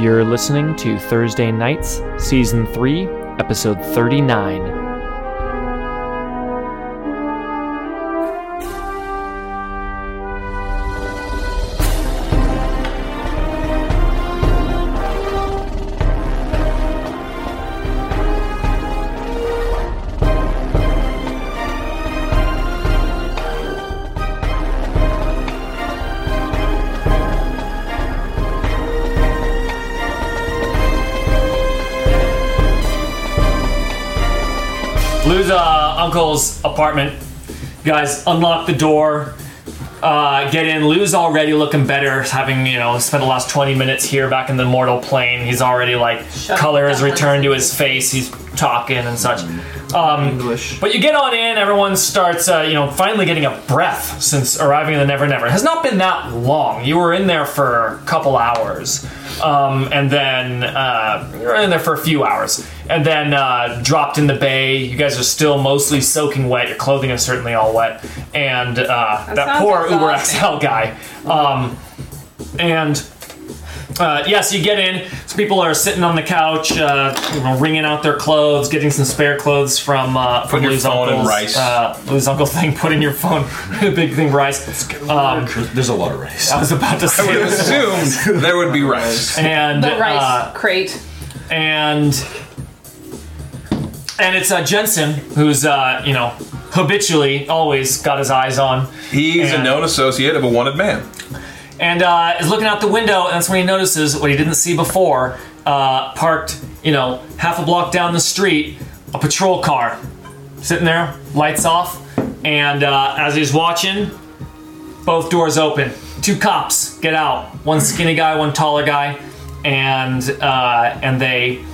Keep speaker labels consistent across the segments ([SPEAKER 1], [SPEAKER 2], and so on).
[SPEAKER 1] You're listening to Thursday Nights, Season 3, Episode 39. Lou's uh, uncle's apartment. Guys, unlock the door. Uh, get in. Lou's already looking better, having you know spent the last 20 minutes here back in the mortal plane. He's already like color has
[SPEAKER 2] down.
[SPEAKER 1] returned to his face. He's talking and such.
[SPEAKER 3] English.
[SPEAKER 1] But you get on in, everyone starts, uh, you know, finally getting a breath since arriving in the Never Never. It has not been that long. You were in there for a couple hours, um, and then uh, you were in there for a few hours, and then uh, dropped in the bay. You guys are still mostly soaking wet. Your clothing is certainly all wet, and uh, that,
[SPEAKER 2] sounds
[SPEAKER 1] poor Uber
[SPEAKER 2] exhausting.
[SPEAKER 1] XL guy. Um, and uh, yes, you get in. So people are sitting on the couch, uh, you know, wringing out their clothes, getting some spare clothes from uh, from
[SPEAKER 3] your
[SPEAKER 1] Lou's
[SPEAKER 3] phone in
[SPEAKER 1] uncle's
[SPEAKER 3] rice.
[SPEAKER 1] Uh, Lou's uncle thing. Put in your phone, big thing rice. Um,
[SPEAKER 3] There's a lot of rice.
[SPEAKER 1] I was about to say this.
[SPEAKER 3] assumed there would be rice.
[SPEAKER 1] And
[SPEAKER 2] The rice
[SPEAKER 1] uh,
[SPEAKER 2] crate.
[SPEAKER 1] and and it's uh, Jensen who's uh, you know habitually always got his eyes on
[SPEAKER 3] He's
[SPEAKER 1] And-
[SPEAKER 3] a known associate of a wanted man.
[SPEAKER 1] and uh, is looking out the window, and that's when he notices what he didn't see before. Uh, parked, you know, half a block down the street, a patrol car sitting there, lights off, and uh, as he's watching, both doors open. Two cops get out. One skinny guy, one taller guy, and uh, and they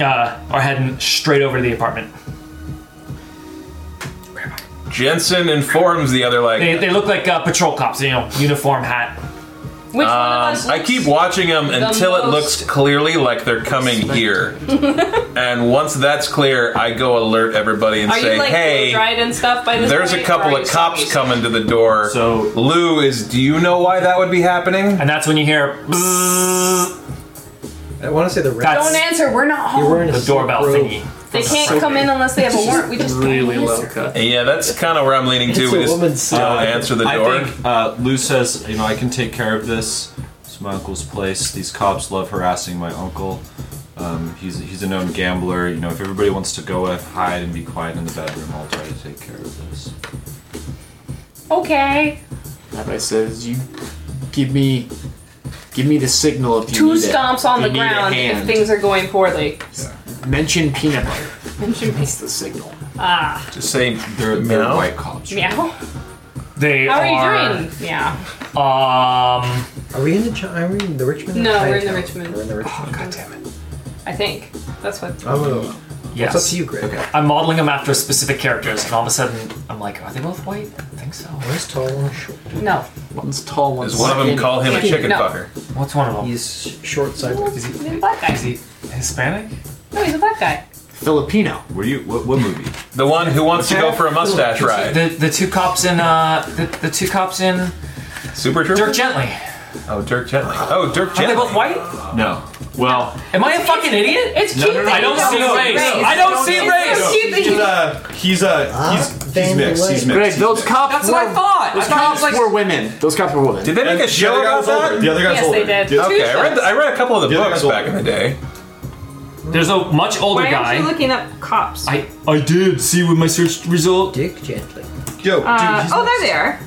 [SPEAKER 1] uh, are heading straight over to the apartment.
[SPEAKER 3] Jensen informs the other like,
[SPEAKER 1] They, they look like uh, patrol cops, you know, uniform, hat.
[SPEAKER 2] Which one of us?
[SPEAKER 3] um, I
[SPEAKER 2] looks-
[SPEAKER 3] keep watching them until it
[SPEAKER 2] most-
[SPEAKER 3] looks clearly like they're coming here. and once that's clear, I go alert everybody and
[SPEAKER 2] Are
[SPEAKER 3] say,
[SPEAKER 2] you like
[SPEAKER 3] "Hey,
[SPEAKER 2] dried and stuff by this
[SPEAKER 3] there's a
[SPEAKER 2] point,
[SPEAKER 3] couple
[SPEAKER 2] or are
[SPEAKER 3] of
[SPEAKER 2] you zombie?
[SPEAKER 3] cops coming to the door."
[SPEAKER 4] So-
[SPEAKER 3] Lou is. Do you know why that would be happening?
[SPEAKER 1] And that's when you hear. "Bzzz."
[SPEAKER 4] I want to say the red.
[SPEAKER 1] That's
[SPEAKER 2] Don't answer. We're not
[SPEAKER 4] You're
[SPEAKER 2] home.
[SPEAKER 4] wearing a
[SPEAKER 1] the doorbell
[SPEAKER 4] silk robe.
[SPEAKER 1] thingy.
[SPEAKER 2] They can't come in unless they have a warrant. We just
[SPEAKER 4] Really
[SPEAKER 2] don't
[SPEAKER 4] low
[SPEAKER 2] answer.
[SPEAKER 4] cut.
[SPEAKER 3] Yeah, that's kind of where I'm leaning to.
[SPEAKER 4] It's
[SPEAKER 3] we
[SPEAKER 4] a
[SPEAKER 3] just
[SPEAKER 4] woman's
[SPEAKER 3] don't
[SPEAKER 4] side.
[SPEAKER 3] answer the door.
[SPEAKER 5] I think uh, Lou says, you know, I can take care of this. It's my uncle's place. These cops love harassing my uncle. Um, he's he's a known gambler. You know, if everybody wants to go hide and be quiet in the bedroom, I'll try to take care of this.
[SPEAKER 2] Okay.
[SPEAKER 4] Rabbi says, "You give me, give me the signal if you
[SPEAKER 2] Two
[SPEAKER 4] need it.
[SPEAKER 2] stomps on
[SPEAKER 4] You
[SPEAKER 2] the
[SPEAKER 4] need a
[SPEAKER 2] ground if
[SPEAKER 4] hand.
[SPEAKER 2] things are going poorly.
[SPEAKER 4] Mention peanut butter.
[SPEAKER 2] Mention
[SPEAKER 4] That's the signal.
[SPEAKER 3] Just say
[SPEAKER 5] They're, they're
[SPEAKER 3] meow.
[SPEAKER 5] white cops.
[SPEAKER 2] Meow.
[SPEAKER 1] They
[SPEAKER 2] How are you doing? Meow.
[SPEAKER 1] Um,
[SPEAKER 4] Are we in the? Chi- Are we in the Richmond? or
[SPEAKER 2] No, we're in the
[SPEAKER 4] Chinatown?
[SPEAKER 2] Richmond.
[SPEAKER 4] We're in the Richmond.
[SPEAKER 2] God damn it. I think that's what.
[SPEAKER 4] I'm a, it's up
[SPEAKER 1] yes.
[SPEAKER 4] to you, Greg.
[SPEAKER 5] Okay.
[SPEAKER 1] I'm modeling them after specific characters, and all of a sudden, I'm like, are they both white? I think so.
[SPEAKER 4] One's tall, one's short.
[SPEAKER 2] No.
[SPEAKER 4] One's tall, one's
[SPEAKER 3] Does one of them call him a
[SPEAKER 2] Skinny.
[SPEAKER 3] chicken
[SPEAKER 2] No.
[SPEAKER 3] fucker?
[SPEAKER 1] What's one of them?
[SPEAKER 4] He's short sighted.
[SPEAKER 2] He's a black
[SPEAKER 1] Is
[SPEAKER 2] guy.
[SPEAKER 1] he Hispanic?
[SPEAKER 2] No, he's a black guy.
[SPEAKER 4] Filipino.
[SPEAKER 5] Were you what, what movie?
[SPEAKER 3] The one who wants to go for a mustache ride.
[SPEAKER 1] The the two cops in uh the, the two cops in
[SPEAKER 3] Super Troopers?
[SPEAKER 1] Dirk Gently.
[SPEAKER 3] Oh, Dirk Gently. Oh, Dirk
[SPEAKER 1] Are they
[SPEAKER 3] Gently.
[SPEAKER 1] both white?
[SPEAKER 5] No. Well,
[SPEAKER 1] Am I a fucking idiot?
[SPEAKER 2] It's cute.
[SPEAKER 5] no, no,
[SPEAKER 2] that
[SPEAKER 1] I
[SPEAKER 2] you
[SPEAKER 1] don't see
[SPEAKER 2] know
[SPEAKER 1] race.
[SPEAKER 2] race.
[SPEAKER 1] I don't see
[SPEAKER 2] It's so
[SPEAKER 1] race.
[SPEAKER 2] cute that
[SPEAKER 5] he's
[SPEAKER 2] you-
[SPEAKER 5] a he's a he's, he's mixed. He's mixed.
[SPEAKER 4] Greg,
[SPEAKER 5] he's
[SPEAKER 4] those
[SPEAKER 5] mixed.
[SPEAKER 4] cops.
[SPEAKER 1] That's
[SPEAKER 4] were,
[SPEAKER 1] what I thought.
[SPEAKER 4] Those
[SPEAKER 1] I thought it
[SPEAKER 4] cops
[SPEAKER 1] was like-
[SPEAKER 4] were women. Those cops were women.
[SPEAKER 3] Did they
[SPEAKER 5] And
[SPEAKER 3] make a
[SPEAKER 5] the
[SPEAKER 3] show
[SPEAKER 5] other guy
[SPEAKER 3] about
[SPEAKER 5] was older.
[SPEAKER 3] that?
[SPEAKER 5] The other guy's
[SPEAKER 2] Yes, they
[SPEAKER 5] older.
[SPEAKER 2] did.
[SPEAKER 5] The other-
[SPEAKER 3] Okay, I read, the, I read a couple of the
[SPEAKER 5] The other
[SPEAKER 3] books
[SPEAKER 5] guy's
[SPEAKER 3] back in
[SPEAKER 5] older.
[SPEAKER 3] the day.
[SPEAKER 1] There's a much older
[SPEAKER 2] Why aren't you
[SPEAKER 1] guy.
[SPEAKER 2] looking up cops?
[SPEAKER 1] I I did see with my search result.
[SPEAKER 4] Dick gently.
[SPEAKER 5] Yo, dude,
[SPEAKER 2] Uh,
[SPEAKER 5] he's-
[SPEAKER 2] oh, they're there.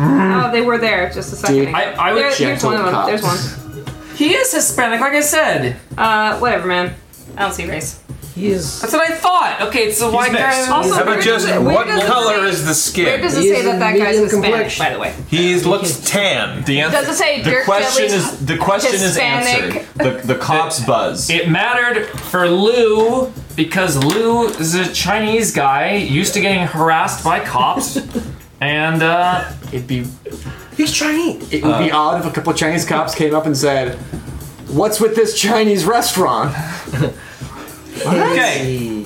[SPEAKER 2] Oh, they were there just a second
[SPEAKER 4] Dude,
[SPEAKER 2] ago.
[SPEAKER 1] I- I would
[SPEAKER 2] There- here's
[SPEAKER 4] gentle
[SPEAKER 2] one of them.
[SPEAKER 4] cops.
[SPEAKER 2] There's one.
[SPEAKER 1] He is Hispanic, like I said.
[SPEAKER 2] Uh, whatever, man. I don't see race.
[SPEAKER 4] He is.
[SPEAKER 1] That's what I thought. Okay, it's a white
[SPEAKER 5] mixed.
[SPEAKER 1] guy.
[SPEAKER 2] Also,
[SPEAKER 3] How about
[SPEAKER 2] where
[SPEAKER 3] just
[SPEAKER 2] does it- where
[SPEAKER 3] what
[SPEAKER 2] does it
[SPEAKER 3] color
[SPEAKER 2] say-
[SPEAKER 3] is the
[SPEAKER 2] Where does
[SPEAKER 3] skin?
[SPEAKER 2] it
[SPEAKER 4] He
[SPEAKER 2] say
[SPEAKER 4] is
[SPEAKER 2] that that guy's
[SPEAKER 4] medium
[SPEAKER 2] Hispanic?
[SPEAKER 4] complexion.
[SPEAKER 2] By the way,
[SPEAKER 3] He looks tan.
[SPEAKER 5] the answer.
[SPEAKER 2] does it say
[SPEAKER 5] the
[SPEAKER 2] Dirk
[SPEAKER 5] question
[SPEAKER 2] Gently's-
[SPEAKER 5] is the question
[SPEAKER 2] Hispanic?
[SPEAKER 5] is answered. The the cops buzz.
[SPEAKER 1] It mattered for Lou because Lou is a Chinese guy used to getting harassed by cops. And uh,
[SPEAKER 4] It'd be. He's Chinese. It would be
[SPEAKER 3] Uh,
[SPEAKER 4] odd if a couple Chinese cops came up and said, "What's with this Chinese restaurant?"
[SPEAKER 1] Okay.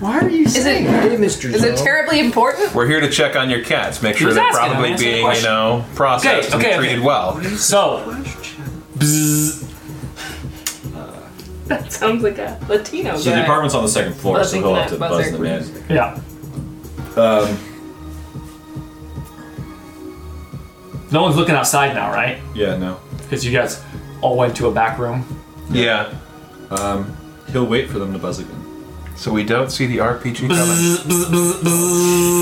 [SPEAKER 4] Why are you
[SPEAKER 2] Is it-
[SPEAKER 4] saying? Hey, Mr.
[SPEAKER 2] Is it terribly important?
[SPEAKER 3] We're here to check on your cats, make sure
[SPEAKER 1] was
[SPEAKER 3] they're
[SPEAKER 1] asking him,
[SPEAKER 3] probably
[SPEAKER 1] answer the
[SPEAKER 3] being, you
[SPEAKER 1] question.
[SPEAKER 3] know, processed
[SPEAKER 1] Okay, okay,
[SPEAKER 3] and treated
[SPEAKER 1] okay.
[SPEAKER 3] well.
[SPEAKER 1] so, bzzz.
[SPEAKER 2] That sounds like a Latino
[SPEAKER 6] So the
[SPEAKER 2] guy.
[SPEAKER 6] apartment's on the second floor,
[SPEAKER 2] Buzzing
[SPEAKER 6] so he'll have to
[SPEAKER 2] that buzzer.
[SPEAKER 6] buzz them in.
[SPEAKER 7] Yeah. No one's looking outside now, right?
[SPEAKER 6] Yeah, no.
[SPEAKER 7] Because you guys all went to a back room.
[SPEAKER 3] Yeah.
[SPEAKER 6] He'll wait for them to buzz again.
[SPEAKER 3] So we don't see the RPG coming.
[SPEAKER 7] Bzz, bzz, bzz, bzz.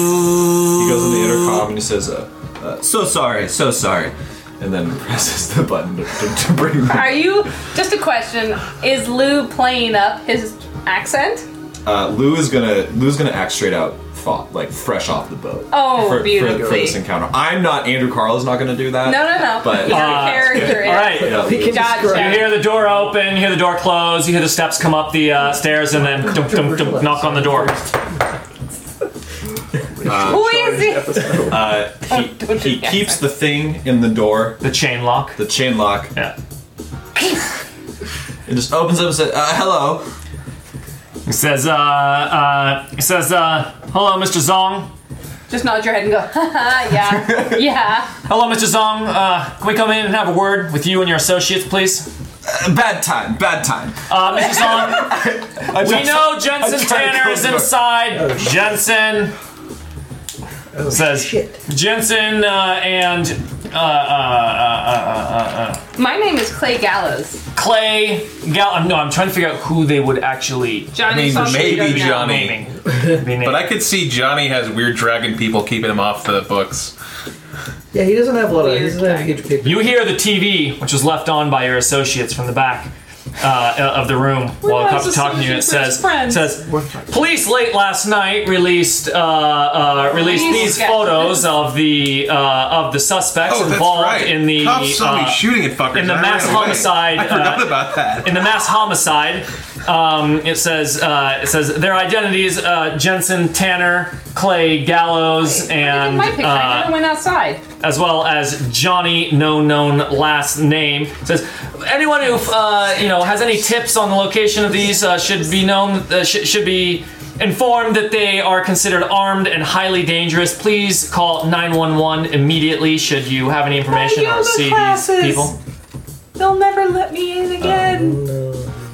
[SPEAKER 6] He goes on the intercom and he says, uh, uh, "So sorry, so sorry," and then presses the button to, to, to bring. Them.
[SPEAKER 2] Are you just a question? Is Lou playing up his accent?
[SPEAKER 6] Uh, Lou is gonna Lou's gonna act straight out, fought, like fresh off the boat.
[SPEAKER 2] Oh,
[SPEAKER 6] for, for- For,
[SPEAKER 2] beautifully.
[SPEAKER 6] this encounter, I'm not Andrew Carl is not gonna do that.
[SPEAKER 2] No, no, no.
[SPEAKER 6] But
[SPEAKER 2] He's
[SPEAKER 7] Uh,
[SPEAKER 2] a character.
[SPEAKER 7] All right.
[SPEAKER 6] yeah, Lou-
[SPEAKER 7] You
[SPEAKER 2] Gotcha.
[SPEAKER 7] hear the door open, you hear the door close, you hear the steps come up the uh, stairs, and then dum, dum, dum, knock on the door.
[SPEAKER 2] Who is he?
[SPEAKER 6] uh, he, he keeps the thing in the door,
[SPEAKER 7] The chain lock.
[SPEAKER 6] the chain lock,
[SPEAKER 7] Yeah.
[SPEAKER 6] and just opens up and says, uh, "Hello."
[SPEAKER 7] He says, uh, uh, he says, uh, hello, Mr. Zong.
[SPEAKER 2] Just nod your head and go, haha, yeah, yeah.
[SPEAKER 7] Hello, Mr. Zong. Uh, can we come in and have a word with you and your associates, please?
[SPEAKER 6] Uh, bad time, bad time.
[SPEAKER 7] Uh, Mr. Zong, we know Jensen Tanner is inside. Jensen says, Jensen uh, and uh, uh, uh, uh, uh, uh,
[SPEAKER 2] My name is Clay Gallows.
[SPEAKER 7] Clay Gal. No, I'm trying to figure out who they would actually
[SPEAKER 2] Johnny
[SPEAKER 3] I mean,
[SPEAKER 2] Sausage
[SPEAKER 3] maybe
[SPEAKER 2] Dog Man.
[SPEAKER 3] Johnny.
[SPEAKER 7] naming. Be naming.
[SPEAKER 3] But I could see Johnny has weird dragon people keeping him off the books.
[SPEAKER 8] Yeah, he doesn't have a lot of. He
[SPEAKER 2] Weird
[SPEAKER 8] doesn't have huge people.
[SPEAKER 7] You hear the TV, which was left on by your associates from the back uh, of the room while
[SPEAKER 2] lost
[SPEAKER 7] I'm talking to you. It
[SPEAKER 2] associates
[SPEAKER 7] says,
[SPEAKER 2] versus
[SPEAKER 7] says, police late last night released uh, uh, released
[SPEAKER 2] Police
[SPEAKER 7] these
[SPEAKER 2] sketches.
[SPEAKER 7] photos of the uh, of the suspects
[SPEAKER 3] Oh, that's
[SPEAKER 7] involved
[SPEAKER 3] right.
[SPEAKER 7] in the
[SPEAKER 3] cops saw me
[SPEAKER 7] uh,
[SPEAKER 3] shooting at fuckers.
[SPEAKER 7] in
[SPEAKER 3] and
[SPEAKER 7] the
[SPEAKER 3] I
[SPEAKER 7] mass
[SPEAKER 3] ran away.
[SPEAKER 7] homicide,
[SPEAKER 3] I forgot
[SPEAKER 7] uh,
[SPEAKER 3] about that.
[SPEAKER 7] in the mass homicide. Um, it says uh, it says their identities: uh, Jensen Tanner, Clay Gallows,
[SPEAKER 2] In
[SPEAKER 7] and
[SPEAKER 2] my picture, I
[SPEAKER 7] uh,
[SPEAKER 2] never went outside.
[SPEAKER 7] as well as Johnny, no known last name. It says anyone who uh, you know has any tips on the location of these uh, should be known uh, sh- should be informed that they are considered armed and highly dangerous. Please call 911 immediately should you have any information
[SPEAKER 2] My
[SPEAKER 7] or
[SPEAKER 2] yoga
[SPEAKER 7] see
[SPEAKER 2] classes.
[SPEAKER 7] these people.
[SPEAKER 2] They'll never let me
[SPEAKER 7] um,
[SPEAKER 2] in again.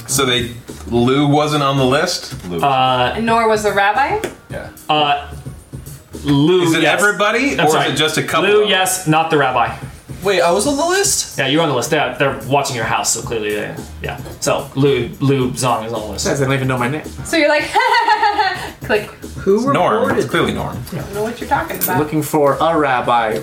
[SPEAKER 3] So they Lou wasn't on the list.
[SPEAKER 6] Lou,
[SPEAKER 7] Uh,
[SPEAKER 2] And Nor was the rabbi.
[SPEAKER 6] yeah.
[SPEAKER 7] Lou,
[SPEAKER 3] Is it
[SPEAKER 7] yes.
[SPEAKER 3] everybody,
[SPEAKER 7] I'm
[SPEAKER 3] or
[SPEAKER 7] sorry.
[SPEAKER 3] is it just a couple?
[SPEAKER 7] Lou,
[SPEAKER 3] of them?
[SPEAKER 7] yes, not the rabbi.
[SPEAKER 6] Wait, I was on the list.
[SPEAKER 7] Yeah, you're on the list. They're, they're watching your house, so clearly, they, yeah. So Lou, Lou Zong is on the list.
[SPEAKER 4] Guys, I don't even know my name.
[SPEAKER 2] So you're like, click.
[SPEAKER 8] Who
[SPEAKER 3] Norm. It's
[SPEAKER 8] reported?
[SPEAKER 3] clearly Norm.
[SPEAKER 2] I don't know what you're talking about.
[SPEAKER 4] Looking for a rabbi.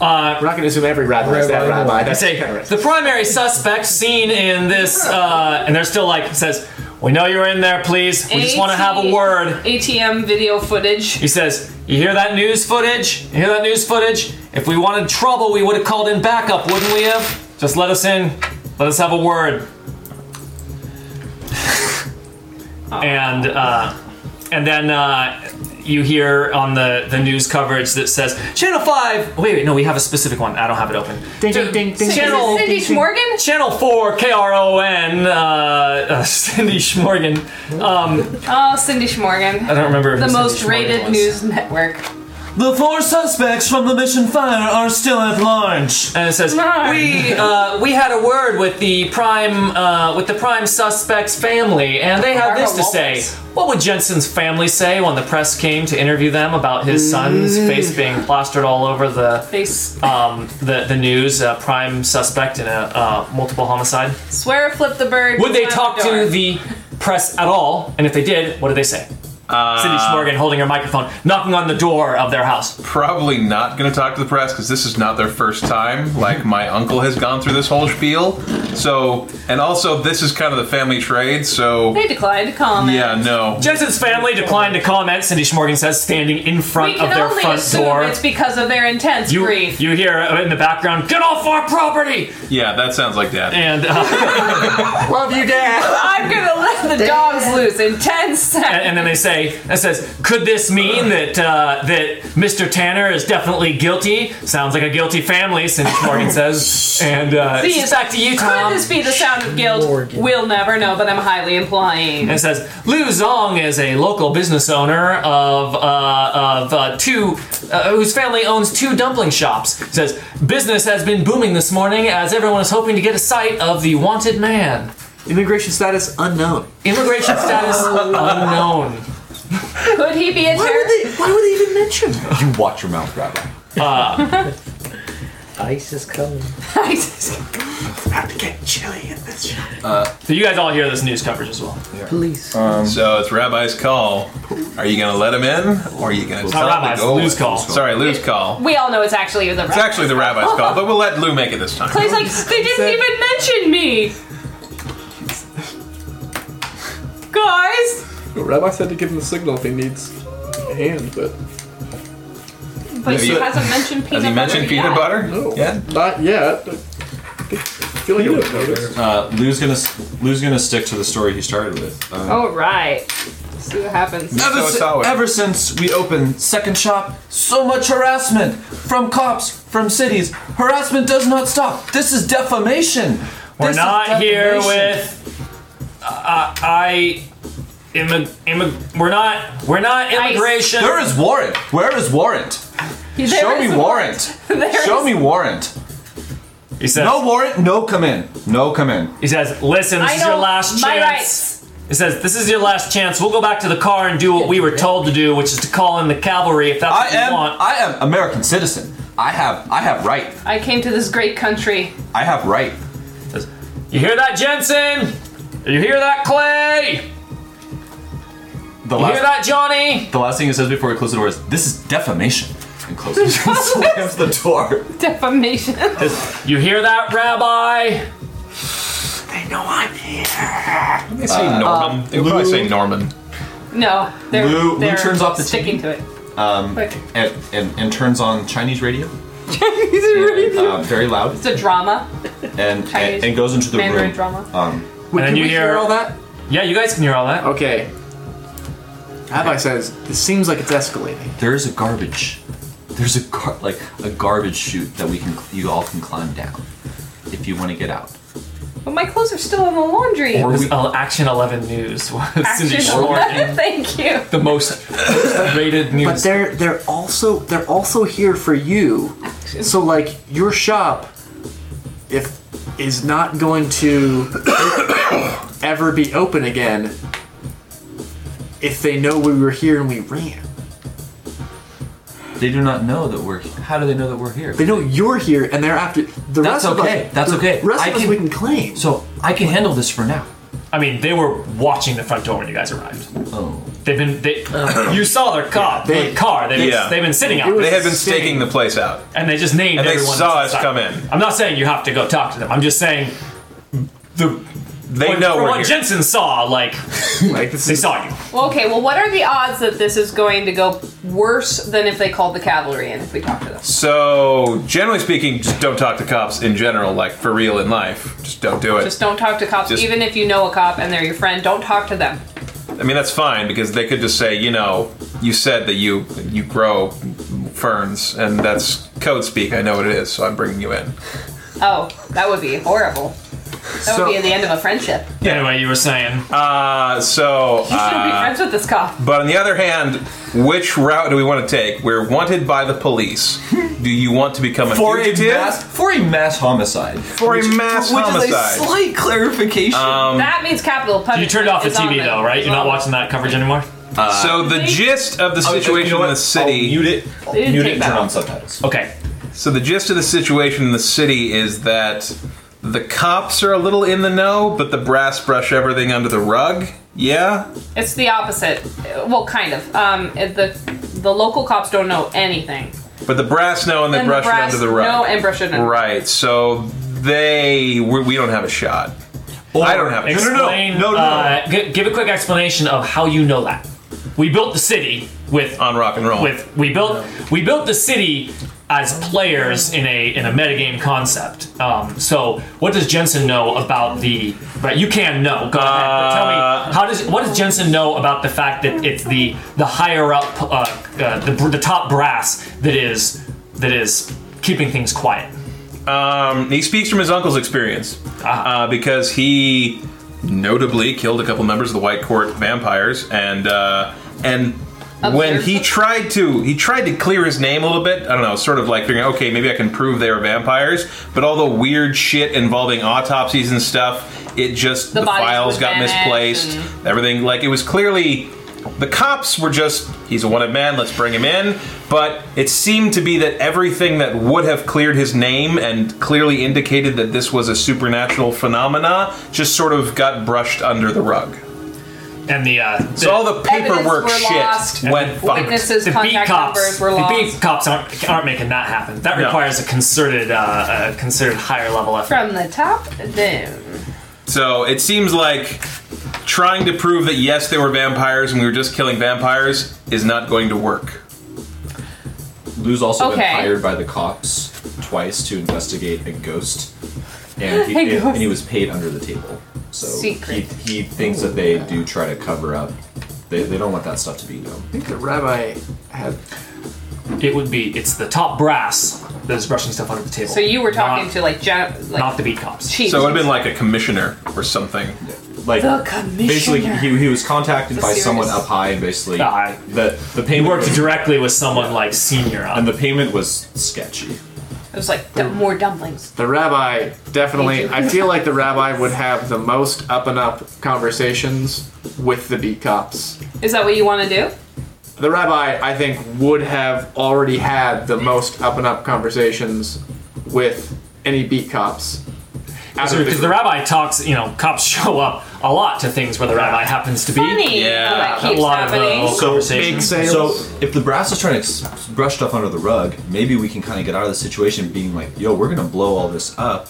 [SPEAKER 7] Uh,
[SPEAKER 4] We're not going to assume every rabbi, is that
[SPEAKER 8] Rabbi.
[SPEAKER 4] rabbi.
[SPEAKER 7] I
[SPEAKER 4] That's
[SPEAKER 7] say
[SPEAKER 4] terrorist.
[SPEAKER 7] the primary suspect seen in this, uh, and they're still like says, "We know you're in there. Please, we just want to have a word."
[SPEAKER 2] ATM video footage.
[SPEAKER 7] He says, "You hear that news footage? You hear that news footage? If we wanted trouble, we would have called in backup, wouldn't we have? Just let us in. Let us have a word." and uh, and then uh, you hear on the the news coverage that says Channel Five. Wait, wait, no, we have a specific one. I don't have it open.
[SPEAKER 4] Ding, ding, ding, ding,
[SPEAKER 7] Channel-
[SPEAKER 2] Cindy
[SPEAKER 4] ding, ding, ding.
[SPEAKER 2] Schmorgan?
[SPEAKER 7] Channel 4 KRON, uh, uh, Cindy Schmorgan. Um,
[SPEAKER 2] Oh, Cindy Schmorgan.
[SPEAKER 7] I don't remember if
[SPEAKER 2] The
[SPEAKER 7] it's Cindy
[SPEAKER 2] most
[SPEAKER 7] Schmorgan
[SPEAKER 2] rated
[SPEAKER 7] was.
[SPEAKER 2] news network.
[SPEAKER 7] The four suspects from the mission fire are still at large. And it says,
[SPEAKER 2] Large.
[SPEAKER 7] we uh, we had a word with the prime uh, with the prime suspect's family, and they have this to say. What would Jensen's family say when the press came to interview them about his son's face being
[SPEAKER 2] Mm.
[SPEAKER 7] plastered all over the
[SPEAKER 2] They s-
[SPEAKER 7] um, the, the news? Uh, prime suspect in a uh, multiple homicide.
[SPEAKER 2] swear flip the bird.
[SPEAKER 7] Would they
[SPEAKER 2] slam
[SPEAKER 7] talk
[SPEAKER 2] door.
[SPEAKER 7] to the press at all? And if they did, what did they say? Cindy Schmorgan holding her microphone, knocking on the door of their house.
[SPEAKER 3] Probably not going to talk to the press because this is not their first time. Like my uncle has gone through this whole spiel. So, and also this is kind of the family trade. So,
[SPEAKER 2] They declined to comment.
[SPEAKER 3] yeah, no.
[SPEAKER 7] Jensen's family declined to comment, Cindy Schmorgan says, standing in
[SPEAKER 2] We
[SPEAKER 7] front
[SPEAKER 2] can
[SPEAKER 7] of their
[SPEAKER 2] only
[SPEAKER 7] front
[SPEAKER 2] assume
[SPEAKER 7] door.
[SPEAKER 2] it's because of their intense
[SPEAKER 7] You,
[SPEAKER 2] grief.
[SPEAKER 7] you hear uh, in the background, get off our property!
[SPEAKER 3] Yeah, that sounds like dad.
[SPEAKER 7] And uh,
[SPEAKER 4] Love you, Dad.
[SPEAKER 2] I'm gonna let the dogs loose in ten seconds.
[SPEAKER 7] and and then they say, it says, could this mean that uh, that Mr. Tanner is definitely guilty? Sounds like a guilty family, Cindy Schmorgan says. And uh,
[SPEAKER 2] See,
[SPEAKER 7] it's back to you,
[SPEAKER 2] Could
[SPEAKER 7] Tom.
[SPEAKER 2] this be the sound of guilt?
[SPEAKER 8] Morgan.
[SPEAKER 2] We'll never know, but I'm highly implying.
[SPEAKER 7] and it says Liu Zong is a local business owner of uh, of uh, two uh, whose family owns two dumpling shops. It says business has been booming this morning as everyone is hoping to get a sight of the wanted man.
[SPEAKER 4] Immigration status unknown.
[SPEAKER 7] Immigration status unknown.
[SPEAKER 2] Could he be a
[SPEAKER 4] Why
[SPEAKER 2] terror?
[SPEAKER 4] would they? Why would they even mention? that?
[SPEAKER 5] You watch your mouth, Rabbi.
[SPEAKER 8] Ice is coming.
[SPEAKER 2] I just-
[SPEAKER 4] About to get chilly in this. shop.
[SPEAKER 7] So you guys all hear this news coverage as well.
[SPEAKER 8] Police.
[SPEAKER 3] So it's Rabbi's call. Are you gonna let him in, or are you gonna tell him
[SPEAKER 7] Rabbi's,
[SPEAKER 3] to go?
[SPEAKER 7] Lou's call.
[SPEAKER 3] Sorry, Lou's call.
[SPEAKER 2] we all know it's actually the.
[SPEAKER 3] It's actually the Rabbi's call, but we'll let Lou make it this time.
[SPEAKER 2] Clay's like they didn't even mention me. Guys,
[SPEAKER 9] Rabbi said to give him the signal if he needs a hand, but
[SPEAKER 2] but he
[SPEAKER 3] you-
[SPEAKER 2] hasn't mentioned peanut
[SPEAKER 3] Has he mentioned peanut
[SPEAKER 2] yet.
[SPEAKER 3] butter?
[SPEAKER 9] no,
[SPEAKER 5] Oh.
[SPEAKER 3] Yeah.
[SPEAKER 9] not yet. I feel like he would have noticed.
[SPEAKER 5] Uh, Lou's gonna Lou's gonna stick to the story he started with. Uh,
[SPEAKER 2] All right. Let's see what happens.
[SPEAKER 5] Ever,
[SPEAKER 3] So it's
[SPEAKER 5] si-
[SPEAKER 3] always-
[SPEAKER 5] ever since we opened Second Shop, so much harassment from cops, from cities. Harassment does not stop. This is defamation.
[SPEAKER 7] We're
[SPEAKER 5] This is
[SPEAKER 7] not here
[SPEAKER 5] defamation.
[SPEAKER 7] with. Uh, I. Immi- immi- we're not. We're not immigration.
[SPEAKER 5] There is warrant. Where is warrant?
[SPEAKER 2] There
[SPEAKER 5] Show
[SPEAKER 2] is
[SPEAKER 5] me
[SPEAKER 2] a-
[SPEAKER 5] warrant.
[SPEAKER 2] there
[SPEAKER 5] Show
[SPEAKER 2] is-
[SPEAKER 5] me warrant.
[SPEAKER 7] He says.
[SPEAKER 5] No warrant. No come in. No come in.
[SPEAKER 7] He says, "Listen, this
[SPEAKER 2] I
[SPEAKER 7] is your
[SPEAKER 2] know
[SPEAKER 7] last
[SPEAKER 2] my
[SPEAKER 7] chance." He says, "This is your last chance. We'll go back to the car and do what we were told to do, which is to call in the cavalry if that's
[SPEAKER 5] I
[SPEAKER 7] what you
[SPEAKER 5] am.
[SPEAKER 7] want."
[SPEAKER 5] I am American citizen. I have. I have right.
[SPEAKER 2] I came to this great country.
[SPEAKER 5] I have right.
[SPEAKER 7] you hear that, Jensen? You hear that, Clay?
[SPEAKER 5] The
[SPEAKER 7] You hear that, Johnny?
[SPEAKER 5] The last thing it says before we close the door is, "This is defamation," and closes and slams the door.
[SPEAKER 2] Defamation.
[SPEAKER 7] You hear that, Rabbi?
[SPEAKER 4] They know I'm here.
[SPEAKER 3] They say
[SPEAKER 7] Uh,
[SPEAKER 3] Norman. they would probably say Norman.
[SPEAKER 2] no, they're,
[SPEAKER 5] Lou- Lou
[SPEAKER 2] they're
[SPEAKER 5] turns off the
[SPEAKER 2] sticking to it. Um,
[SPEAKER 5] and, and, and turns on Chinese radio, uh, very loud,
[SPEAKER 2] it's a drama.
[SPEAKER 5] and,
[SPEAKER 2] Chinese
[SPEAKER 5] and and goes into the
[SPEAKER 2] Mandarin
[SPEAKER 5] room.
[SPEAKER 2] drama.
[SPEAKER 5] Um,
[SPEAKER 4] Wait,
[SPEAKER 7] then
[SPEAKER 4] can
[SPEAKER 7] you
[SPEAKER 4] we
[SPEAKER 7] hear-
[SPEAKER 4] all that?
[SPEAKER 7] Yeah, you guys can hear all that.
[SPEAKER 4] Okay. Rabbi says this seems like it's escalating.
[SPEAKER 5] there is a garbage. There's a gar- like a garbage chute that we can you all can climb down if you want to get out.
[SPEAKER 2] But my clothes are still in the laundry.
[SPEAKER 7] Or
[SPEAKER 5] Or
[SPEAKER 7] this
[SPEAKER 5] we-
[SPEAKER 7] uh, Action 11 News was Cindy
[SPEAKER 2] Action.
[SPEAKER 7] Short,
[SPEAKER 2] Thank you.
[SPEAKER 7] the most rated
[SPEAKER 4] But
[SPEAKER 7] news.
[SPEAKER 4] they're they're also they're also here for you. So like your shop, if is not going to ever be open again, if they know we were here and we ran,
[SPEAKER 5] They do not know that we're. How do they know that we're here?
[SPEAKER 4] they know you're here and they're after the
[SPEAKER 5] That's
[SPEAKER 4] rest of
[SPEAKER 5] okay,
[SPEAKER 4] us.
[SPEAKER 5] that's
[SPEAKER 4] the
[SPEAKER 5] okay.
[SPEAKER 4] Rest
[SPEAKER 5] I
[SPEAKER 4] of us
[SPEAKER 5] can-
[SPEAKER 4] we can claim.
[SPEAKER 5] So I can handle this for now.
[SPEAKER 7] I mean, they were watching the front door when you guys arrived.
[SPEAKER 5] Oh,
[SPEAKER 7] They've been. They, you saw their car.
[SPEAKER 4] they-
[SPEAKER 7] their car. They've,
[SPEAKER 3] Uh-huh. Yeah.
[SPEAKER 7] they've been sitting out.
[SPEAKER 4] It was
[SPEAKER 3] They had been
[SPEAKER 4] sitting-
[SPEAKER 3] staking the place out.
[SPEAKER 7] and they just named
[SPEAKER 3] And they
[SPEAKER 7] everyone
[SPEAKER 3] saw
[SPEAKER 7] that's
[SPEAKER 3] us
[SPEAKER 7] inside.
[SPEAKER 3] come in.
[SPEAKER 7] I'm not saying you have to go talk to them. I'm just saying the
[SPEAKER 3] They
[SPEAKER 7] what-
[SPEAKER 3] know
[SPEAKER 7] from
[SPEAKER 3] we're
[SPEAKER 7] what
[SPEAKER 3] here.
[SPEAKER 7] Jensen saw, like
[SPEAKER 4] Like this
[SPEAKER 7] they
[SPEAKER 4] is
[SPEAKER 7] saw you.
[SPEAKER 2] Well, okay, well, what are the odds that this is going to go worse than if they called the cavalry in if we talk to them?
[SPEAKER 3] So, generally speaking, just don't talk to cops in general, like for real in life. Just don't do it.
[SPEAKER 2] Just don't talk to cops,
[SPEAKER 3] Just-
[SPEAKER 2] even if you know a cop and they're your friend. Don't talk to them.
[SPEAKER 3] I mean, that's fine because they could just say, you know, you said that you you grow ferns, and that's code speak. I know what it is, so I'm bringing you in.
[SPEAKER 2] Oh, that would be horrible. That
[SPEAKER 4] So-
[SPEAKER 2] would be the end of a friendship. You
[SPEAKER 7] Anyway, you were saying
[SPEAKER 3] Uh, so,
[SPEAKER 2] shouldn't be
[SPEAKER 3] uh,
[SPEAKER 2] friends with this cop.
[SPEAKER 3] but on the other hand, which route do we want to take? We're wanted by the police. Do you want to become a
[SPEAKER 5] for a
[SPEAKER 3] fugitive
[SPEAKER 5] mass for a mass homicide.
[SPEAKER 3] for a mass
[SPEAKER 5] Which is a
[SPEAKER 3] homicide?
[SPEAKER 5] slight clarification.
[SPEAKER 2] that means capital punishment.
[SPEAKER 7] you turned off the
[SPEAKER 2] is on
[SPEAKER 7] TV
[SPEAKER 2] them.
[SPEAKER 7] though, right? You're not watching that coverage anymore.
[SPEAKER 3] so the gist of the
[SPEAKER 5] Oh, you
[SPEAKER 3] situation
[SPEAKER 5] know what?
[SPEAKER 3] in the
[SPEAKER 5] I'll
[SPEAKER 3] city.
[SPEAKER 5] mute it.
[SPEAKER 2] They didn't
[SPEAKER 5] mute
[SPEAKER 2] take
[SPEAKER 5] it. and
[SPEAKER 2] that
[SPEAKER 5] Turn
[SPEAKER 2] off.
[SPEAKER 5] on subtitles.
[SPEAKER 7] Okay,
[SPEAKER 3] So the gist of the situation in the city is that the cops are a little in the know, but the brass brush everything under the rug. Yeah.
[SPEAKER 2] It's the opposite. Uh, Well, kind of. Um, it- the the local cops don't know anything.
[SPEAKER 3] But the brass know and they
[SPEAKER 2] And
[SPEAKER 3] brush
[SPEAKER 2] the brass,
[SPEAKER 3] it under the rug.
[SPEAKER 2] No, and brush it under.
[SPEAKER 3] right. So they we, we don't have a shot. I don't have a shot.
[SPEAKER 7] explain.
[SPEAKER 5] No, no, no.
[SPEAKER 7] Uh, g- give a quick explanation of how you know that. We built the city with
[SPEAKER 3] on rock and roll.
[SPEAKER 7] with we built we built the city as players in a in a metagame concept. Um, so what does Jensen know about the right? You can know. Go ahead. But tell
[SPEAKER 3] Uh,
[SPEAKER 7] me how does what does Jensen know about the fact that it's the the higher up uh, uh, the the top brass that is that is keeping things quiet.
[SPEAKER 3] Um, he speaks from his uncle's experience uh, because he notably killed a couple members of the White Court vampires, and uh, and when he tried to he tried to clear his name a little bit. I don't know, sort of like figuring, okay, maybe I can prove they were vampires. But all the weird shit involving autopsies and stuff. It just the,
[SPEAKER 2] The bodies
[SPEAKER 3] files
[SPEAKER 2] were
[SPEAKER 3] got
[SPEAKER 2] vanished
[SPEAKER 3] misplaced.
[SPEAKER 2] and-
[SPEAKER 3] Everything like it was clearly the cops were just he's a wanted man. Let's bring him in. But it seemed to be that everything that would have cleared his name and clearly indicated that this was a supernatural phenomena just sort of got brushed under the rug.
[SPEAKER 7] And the uh, the,
[SPEAKER 3] So all the
[SPEAKER 2] Evidence
[SPEAKER 3] paperwork
[SPEAKER 2] were
[SPEAKER 3] shit
[SPEAKER 2] lost.
[SPEAKER 3] went fucked.
[SPEAKER 2] Witnesses,
[SPEAKER 7] the beat
[SPEAKER 2] contact
[SPEAKER 7] cops,
[SPEAKER 2] numbers were
[SPEAKER 7] the
[SPEAKER 2] lost
[SPEAKER 7] beat cops aren't, aren't making that happen. That
[SPEAKER 3] No.
[SPEAKER 7] requires a concerted, uh, a concerted higher level effort.
[SPEAKER 2] from the top down.
[SPEAKER 3] So it seems like trying to prove that yes, they were vampires and we were just killing vampires is not going to work.
[SPEAKER 6] Lou's also
[SPEAKER 2] Okay.
[SPEAKER 6] been hired by the cops twice to investigate a ghost, and he,
[SPEAKER 2] A
[SPEAKER 6] and-
[SPEAKER 2] ghost.
[SPEAKER 6] and he was paid under the table. So
[SPEAKER 2] Secret.
[SPEAKER 6] He, he thinks that they do try to cover up. They, they don't want that stuff to be known.
[SPEAKER 4] I think the rabbi had
[SPEAKER 7] It would be it's the top brass that is brushing stuff under the table.
[SPEAKER 2] So you were talking
[SPEAKER 7] not,
[SPEAKER 2] to like gen- like
[SPEAKER 7] not the beat cops.
[SPEAKER 2] chiefs.
[SPEAKER 3] So it would have been like a commissioner or something.
[SPEAKER 6] Like
[SPEAKER 2] the commissioner.
[SPEAKER 6] basically, he, he was contacted
[SPEAKER 2] The
[SPEAKER 6] by someone
[SPEAKER 2] serious-
[SPEAKER 6] up high, and basically
[SPEAKER 7] Ah,
[SPEAKER 6] the the
[SPEAKER 7] He
[SPEAKER 6] payment
[SPEAKER 7] worked
[SPEAKER 6] was-
[SPEAKER 7] directly with someone like senior up.
[SPEAKER 6] and the payment was sketchy.
[SPEAKER 2] it was like dum- more dumplings.
[SPEAKER 4] The rabbi definitely.
[SPEAKER 2] Thank you.
[SPEAKER 4] I feel like the rabbi would have the most up and up conversations with the beat cops.
[SPEAKER 2] Is that what you want to do?
[SPEAKER 4] The rabbi, I think, would have already had the most up and up conversations with any beat cops. Out of
[SPEAKER 7] because the rabbi talks, you know, cops show up a lot to things where the rabbi happens to be.
[SPEAKER 2] Funny.
[SPEAKER 3] Yeah,
[SPEAKER 2] how that
[SPEAKER 7] A
[SPEAKER 2] keeps
[SPEAKER 7] lot of uh,
[SPEAKER 2] happening.
[SPEAKER 7] little
[SPEAKER 4] big
[SPEAKER 7] conversations.
[SPEAKER 4] sales.
[SPEAKER 6] So if the brass is trying to s- brush stuff under the rug, maybe we can kind of get out of the situation being like, yo, we're gonna blow all this up.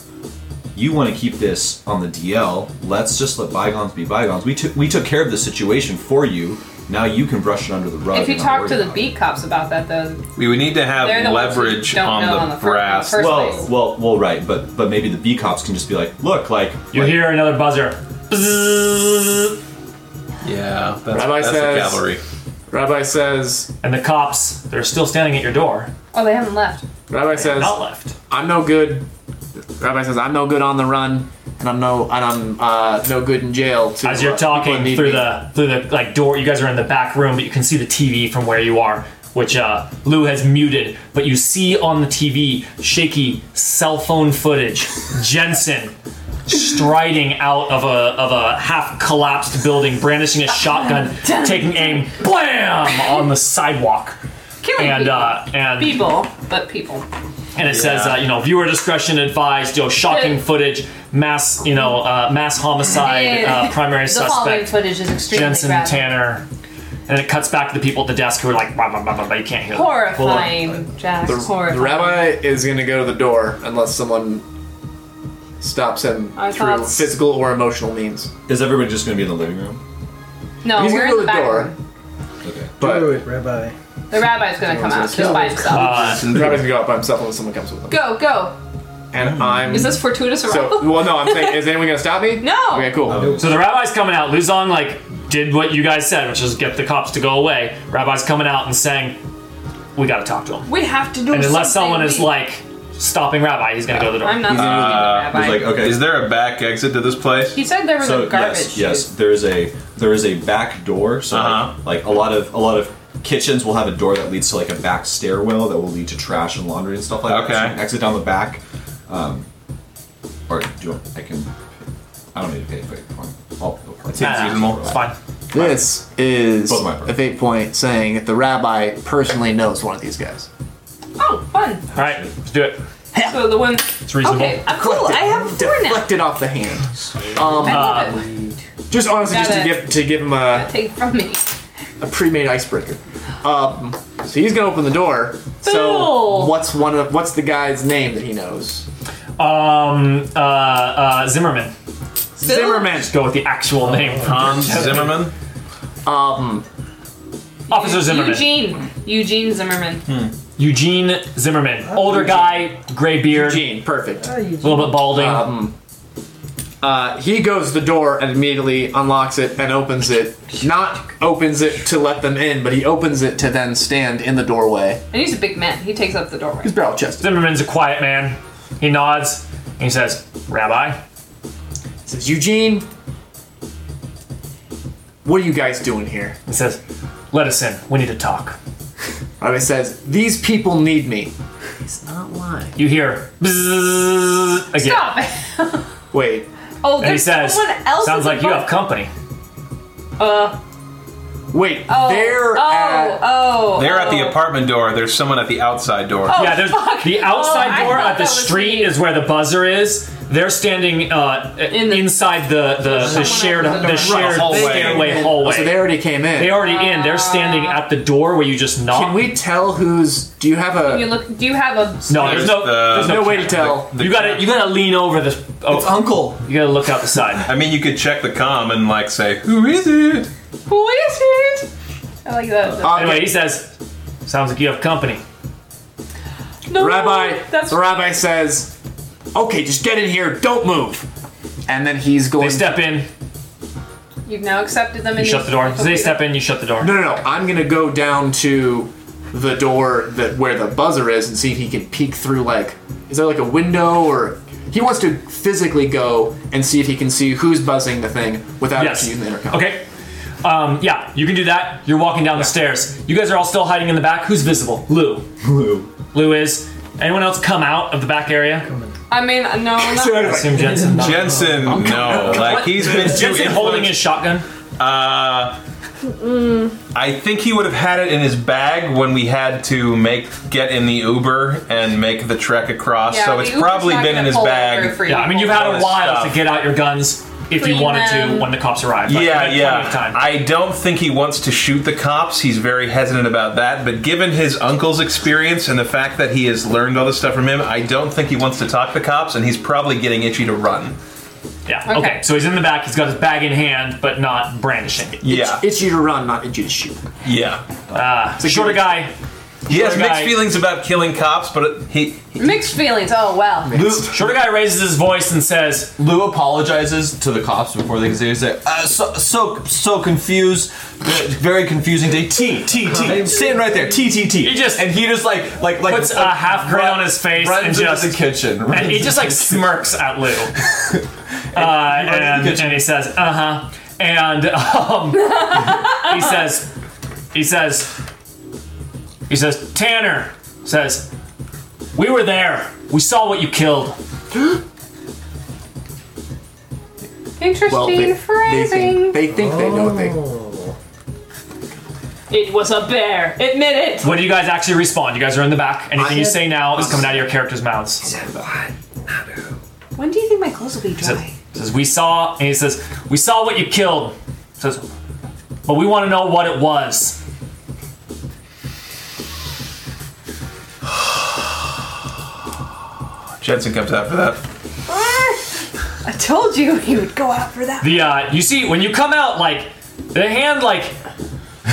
[SPEAKER 6] You want to keep this on the DL. Let's just let bygones be bygones. We took we took care of the situation for you. Now you can brush it under the rug.
[SPEAKER 2] if you
[SPEAKER 6] and not
[SPEAKER 2] talk
[SPEAKER 6] worry
[SPEAKER 2] to the
[SPEAKER 6] about it.
[SPEAKER 2] beat cops about that, though,
[SPEAKER 3] We would need to
[SPEAKER 2] They're
[SPEAKER 3] have
[SPEAKER 2] the ones who
[SPEAKER 3] leverage
[SPEAKER 2] don't
[SPEAKER 3] on
[SPEAKER 2] know
[SPEAKER 3] the,
[SPEAKER 2] on the fir-
[SPEAKER 3] brass.
[SPEAKER 2] first-
[SPEAKER 6] well,
[SPEAKER 2] place.
[SPEAKER 6] well, well, right, but but maybe the B cops can just be like, look, like
[SPEAKER 7] You
[SPEAKER 6] like,
[SPEAKER 7] hear another buzzer. Bzzz.
[SPEAKER 3] yeah, that's,
[SPEAKER 4] Rabbi
[SPEAKER 3] that's the
[SPEAKER 4] says-
[SPEAKER 3] cavalry.
[SPEAKER 4] rabbi says.
[SPEAKER 7] And the cops, they're still standing at your door.
[SPEAKER 2] oh, they haven't left.
[SPEAKER 4] Rabbi says,
[SPEAKER 7] Not left.
[SPEAKER 4] "I'm no good." Rabbi says, "I'm no good on the run, and I'm no and I'm uh, no good in jail." To,
[SPEAKER 7] As you're
[SPEAKER 4] uh, people
[SPEAKER 7] talking
[SPEAKER 4] need
[SPEAKER 7] through
[SPEAKER 4] me."
[SPEAKER 7] the through the like door, you guys are in the back room, but you can see the TV from where you are, which uh, Lou has muted. But you see on the TV shaky cell phone footage. Jensen striding out of a of a half collapsed building, brandishing a shotgun, taking aim, blam on the sidewalk,
[SPEAKER 2] Killing
[SPEAKER 7] and
[SPEAKER 2] people.
[SPEAKER 7] uh, and
[SPEAKER 2] people, but people.
[SPEAKER 7] and it says,
[SPEAKER 3] Yeah.
[SPEAKER 7] uh, you know, viewer discretion advised. You know, shocking
[SPEAKER 2] Yeah.
[SPEAKER 7] footage, mass, you know, uh, mass homicide, uh, primary
[SPEAKER 2] the following
[SPEAKER 7] suspect
[SPEAKER 2] footage is extremely
[SPEAKER 7] Jensen
[SPEAKER 2] graphic.
[SPEAKER 7] Tanner, and it cuts back to the people at the desk who are like, blah, blah, blah, blah, blah, you can't hear. them.
[SPEAKER 2] Horrifying, Jack.
[SPEAKER 4] The
[SPEAKER 2] horrifying.
[SPEAKER 4] rabbi is going to go to the door unless someone stops him
[SPEAKER 2] I
[SPEAKER 4] through
[SPEAKER 2] thought-
[SPEAKER 4] physical or emotional means.
[SPEAKER 6] is everybody just gonna be in the living room?
[SPEAKER 2] No,
[SPEAKER 4] He's
[SPEAKER 2] Oh, we're
[SPEAKER 4] going
[SPEAKER 2] in the
[SPEAKER 4] to go to the
[SPEAKER 2] back
[SPEAKER 4] door,
[SPEAKER 2] room.
[SPEAKER 6] Okay.
[SPEAKER 4] but
[SPEAKER 8] Do it, Rabbi.
[SPEAKER 2] The rabbi's gonna come out just by himself.
[SPEAKER 7] Uh,
[SPEAKER 4] the rabbi's going to go out by himself unless someone comes with him.
[SPEAKER 2] go, go.
[SPEAKER 4] And I'm
[SPEAKER 2] Is this fortuitous
[SPEAKER 4] so.
[SPEAKER 2] arrival?
[SPEAKER 4] Well, no, I'm saying, is anyone going to stop me?
[SPEAKER 2] No.
[SPEAKER 4] Okay, cool.
[SPEAKER 7] so the rabbi's coming out. Luzon like did what you guys said, which is get the cops to go away. Rabbi's coming out and saying, we got to talk to him.
[SPEAKER 2] we have to do.
[SPEAKER 7] And unless
[SPEAKER 2] something
[SPEAKER 7] someone is
[SPEAKER 2] we-
[SPEAKER 7] like stopping Rabbi, he's gonna go to the door.
[SPEAKER 2] I'm not speaking
[SPEAKER 3] Uh,
[SPEAKER 2] to the rabbi.
[SPEAKER 6] He's like, okay,
[SPEAKER 3] Is there a back exit to this place?
[SPEAKER 2] he said there was
[SPEAKER 6] so
[SPEAKER 2] a garbage.
[SPEAKER 6] yes, yes, there is a there is a back door. So like-
[SPEAKER 3] Uh-huh.
[SPEAKER 6] like, a lot of a lot of kitchens will have a door that leads to like a back stairwell that will lead to trash and laundry and stuff like that. So you
[SPEAKER 3] Okay.
[SPEAKER 6] can exit down the back. Um, or do you want, I can? I don't need to pay for it. I'll, I'll take
[SPEAKER 7] Nah,
[SPEAKER 3] reasonable.
[SPEAKER 7] It's fine.
[SPEAKER 4] This is
[SPEAKER 6] Both my parts.
[SPEAKER 4] a fate point saying that the rabbi personally knows one of these guys.
[SPEAKER 2] Oh, fun.
[SPEAKER 7] All right, let's do it.
[SPEAKER 2] So the one.
[SPEAKER 7] It's reasonable.
[SPEAKER 2] Okay, I'm cool. I have four now.
[SPEAKER 4] Deflected off the hand.
[SPEAKER 2] I love it.
[SPEAKER 4] Just honestly, just to
[SPEAKER 2] Gotta-
[SPEAKER 4] give to give him a,
[SPEAKER 2] Take from me.
[SPEAKER 4] a pre-made icebreaker. Um, so he's gonna open the door. So
[SPEAKER 2] Bill.
[SPEAKER 4] what's one of what's the guy's name that he knows?
[SPEAKER 7] Um, uh, uh, Zimmerman.
[SPEAKER 4] Zimmerman.
[SPEAKER 7] Just go with the actual name.
[SPEAKER 3] Hans Zimmerman?
[SPEAKER 4] Um,
[SPEAKER 7] Officer Zimmerman. Hmm.
[SPEAKER 2] Eugene. Eugene Zimmerman.
[SPEAKER 7] Eugene Zimmerman. Older guy, gray beard, a
[SPEAKER 4] Gene. Perfect.
[SPEAKER 8] Oh, you
[SPEAKER 7] little bit balding.
[SPEAKER 4] Um, uh, he goes to the door and immediately unlocks it and opens it. Not opens it to let them in, but he opens it to then stand in the doorway.
[SPEAKER 2] And he's a big man. He takes up the doorway.
[SPEAKER 4] He's barrel chested.
[SPEAKER 7] Zimmerman's a quiet man. He nods and he says, Rabbi,
[SPEAKER 4] Says Eugene, what are you guys doing here?
[SPEAKER 7] he says, let us in. We need to talk.
[SPEAKER 4] Rabbi says, These people need me. He's not lying.
[SPEAKER 7] You hear, "Bzzz," again.
[SPEAKER 2] Stop.
[SPEAKER 4] Wait,
[SPEAKER 2] Oh,
[SPEAKER 7] And he
[SPEAKER 2] there's
[SPEAKER 7] says,
[SPEAKER 2] someone else.
[SPEAKER 7] "Sounds
[SPEAKER 2] is
[SPEAKER 7] like you have
[SPEAKER 2] above-
[SPEAKER 7] company."
[SPEAKER 2] Uh,
[SPEAKER 4] Wait,
[SPEAKER 2] oh,
[SPEAKER 4] they're
[SPEAKER 2] oh,
[SPEAKER 4] at.
[SPEAKER 2] oh,
[SPEAKER 3] They're at the
[SPEAKER 2] oh.
[SPEAKER 3] apartment door. There's someone at the outside door.
[SPEAKER 2] Oh.
[SPEAKER 7] yeah, there's
[SPEAKER 2] fuck.
[SPEAKER 7] the outside
[SPEAKER 2] Oh, I
[SPEAKER 7] door
[SPEAKER 2] thought
[SPEAKER 7] at the
[SPEAKER 2] that was
[SPEAKER 7] street
[SPEAKER 2] me.
[SPEAKER 7] is where the buzzer is. They're standing uh,
[SPEAKER 2] In the-
[SPEAKER 7] inside the the, the
[SPEAKER 2] Someone
[SPEAKER 7] shared
[SPEAKER 2] opened the
[SPEAKER 7] the
[SPEAKER 2] door.
[SPEAKER 7] shared
[SPEAKER 3] Hallway.
[SPEAKER 7] stairway hallway.
[SPEAKER 4] Oh, So they already came in.
[SPEAKER 7] They already in. They're standing at the door where you just knock.
[SPEAKER 4] Can we tell who's? Do you have
[SPEAKER 2] You
[SPEAKER 4] a?
[SPEAKER 2] look. Do you have a?
[SPEAKER 7] No, there's no.
[SPEAKER 3] There's the-
[SPEAKER 7] There's no,
[SPEAKER 4] No way to tell. Uh,
[SPEAKER 3] The
[SPEAKER 7] You gotta.
[SPEAKER 3] cam-
[SPEAKER 7] You gotta lean over this. Oh,
[SPEAKER 10] Uncle.
[SPEAKER 7] you gotta look out the side.
[SPEAKER 3] I mean, you could check the com and like say, "Who is it?"
[SPEAKER 2] Who is it? I like that.
[SPEAKER 4] Uh,
[SPEAKER 7] Anyway, he says, "Sounds like you have company."
[SPEAKER 2] no,
[SPEAKER 4] Rabbi,
[SPEAKER 2] That's
[SPEAKER 4] the rabbi says, "Okay, just get in here. Don't move." And then he's going.
[SPEAKER 7] They step in.
[SPEAKER 2] You've now accepted them.
[SPEAKER 7] You shut the door. They step in. You shut the door.
[SPEAKER 4] No, no, no. I'm gonna go down to the door that where the buzzer is and see if he can peek through. Like, is there like a window or? He wants to physically go and see if he can see who's buzzing the thing without
[SPEAKER 7] Yes.
[SPEAKER 4] actually using the intercom.
[SPEAKER 7] Okay. Um, yeah, you can do that. You're walking down the stairs. You guys are all still hiding in the back. Who's visible? Lou.
[SPEAKER 6] Blue.
[SPEAKER 7] Lou is. Anyone else come out of the back area?
[SPEAKER 2] I mean, uh, no, not,
[SPEAKER 7] I assume Jensen. not.
[SPEAKER 3] Jensen, no. Like he's been too
[SPEAKER 7] Jensen holding
[SPEAKER 3] influenced.
[SPEAKER 7] his shotgun.
[SPEAKER 3] Uh, I think he would have had it in his bag when we had to make get in the Uber and make the trek across.
[SPEAKER 2] yeah,
[SPEAKER 3] so
[SPEAKER 2] the
[SPEAKER 3] it's
[SPEAKER 2] Uber's
[SPEAKER 3] probably
[SPEAKER 2] not
[SPEAKER 3] been in
[SPEAKER 2] gonna
[SPEAKER 3] his
[SPEAKER 2] pull over for
[SPEAKER 3] bag.
[SPEAKER 2] you.
[SPEAKER 7] Yeah, I mean you've had a
[SPEAKER 3] Bonus
[SPEAKER 7] while
[SPEAKER 3] stuff.
[SPEAKER 7] to get out your guns if you
[SPEAKER 2] Clean
[SPEAKER 7] wanted to
[SPEAKER 2] them.
[SPEAKER 7] when the cops arrive. Like,
[SPEAKER 3] Yeah,
[SPEAKER 7] you've had plenty of
[SPEAKER 3] yeah.
[SPEAKER 7] time.
[SPEAKER 3] I don't think he wants to shoot the cops. He's very hesitant about that. But given his uncle's experience and the fact that he has learned all this stuff from him, I don't think he wants to talk to cops, and he's probably getting itchy to run.
[SPEAKER 7] yeah. Okay.
[SPEAKER 2] Okay.
[SPEAKER 7] So he's in the back. He's got his bag in hand, but not brandishing it.
[SPEAKER 3] Yeah,
[SPEAKER 4] It's you to run, not itchy to shoot.
[SPEAKER 3] yeah.
[SPEAKER 7] The shorter guy.
[SPEAKER 3] He has
[SPEAKER 7] Poor
[SPEAKER 3] mixed
[SPEAKER 7] guy.
[SPEAKER 3] feelings about killing cops, but he, he
[SPEAKER 2] mixed feelings. Oh wow.
[SPEAKER 7] Lou, shorter guy raises his voice and says,
[SPEAKER 6] Lou apologizes to the cops before they can say, he's like, uh, so, so, so confused, uh, very confusing day. T, T, T, stand right there. T, T, T.
[SPEAKER 7] He just-
[SPEAKER 6] and he just like, like, like,
[SPEAKER 7] puts a
[SPEAKER 6] like,
[SPEAKER 7] half grin
[SPEAKER 6] run-
[SPEAKER 7] on his face
[SPEAKER 6] runs
[SPEAKER 7] and
[SPEAKER 6] into
[SPEAKER 7] just-
[SPEAKER 6] the kitchen.
[SPEAKER 7] and he just like smirks at Lou. Uh, and, and he says, uh huh. And um, he says, he says, he says, Tanner says, we were there. We saw what you killed.
[SPEAKER 2] Interesting
[SPEAKER 4] they, they
[SPEAKER 2] phrasing.
[SPEAKER 4] think they think they know what they.
[SPEAKER 2] it was a bear. Admit it.
[SPEAKER 7] What do you guys actually respond? You guys are in the back. Anything you
[SPEAKER 4] said-
[SPEAKER 7] say now is coming out of your characters' mouths.
[SPEAKER 2] When do you think my clothes will be dry?
[SPEAKER 7] says we saw and he says we saw what you killed says but we want to know what it was
[SPEAKER 3] Jensen comes after that.
[SPEAKER 2] Ah! I told you he would go out for that.
[SPEAKER 7] the uh you see when you come out like the hand like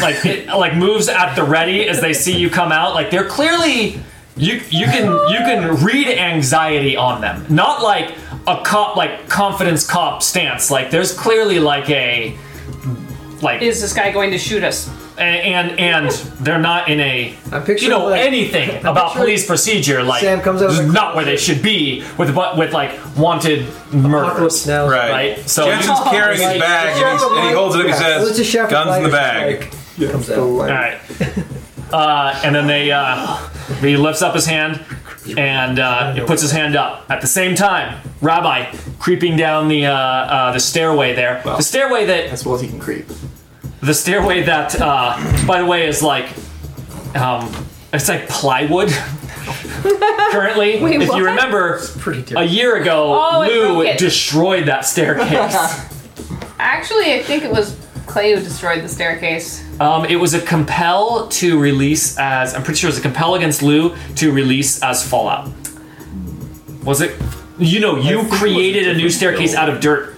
[SPEAKER 7] like it like moves at the ready as they see you come out like they're clearly you you can you can read anxiety on them not like a cop like confidence cop stance like there's clearly like a like
[SPEAKER 2] Is this guy going to shoot us?
[SPEAKER 7] a- and and they're not in a
[SPEAKER 8] I'm picturing
[SPEAKER 7] you know
[SPEAKER 8] like,
[SPEAKER 7] anything about
[SPEAKER 8] picturing
[SPEAKER 7] police procedure like
[SPEAKER 8] Sam comes out of
[SPEAKER 7] this
[SPEAKER 8] the
[SPEAKER 7] is not where they should be with but with like wanted murderers
[SPEAKER 8] apocalypse now.
[SPEAKER 3] Right.
[SPEAKER 7] Right, so-
[SPEAKER 3] Jensen's carrying
[SPEAKER 8] Like,
[SPEAKER 3] his bag and, he's, and he holds it up. He
[SPEAKER 8] Well,
[SPEAKER 3] says,
[SPEAKER 8] it's a chef
[SPEAKER 3] "Guns in the bag."
[SPEAKER 8] comes out.
[SPEAKER 7] all right uh, and then they uh, he lifts up his hand and uh, he puts his hand up at the same time rabbi creeping down the uh, uh, the stairway there the stairway that
[SPEAKER 4] As well as he can creep.
[SPEAKER 7] the stairway that uh, by the way is like um, it's like plywood currently
[SPEAKER 2] Wait,
[SPEAKER 7] if
[SPEAKER 2] what?
[SPEAKER 7] you remember
[SPEAKER 8] Pretty
[SPEAKER 7] a
[SPEAKER 8] different.
[SPEAKER 7] year ago
[SPEAKER 2] Oh, it broke
[SPEAKER 7] lou
[SPEAKER 2] it.
[SPEAKER 7] destroyed that staircase
[SPEAKER 2] Actually, I think it was Clay who destroyed the staircase.
[SPEAKER 7] um, it was a compel to release as i'm pretty sure it was a compel against lou to release as fallout was it you know you created a new staircase out of dirt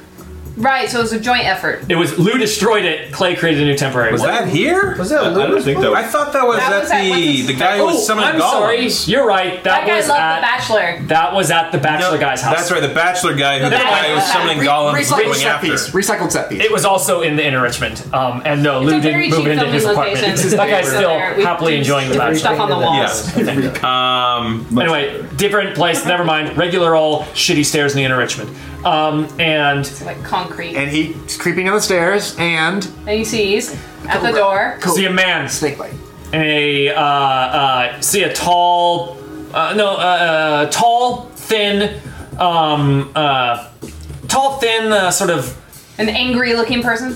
[SPEAKER 2] Right, so it was a joint effort.
[SPEAKER 7] it was lou destroyed it clay created a new temporary
[SPEAKER 3] Was
[SPEAKER 7] one
[SPEAKER 3] that here?
[SPEAKER 8] Was that
[SPEAKER 6] I don't
[SPEAKER 8] Lewis
[SPEAKER 6] think that
[SPEAKER 8] one?
[SPEAKER 3] I thought that was
[SPEAKER 2] That
[SPEAKER 3] at
[SPEAKER 2] was at- what's
[SPEAKER 3] the
[SPEAKER 2] his-
[SPEAKER 3] the guy who
[SPEAKER 7] Oh,
[SPEAKER 3] was summoning
[SPEAKER 7] I'm sorry.
[SPEAKER 3] golems.
[SPEAKER 7] You're right. That,
[SPEAKER 2] That guy
[SPEAKER 7] was
[SPEAKER 2] loved
[SPEAKER 7] at
[SPEAKER 2] The Bachelor.
[SPEAKER 7] that was at the
[SPEAKER 3] No,
[SPEAKER 7] Bachelor guy's house.
[SPEAKER 3] That's right, the bachelor guy who the,
[SPEAKER 7] The
[SPEAKER 3] guy who was
[SPEAKER 2] bachelor.
[SPEAKER 3] summoning
[SPEAKER 2] Re-
[SPEAKER 3] golems was
[SPEAKER 2] recycled
[SPEAKER 3] going
[SPEAKER 4] Set
[SPEAKER 3] after.
[SPEAKER 4] piece. Recycled set piece.
[SPEAKER 7] It was also in the inner Richmond. Um, and no, Lou
[SPEAKER 2] a very
[SPEAKER 7] didn't move
[SPEAKER 2] cheap
[SPEAKER 7] into his
[SPEAKER 2] filming
[SPEAKER 7] apartment.
[SPEAKER 2] location. It's his
[SPEAKER 7] that guy's
[SPEAKER 2] neighbor.
[SPEAKER 7] still
[SPEAKER 2] There, we
[SPEAKER 7] happily
[SPEAKER 2] do
[SPEAKER 7] enjoying the
[SPEAKER 8] different
[SPEAKER 7] bachelor.
[SPEAKER 2] Stuff on the
[SPEAKER 8] Yeah.
[SPEAKER 2] walls.
[SPEAKER 3] Um,
[SPEAKER 7] Anyway, different place. Never mind. Regular old shitty stairs in the inner Richmond. Um, and
[SPEAKER 2] Like concrete.
[SPEAKER 4] and he's creeping down the stairs and
[SPEAKER 2] And he sees at the door.
[SPEAKER 7] see a man
[SPEAKER 4] snake bite.
[SPEAKER 7] in a uh, uh, see a tall, uh, no, uh, uh, tall, thin, um, uh, tall, thin, uh, sort of
[SPEAKER 2] An angry looking person?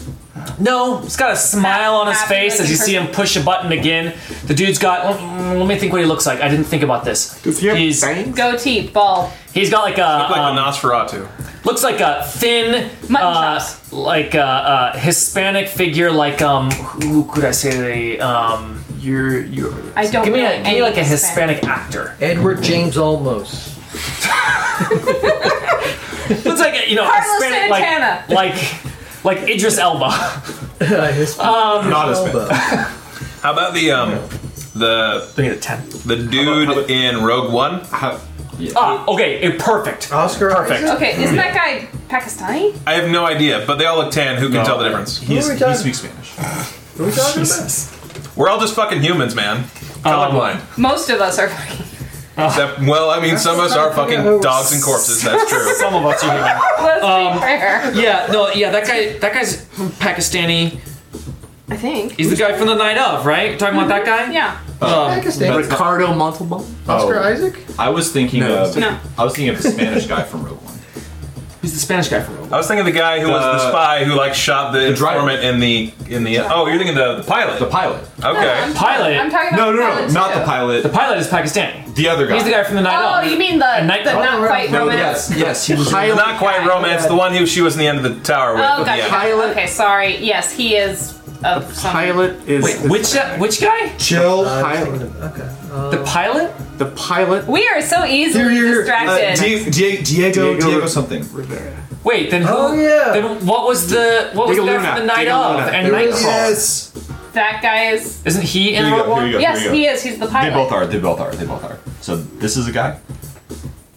[SPEAKER 7] No, he's got a smile on his
[SPEAKER 2] Happy
[SPEAKER 7] face as you see him push a button again. The dude's got. mm, Let me think what he looks like. I didn't think about this.
[SPEAKER 4] Does he have
[SPEAKER 7] he's,
[SPEAKER 4] bangs?
[SPEAKER 2] Goatee, bald.
[SPEAKER 7] he's got like a
[SPEAKER 3] Look like
[SPEAKER 7] um,
[SPEAKER 3] the Nosferatu.
[SPEAKER 7] looks like a thin,
[SPEAKER 2] Mutton
[SPEAKER 7] uh,
[SPEAKER 2] chops.
[SPEAKER 7] like a uh, Hispanic figure. Like um, who could I say? The um,
[SPEAKER 4] You're you're
[SPEAKER 2] I don't
[SPEAKER 7] give me
[SPEAKER 2] know
[SPEAKER 7] a, give me like a
[SPEAKER 2] any
[SPEAKER 7] Hispanic actor.
[SPEAKER 8] Edward James Olmos.
[SPEAKER 7] Looks like you know
[SPEAKER 2] Carlos
[SPEAKER 7] Hispanic,
[SPEAKER 2] Santana.
[SPEAKER 7] like like like Idris Elba. Um,
[SPEAKER 3] Not as bad.
[SPEAKER 8] Elbow.
[SPEAKER 3] How about the um the
[SPEAKER 7] Bring it a ten.
[SPEAKER 3] the dude
[SPEAKER 6] how about-
[SPEAKER 3] in Rogue One?
[SPEAKER 7] Ah, okay, it, perfect.
[SPEAKER 8] Oscar
[SPEAKER 7] Perfect.
[SPEAKER 8] Isaac?
[SPEAKER 2] Okay, isn't that guy Pakistani?
[SPEAKER 3] I have no idea, but they all look tan. Who can tell the difference?
[SPEAKER 6] He,
[SPEAKER 8] Who
[SPEAKER 6] is,
[SPEAKER 8] are we
[SPEAKER 6] he
[SPEAKER 8] talking-
[SPEAKER 6] speaks Spanish.
[SPEAKER 8] What are we talking
[SPEAKER 3] We're all just fucking humans, man. Colorblind.
[SPEAKER 2] Most of us are fucking.
[SPEAKER 6] Uh,
[SPEAKER 3] Except, well, I mean, some of us are fucking dogs and corpses. That's true.
[SPEAKER 7] Some of us are human.
[SPEAKER 2] Let's be fair.
[SPEAKER 7] Um, Yeah, no, yeah, that guy, that guy's from Pakistani.
[SPEAKER 2] I think.
[SPEAKER 7] He's the guy from the night of, right? Talking about that guy?
[SPEAKER 2] Yeah.
[SPEAKER 8] about? Pakistan.
[SPEAKER 4] Ricardo Montalban.
[SPEAKER 8] Oscar Isaac?
[SPEAKER 6] I was thinking
[SPEAKER 4] No.
[SPEAKER 6] of
[SPEAKER 2] No.
[SPEAKER 6] I was thinking of the Spanish guy from Rogue One.
[SPEAKER 7] Who's the Spanish guy from Rogue
[SPEAKER 3] I was thinking of the guy who was the
[SPEAKER 6] The-
[SPEAKER 3] spy who like shot the,
[SPEAKER 6] driver.
[SPEAKER 3] informant in the in the. Oh, you're thinking the, the pilot.
[SPEAKER 6] The pilot.
[SPEAKER 3] okay.
[SPEAKER 7] Pilot?
[SPEAKER 2] I'm talking about the
[SPEAKER 6] No, no, no,
[SPEAKER 2] pilot
[SPEAKER 6] not
[SPEAKER 2] too.
[SPEAKER 6] the pilot.
[SPEAKER 7] The pilot is Pakistani.
[SPEAKER 6] The other guy.
[SPEAKER 7] He's the guy from the night
[SPEAKER 2] Oh,
[SPEAKER 7] of.
[SPEAKER 2] you mean the,
[SPEAKER 7] A
[SPEAKER 2] the
[SPEAKER 7] nightclub?
[SPEAKER 2] not quite
[SPEAKER 6] No,
[SPEAKER 2] romance?
[SPEAKER 6] yes, yes, he was.
[SPEAKER 4] Pilot,
[SPEAKER 3] Not quite romance. The one who she was in the end of the tower with.
[SPEAKER 2] Oh, gotcha.
[SPEAKER 3] Yeah.
[SPEAKER 4] Pilot.
[SPEAKER 2] Okay, sorry. Yes, he is of some.
[SPEAKER 4] pilot is
[SPEAKER 7] Wait,
[SPEAKER 4] the,
[SPEAKER 7] which uh, which guy?
[SPEAKER 10] Chill.
[SPEAKER 8] Uh, I was
[SPEAKER 4] Pilot.
[SPEAKER 8] thinking of- okay.
[SPEAKER 7] The pilot?
[SPEAKER 4] the pilot.
[SPEAKER 2] We are so easily
[SPEAKER 6] Uh,
[SPEAKER 2] distracted.
[SPEAKER 6] Di- Di- Diego,
[SPEAKER 4] Diego-
[SPEAKER 6] Diego something.
[SPEAKER 4] Rivera.
[SPEAKER 7] Wait, then who?
[SPEAKER 8] Oh, yeah.
[SPEAKER 7] Then what was the what was
[SPEAKER 4] Diego
[SPEAKER 7] the guy
[SPEAKER 4] Luna.
[SPEAKER 7] from the night
[SPEAKER 4] Diego
[SPEAKER 7] of
[SPEAKER 4] Luna.
[SPEAKER 7] and
[SPEAKER 4] There
[SPEAKER 7] night
[SPEAKER 4] is-
[SPEAKER 7] call?
[SPEAKER 10] Yes.
[SPEAKER 2] that guy is.
[SPEAKER 7] Isn't he in
[SPEAKER 6] Here you
[SPEAKER 7] Rogue
[SPEAKER 6] go, here
[SPEAKER 7] One?
[SPEAKER 6] you go,
[SPEAKER 2] Yes,
[SPEAKER 6] here you
[SPEAKER 2] he
[SPEAKER 6] go.
[SPEAKER 2] is. He's the
[SPEAKER 6] They
[SPEAKER 2] pilot.
[SPEAKER 6] both are. They both are. They both are. So this is a guy.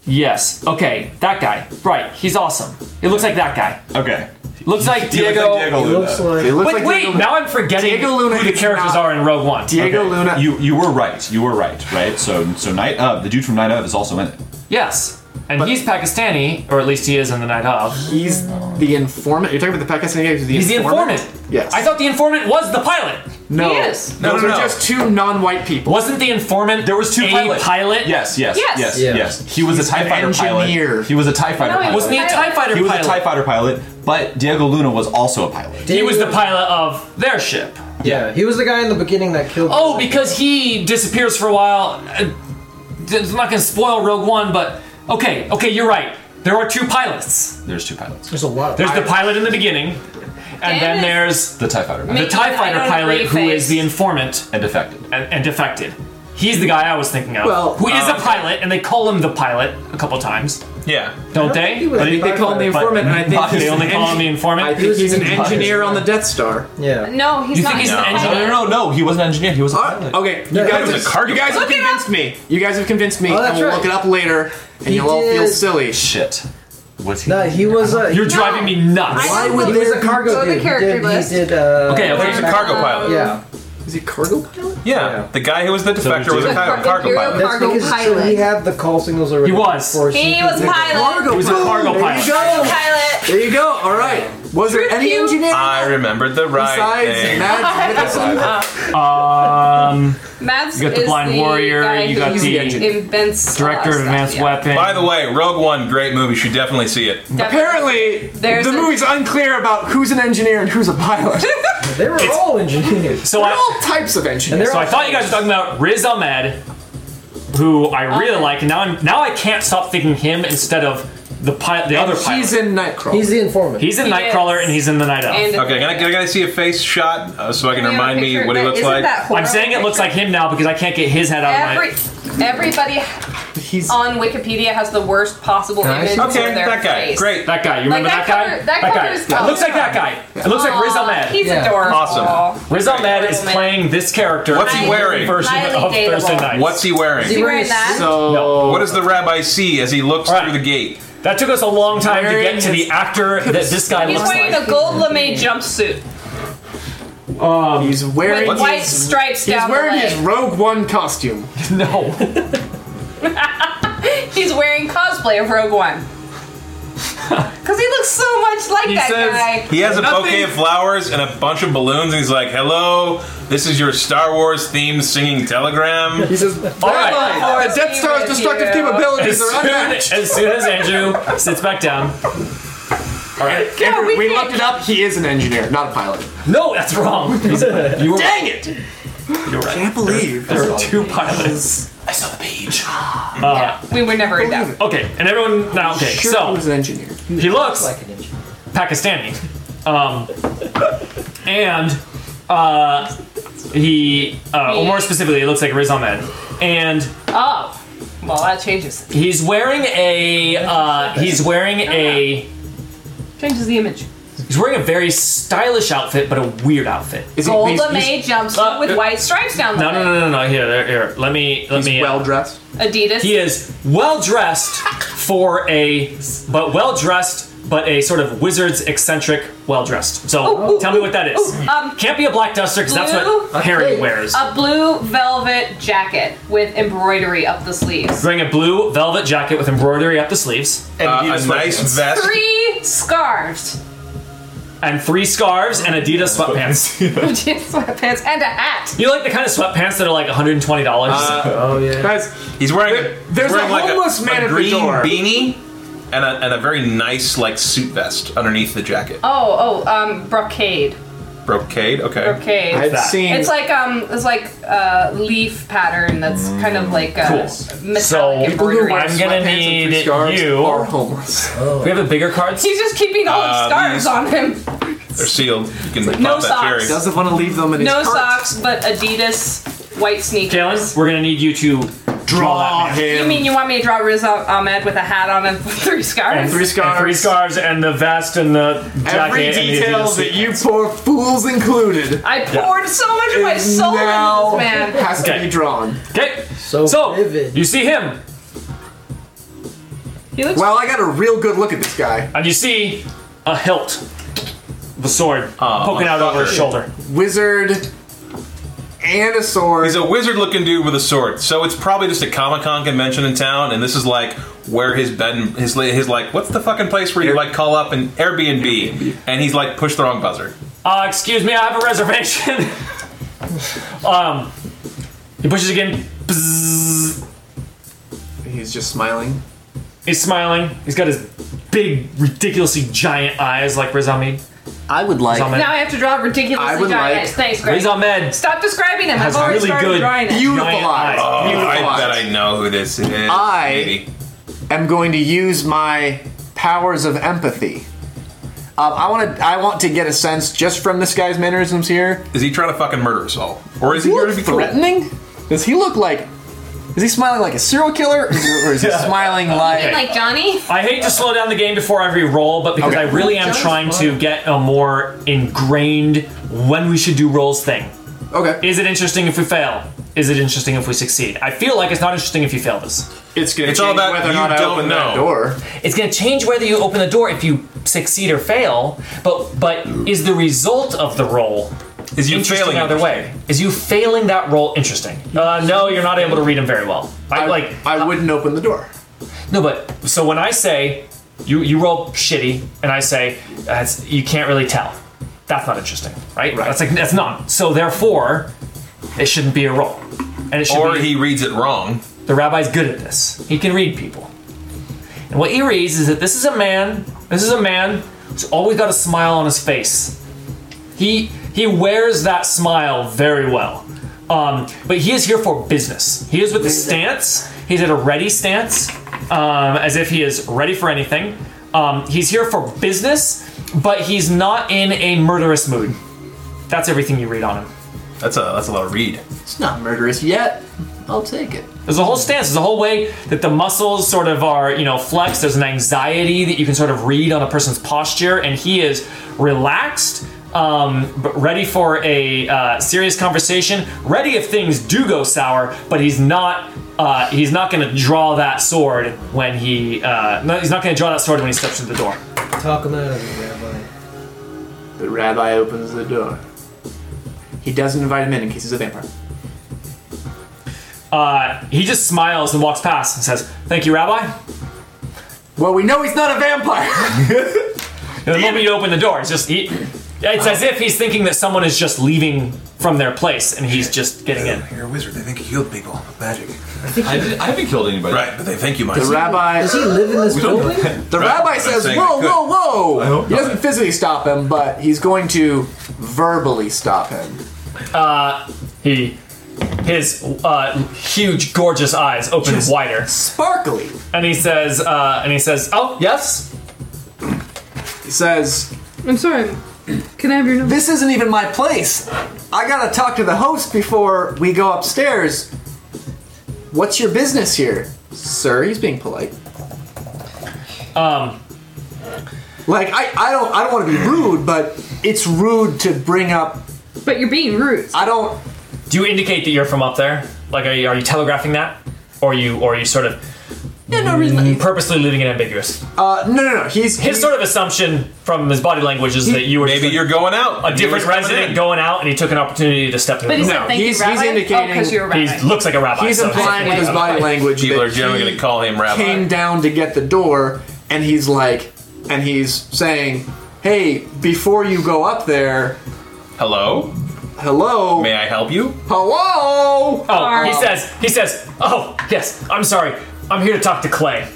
[SPEAKER 7] Yes. Okay, that guy. Right. He's awesome. It looks like that guy.
[SPEAKER 6] Okay.
[SPEAKER 7] Looks like
[SPEAKER 6] He looks like
[SPEAKER 7] Diego.
[SPEAKER 8] It looks like.
[SPEAKER 4] It looks
[SPEAKER 7] Wait,
[SPEAKER 4] like
[SPEAKER 7] wait.
[SPEAKER 4] Diego,
[SPEAKER 7] now I'm forgetting
[SPEAKER 4] Diego Luna
[SPEAKER 7] who the
[SPEAKER 4] is
[SPEAKER 7] characters
[SPEAKER 4] not-
[SPEAKER 7] are in Rogue One.
[SPEAKER 4] Diego
[SPEAKER 6] Okay,
[SPEAKER 4] Luna.
[SPEAKER 6] You you were right. You were right. Right. So so night of the dude from night of is also in it.
[SPEAKER 7] Yes. And he's Pakistani, or at least he is in the night of.
[SPEAKER 4] he's the informant. You're talking about the Pakistani guy who's the
[SPEAKER 7] He's the
[SPEAKER 4] informant.
[SPEAKER 7] informant.
[SPEAKER 4] Yes.
[SPEAKER 7] I thought the informant was the pilot.
[SPEAKER 4] no.
[SPEAKER 2] He is.
[SPEAKER 3] No,
[SPEAKER 4] Those
[SPEAKER 3] no,
[SPEAKER 4] are
[SPEAKER 3] no.
[SPEAKER 4] just two non-white people.
[SPEAKER 7] Wasn't the informant
[SPEAKER 6] There was two
[SPEAKER 7] a
[SPEAKER 6] pilot.
[SPEAKER 7] pilot?
[SPEAKER 6] Yes. Yes.
[SPEAKER 2] Yes.
[SPEAKER 6] Yes. Yes.
[SPEAKER 8] Yeah.
[SPEAKER 6] He was a Tie
[SPEAKER 4] an
[SPEAKER 6] Fighter
[SPEAKER 4] engineer.
[SPEAKER 6] pilot. He was a Tie Fighter
[SPEAKER 2] No, he
[SPEAKER 6] pilot.
[SPEAKER 7] Wasn't he a
[SPEAKER 2] Pilot.
[SPEAKER 7] TIE fighter
[SPEAKER 6] He was a
[SPEAKER 7] pilot?
[SPEAKER 6] Tie Fighter pilot, but Diego Luna was also a pilot.
[SPEAKER 7] he was the pilot of their ship.
[SPEAKER 8] Yeah, he was the guy in the beginning that killed.
[SPEAKER 7] Oh, because he disappears for a while. Uh, I'm not going to spoil Rogue One, but okay, okay, you're right. There are two pilots.
[SPEAKER 6] There's two pilots.
[SPEAKER 8] There's a lot of.
[SPEAKER 7] There's the pilot in the beginning, and then
[SPEAKER 2] Dennis.
[SPEAKER 7] there's
[SPEAKER 6] The Tie Fighter pilot.
[SPEAKER 7] the
[SPEAKER 2] Making
[SPEAKER 7] TIE
[SPEAKER 2] an
[SPEAKER 7] fighter
[SPEAKER 2] iron
[SPEAKER 7] pilot who
[SPEAKER 2] three-face.
[SPEAKER 7] is the informant
[SPEAKER 6] and defected.
[SPEAKER 7] and, and defected. He's the guy I was thinking of,
[SPEAKER 4] Well,
[SPEAKER 7] who is a pilot, and they call him the pilot a couple times,
[SPEAKER 3] Yeah.
[SPEAKER 7] don't
[SPEAKER 8] I don't
[SPEAKER 7] they?
[SPEAKER 8] think he was
[SPEAKER 7] But
[SPEAKER 8] a
[SPEAKER 7] he-
[SPEAKER 8] pilot.
[SPEAKER 4] They call him the
[SPEAKER 6] But-
[SPEAKER 4] informant, and I think
[SPEAKER 6] but
[SPEAKER 4] he's
[SPEAKER 7] they
[SPEAKER 4] an
[SPEAKER 7] only call him the
[SPEAKER 4] engi-
[SPEAKER 7] informant.
[SPEAKER 4] I think he's an engineer on the Death Star.
[SPEAKER 8] yeah.
[SPEAKER 2] No, he's
[SPEAKER 7] You
[SPEAKER 2] not.
[SPEAKER 7] think he's an
[SPEAKER 2] the
[SPEAKER 7] engine?
[SPEAKER 2] pilot.
[SPEAKER 6] No, no, no, no. He was an engineer. He was a
[SPEAKER 4] Uh,
[SPEAKER 6] pilot.
[SPEAKER 4] okay, you
[SPEAKER 8] No,
[SPEAKER 4] guys,
[SPEAKER 3] it was a
[SPEAKER 4] have,
[SPEAKER 3] cargo
[SPEAKER 4] you guys have
[SPEAKER 2] Look it
[SPEAKER 4] convinced me. You guys have convinced me,
[SPEAKER 8] Oh,
[SPEAKER 4] and
[SPEAKER 8] that's
[SPEAKER 4] we'll
[SPEAKER 8] right.
[SPEAKER 4] look it up later, and
[SPEAKER 8] He
[SPEAKER 4] you'll all feel
[SPEAKER 8] did.
[SPEAKER 4] silly.
[SPEAKER 6] Shit. Was he?
[SPEAKER 8] No, he was a.
[SPEAKER 7] You're
[SPEAKER 8] he,
[SPEAKER 7] driving me
[SPEAKER 2] I-
[SPEAKER 7] nuts.
[SPEAKER 8] why would
[SPEAKER 2] He
[SPEAKER 8] there
[SPEAKER 2] was
[SPEAKER 8] be-
[SPEAKER 2] a cargo
[SPEAKER 8] he
[SPEAKER 2] dude.
[SPEAKER 8] did-
[SPEAKER 2] character
[SPEAKER 8] he
[SPEAKER 2] list.
[SPEAKER 8] did, uh,
[SPEAKER 7] Okay, okay.
[SPEAKER 3] He's a cargo pilot.
[SPEAKER 8] Yeah.
[SPEAKER 4] Is he cargo pilot?
[SPEAKER 3] Yeah.
[SPEAKER 8] Yeah.
[SPEAKER 3] The guy who was the defector
[SPEAKER 6] we
[SPEAKER 3] was a cargo,
[SPEAKER 6] do.
[SPEAKER 2] Cargo-
[SPEAKER 3] cargo
[SPEAKER 2] you're a
[SPEAKER 3] pilot.
[SPEAKER 8] That's
[SPEAKER 2] Cargo
[SPEAKER 8] because so
[SPEAKER 2] pilot.
[SPEAKER 8] he had the call signals already.
[SPEAKER 7] He was.
[SPEAKER 8] before
[SPEAKER 2] He
[SPEAKER 8] she
[SPEAKER 2] was
[SPEAKER 8] did it.
[SPEAKER 2] pilot.
[SPEAKER 7] He was a cargo
[SPEAKER 4] There you
[SPEAKER 7] pilot.
[SPEAKER 4] go.
[SPEAKER 2] Pilot.
[SPEAKER 4] There you go. All right. Was there
[SPEAKER 2] Truth
[SPEAKER 4] any
[SPEAKER 2] you-
[SPEAKER 4] engineer
[SPEAKER 3] I remembered the right
[SPEAKER 4] besides
[SPEAKER 3] thing.
[SPEAKER 4] Mads Mikkelsen?
[SPEAKER 7] Um,
[SPEAKER 2] Mads
[SPEAKER 7] You got the
[SPEAKER 2] is
[SPEAKER 7] blind warrior,
[SPEAKER 2] guy
[SPEAKER 7] you
[SPEAKER 2] who
[SPEAKER 7] got the
[SPEAKER 2] invents a lot
[SPEAKER 7] director of
[SPEAKER 2] stuff,
[SPEAKER 7] advanced
[SPEAKER 2] yeah.
[SPEAKER 7] weapons.
[SPEAKER 3] By the way, Rogue One, great movie. Should definitely see it.
[SPEAKER 2] Definitely.
[SPEAKER 4] Apparently,
[SPEAKER 2] There's
[SPEAKER 4] the
[SPEAKER 2] a-
[SPEAKER 4] movie's unclear about who's an engineer and who's a pilot.
[SPEAKER 8] They were all engineers.
[SPEAKER 7] so
[SPEAKER 4] They're all
[SPEAKER 7] I,
[SPEAKER 4] types of engineers.
[SPEAKER 7] so I thought you guys were talking about Riz Ahmed, who I really like, and now I'm now I can't stop thinking him instead of the pilot, the other pilot.
[SPEAKER 4] He's in Nightcrawler.
[SPEAKER 8] He's the informant.
[SPEAKER 7] He's in
[SPEAKER 2] He
[SPEAKER 7] Nightcrawler
[SPEAKER 2] is.
[SPEAKER 7] and he's in the Night Of.
[SPEAKER 2] And-
[SPEAKER 3] Okay, can I, can I gotta see a face shot uh, so I can
[SPEAKER 2] We have a
[SPEAKER 3] remind me
[SPEAKER 2] picture,
[SPEAKER 3] what he
[SPEAKER 2] but
[SPEAKER 3] looks
[SPEAKER 2] isn't
[SPEAKER 3] like?
[SPEAKER 2] that
[SPEAKER 7] I'm
[SPEAKER 2] horrible
[SPEAKER 7] saying it looks
[SPEAKER 2] picture?
[SPEAKER 7] like him now because I can't get his head out of my.
[SPEAKER 2] Every, everybody
[SPEAKER 4] He's
[SPEAKER 2] on Wikipedia has the worst possible
[SPEAKER 8] Nice.
[SPEAKER 2] image
[SPEAKER 3] Okay,
[SPEAKER 2] of their
[SPEAKER 3] that guy.
[SPEAKER 2] face.
[SPEAKER 3] Great.
[SPEAKER 7] That guy, you
[SPEAKER 2] Like,
[SPEAKER 7] remember
[SPEAKER 2] that
[SPEAKER 7] that, guy?
[SPEAKER 2] cover- that
[SPEAKER 7] guy.
[SPEAKER 2] cover's-
[SPEAKER 7] It looks like that guy. It looks like Riz
[SPEAKER 2] Aw,
[SPEAKER 7] Ahmed.
[SPEAKER 2] He's
[SPEAKER 8] Yeah.
[SPEAKER 2] adorable.
[SPEAKER 3] Awesome.
[SPEAKER 7] Riz Ahmed is
[SPEAKER 2] Great.
[SPEAKER 7] playing this character.
[SPEAKER 3] What's he
[SPEAKER 7] in the
[SPEAKER 3] wearing?
[SPEAKER 7] Version
[SPEAKER 2] Highly
[SPEAKER 7] of
[SPEAKER 2] dateable.
[SPEAKER 7] Thursday Night.
[SPEAKER 3] What's he wearing?
[SPEAKER 2] Is he wearing that?
[SPEAKER 4] so.
[SPEAKER 7] No.
[SPEAKER 3] What does the rabbi see as he looks
[SPEAKER 7] Alright.
[SPEAKER 3] through the gate?
[SPEAKER 7] That took us a long time to get to the actor that this guy
[SPEAKER 2] He's
[SPEAKER 7] looks
[SPEAKER 2] wearing
[SPEAKER 7] like.
[SPEAKER 2] a gold lame jumpsuit
[SPEAKER 4] um, He's
[SPEAKER 2] with
[SPEAKER 4] wearing.
[SPEAKER 3] What's-
[SPEAKER 2] white stripes
[SPEAKER 4] He's
[SPEAKER 2] down the
[SPEAKER 4] wearing his
[SPEAKER 2] leg.
[SPEAKER 4] Rogue One costume.
[SPEAKER 7] no.
[SPEAKER 2] He's wearing cosplay of Rogue One. Because he looks so much like
[SPEAKER 3] He
[SPEAKER 2] that
[SPEAKER 3] says
[SPEAKER 2] guy.
[SPEAKER 3] he has a
[SPEAKER 4] Nothing-
[SPEAKER 3] bouquet of flowers and a bunch of balloons, and he's like, "Hello, this is your Star Wars themed singing telegram."
[SPEAKER 4] He says,
[SPEAKER 7] All right.
[SPEAKER 4] "Rabbi, the Death Star's Uh, destructive
[SPEAKER 2] Thank you.
[SPEAKER 4] capabilities
[SPEAKER 7] As
[SPEAKER 4] are
[SPEAKER 7] soon,
[SPEAKER 4] unmatched."
[SPEAKER 7] as soon as Andrew sits back down,
[SPEAKER 4] All right.
[SPEAKER 2] Yeah,
[SPEAKER 4] Andrew,
[SPEAKER 2] we
[SPEAKER 4] we,
[SPEAKER 2] can't-
[SPEAKER 4] looked it up. He is an engineer, not a pilot.
[SPEAKER 7] No, that's wrong.
[SPEAKER 6] You were
[SPEAKER 4] Dang it! Can't believe.
[SPEAKER 7] There are two pilots.
[SPEAKER 4] I saw the page.
[SPEAKER 2] We were never in doubt.
[SPEAKER 7] Okay, and everyone now. Okay,
[SPEAKER 4] Sure, he
[SPEAKER 7] so
[SPEAKER 4] was an engineer.
[SPEAKER 7] he looks
[SPEAKER 8] like an engineer.
[SPEAKER 7] Pakistani, um, and uh, he, uh, or more specifically, it looks like Riz Ahmed, and
[SPEAKER 2] Oh, well, that changes
[SPEAKER 7] he's wearing a uh, he's wearing a
[SPEAKER 2] changes the image.
[SPEAKER 7] he's wearing a very stylish outfit, but a weird outfit.
[SPEAKER 4] Is he, he's,
[SPEAKER 2] Golda
[SPEAKER 4] he's,
[SPEAKER 2] May jumpsuit
[SPEAKER 7] Uh,
[SPEAKER 2] with
[SPEAKER 7] uh,
[SPEAKER 2] white stripes down the
[SPEAKER 7] No, no,
[SPEAKER 2] leg.
[SPEAKER 7] no, no, no. Here, there, here. Let me, let
[SPEAKER 4] he's
[SPEAKER 7] me. uh,
[SPEAKER 4] well dressed.
[SPEAKER 2] Adidas.
[SPEAKER 7] He is well dressed for a, but well dressed, but a sort of wizard's eccentric well dressed.
[SPEAKER 2] Ooh,
[SPEAKER 7] So
[SPEAKER 2] ooh,
[SPEAKER 7] tell me what that is.
[SPEAKER 2] ooh, um,
[SPEAKER 7] Can't be a black duster because that's
[SPEAKER 2] blue?
[SPEAKER 7] what Harry wears.
[SPEAKER 2] A blue velvet jacket with embroidery up the sleeves.
[SPEAKER 7] Wearing a blue velvet jacket with embroidery up the sleeves,
[SPEAKER 4] And
[SPEAKER 3] Uh,
[SPEAKER 4] Adidas
[SPEAKER 3] a nice
[SPEAKER 4] sweatpants.
[SPEAKER 3] vest.
[SPEAKER 2] Three scarves.
[SPEAKER 7] and three scarves and Adidas sweatpants.
[SPEAKER 2] sweatpants and a hat.
[SPEAKER 7] you like the kind of sweatpants that are like $120?
[SPEAKER 4] Uh,
[SPEAKER 8] Oh yeah.
[SPEAKER 4] Guys,
[SPEAKER 3] He's wearing.
[SPEAKER 4] There-
[SPEAKER 3] a, he's
[SPEAKER 4] there's
[SPEAKER 3] wearing
[SPEAKER 4] a homeless
[SPEAKER 3] like a,
[SPEAKER 4] man
[SPEAKER 3] a
[SPEAKER 4] at the
[SPEAKER 3] green
[SPEAKER 4] door.
[SPEAKER 3] beanie and a, and a very nice like suit vest underneath the jacket.
[SPEAKER 2] Oh, oh, um, brocade.
[SPEAKER 3] Brocade. Okay.
[SPEAKER 2] Brocade.
[SPEAKER 4] I've
[SPEAKER 7] that?
[SPEAKER 4] seen.
[SPEAKER 2] It's like um, it's like uh, leaf pattern that's kind of like uh,
[SPEAKER 7] Cool. So,
[SPEAKER 2] metallic
[SPEAKER 7] people who
[SPEAKER 2] embroidery.
[SPEAKER 7] wear I'm gonna
[SPEAKER 4] sweatpants and three
[SPEAKER 7] need
[SPEAKER 4] scarves
[SPEAKER 7] you-
[SPEAKER 4] are homeless.
[SPEAKER 7] We have the bigger cards.
[SPEAKER 2] He's just keeping all
[SPEAKER 3] Uh,
[SPEAKER 2] the scarves
[SPEAKER 3] these-
[SPEAKER 2] on him.
[SPEAKER 3] They're sealed. You can pop
[SPEAKER 2] no
[SPEAKER 3] that
[SPEAKER 2] socks.
[SPEAKER 3] cherry.
[SPEAKER 4] Doesn't want to leave them in
[SPEAKER 2] No
[SPEAKER 4] his cart.
[SPEAKER 2] socks, but Adidas white
[SPEAKER 7] Jalen,
[SPEAKER 2] sneakers.
[SPEAKER 7] we're gonna need you to draw that man.
[SPEAKER 2] You mean you want me to draw Riz Ahmed with a hat on and three
[SPEAKER 7] And
[SPEAKER 2] scarves?
[SPEAKER 7] three scarves. And three scarves and the vest and the jacket.
[SPEAKER 4] Every
[SPEAKER 7] and the
[SPEAKER 4] detail
[SPEAKER 7] Adidas
[SPEAKER 4] that you poor fools included
[SPEAKER 2] I poured so much of my
[SPEAKER 4] is
[SPEAKER 2] soul
[SPEAKER 4] now
[SPEAKER 2] into this man.
[SPEAKER 4] has
[SPEAKER 7] Okay.
[SPEAKER 4] to be drawn.
[SPEAKER 7] Okay,
[SPEAKER 8] So,
[SPEAKER 7] so
[SPEAKER 8] vivid.
[SPEAKER 7] you see him,
[SPEAKER 2] He looks
[SPEAKER 4] Well, I got a real good look at this guy.
[SPEAKER 7] and you see a hilt of a sword
[SPEAKER 4] Ah,
[SPEAKER 3] Oh,
[SPEAKER 7] poking out over his
[SPEAKER 3] motherfucker.
[SPEAKER 7] shoulder.
[SPEAKER 4] Wizard and a sword.
[SPEAKER 3] He's a wizard-looking dude with a sword, so it's probably just a Comic Con convention in town, and this is like where his bed, and- his li- his like, what's the fucking place where you like call up an Airbnb, and he's like, push the wrong buzzer.
[SPEAKER 7] Uh, excuse me, I have a reservation. um, he pushes again. Bzzz.
[SPEAKER 4] He's just smiling.
[SPEAKER 7] He's smiling. He's got his big, ridiculously giant eyes like Riz Ahmed.
[SPEAKER 4] I would like.
[SPEAKER 7] Ahmed.
[SPEAKER 2] now I have to draw ridiculously
[SPEAKER 4] I would
[SPEAKER 2] giant.
[SPEAKER 4] like-
[SPEAKER 2] eyes. Thanks, Greg.
[SPEAKER 7] Riz Ahmed.
[SPEAKER 2] Stop describing him.
[SPEAKER 7] Has
[SPEAKER 2] I've already
[SPEAKER 7] really
[SPEAKER 2] started
[SPEAKER 7] good-
[SPEAKER 2] drawing it.
[SPEAKER 4] Beautiful
[SPEAKER 7] Giant
[SPEAKER 4] eyes.
[SPEAKER 7] eyes.
[SPEAKER 3] Oh,
[SPEAKER 4] Beautiful
[SPEAKER 3] I
[SPEAKER 4] eyes.
[SPEAKER 3] bet I know who this is.
[SPEAKER 4] I-
[SPEAKER 3] Maybe.
[SPEAKER 4] am going to use my powers of empathy. Um, I want to. I want to get a sense just from this guy's mannerisms here.
[SPEAKER 3] is he trying to fucking murder us all, or is he
[SPEAKER 4] Does he
[SPEAKER 3] here
[SPEAKER 4] look
[SPEAKER 3] to be cool?
[SPEAKER 4] threatening? Does he look like? Is he smiling like a serial killer, or is or is he smiling like?
[SPEAKER 2] Like Johnny?
[SPEAKER 7] I hate to slow down the game before every roll, but because
[SPEAKER 4] Okay.
[SPEAKER 7] I really am trying to get a more ingrained when we should do rolls thing.
[SPEAKER 4] Okay,
[SPEAKER 7] Is it interesting if we fail? Is it interesting if we succeed? I feel like it's not interesting if you fail this.
[SPEAKER 4] it's gonna.
[SPEAKER 3] It's all
[SPEAKER 4] change
[SPEAKER 3] about
[SPEAKER 4] whether or
[SPEAKER 3] you
[SPEAKER 4] not I
[SPEAKER 3] don't
[SPEAKER 4] open
[SPEAKER 3] know.
[SPEAKER 4] that door.
[SPEAKER 7] It's going to change whether you open the door if you succeed or fail, but but is the result of the roll
[SPEAKER 3] Is you
[SPEAKER 7] interesting
[SPEAKER 3] failing
[SPEAKER 7] either way? Is you failing that roll interesting? Uh, no, you're not able to read them very well. I, like
[SPEAKER 3] uh,
[SPEAKER 4] I wouldn't open the door.
[SPEAKER 7] no, but so when I say you you roll shitty, and I say that's you can't really tell. That's not interesting, right?
[SPEAKER 4] Right.
[SPEAKER 7] That's like that's not. So therefore, it shouldn't be a roll, and it should
[SPEAKER 3] Or
[SPEAKER 7] be
[SPEAKER 3] he reads it wrong.
[SPEAKER 7] the rabbi's good at this. He can read people. And what he reads is that this is a man, this is a man who's always got a smile on his face. He he wears that smile very well. Um, but he is here for business. He is with the stance. He's at a ready stance, um, as if he is ready for anything. Um, he's here for business, but he's not in a murderous mood. That's everything you read on him.
[SPEAKER 3] That's a that's a lot of read.
[SPEAKER 4] It's not murderous yet. I'll take it.
[SPEAKER 7] There's a whole stance. There's a whole way that the muscles sort of are, you know, flexed. There's an anxiety that you can sort of read on a person's posture, and he is relaxed, um, but ready for a uh, serious conversation. Ready if things do go sour, but he's not. Uh, he's not going to draw that sword when he. Uh, no, he's not going to draw that sword when he steps through the door.
[SPEAKER 8] talk him out of it, Rabbi.
[SPEAKER 4] The rabbi opens the door. He doesn't invite him in in case he's a vampire.
[SPEAKER 7] Uh, he just smiles and walks past and says, "Thank you, Rabbi."
[SPEAKER 4] Well, we know he's not a vampire.
[SPEAKER 7] And the moment you open the door, it's just he, It's as if he's thinking that someone is just leaving from their place and he's just getting in.
[SPEAKER 3] You're a wizard. They think you killed people. Magic.
[SPEAKER 6] I, didn't, I haven't killed anybody.
[SPEAKER 3] Right, but they think you might.
[SPEAKER 4] The rabbi,
[SPEAKER 8] Does he live in this building?
[SPEAKER 4] the
[SPEAKER 3] Right,
[SPEAKER 4] rabbi
[SPEAKER 3] I'm
[SPEAKER 4] says,
[SPEAKER 3] saying
[SPEAKER 4] "Whoa,
[SPEAKER 3] it could."
[SPEAKER 4] whoa, whoa!"
[SPEAKER 6] I hope
[SPEAKER 4] he
[SPEAKER 6] not.
[SPEAKER 4] doesn't physically stop him, but he's going to verbally stop him.
[SPEAKER 7] He, his uh, huge, gorgeous eyes open
[SPEAKER 4] Just-
[SPEAKER 7] wider,
[SPEAKER 4] Sparkly,
[SPEAKER 7] and he says, uh, and he says, "Oh yes,
[SPEAKER 4] he says,
[SPEAKER 2] I'm sorry. Can I have your number?
[SPEAKER 4] "This isn't even my place. I gotta talk to the host before we go upstairs." What's your business here, sir? He's being polite.
[SPEAKER 7] um,
[SPEAKER 4] Like I, I don't, I don't want to be rude, but it's rude to bring up.
[SPEAKER 2] But you're being rude.
[SPEAKER 4] I don't.
[SPEAKER 7] do you indicate that you're from up there? Like, are you, are you telegraphing that, or you, or are you sort of mm, purposely leaving it ambiguous?"
[SPEAKER 4] Uh, no, no, no. He's
[SPEAKER 7] His sort of assumption from his body language is that you were
[SPEAKER 3] Maybe
[SPEAKER 7] just a-
[SPEAKER 3] you're going out.
[SPEAKER 7] a different resident going out, and he took an opportunity to step in.
[SPEAKER 2] But he
[SPEAKER 4] No,
[SPEAKER 2] said thank
[SPEAKER 4] he's-
[SPEAKER 2] you,
[SPEAKER 4] he's
[SPEAKER 2] Rabbi.
[SPEAKER 4] indicating-
[SPEAKER 2] because you're a rabbi.
[SPEAKER 7] he looks like a rabbi.
[SPEAKER 4] He's
[SPEAKER 7] so-
[SPEAKER 4] implying with his
[SPEAKER 2] Yeah.
[SPEAKER 4] body language
[SPEAKER 3] People
[SPEAKER 4] that
[SPEAKER 3] are generally
[SPEAKER 4] he
[SPEAKER 3] going to call him rabbi.
[SPEAKER 4] came down to get the door, and he's like, and he's saying, "Hey, before you go up there,
[SPEAKER 3] Hello,
[SPEAKER 4] hello,
[SPEAKER 3] may I help you?
[SPEAKER 4] hello."
[SPEAKER 7] Oh,
[SPEAKER 2] Or-
[SPEAKER 7] he says, he says, oh, yes, I'm sorry. I'm here to talk to Clay.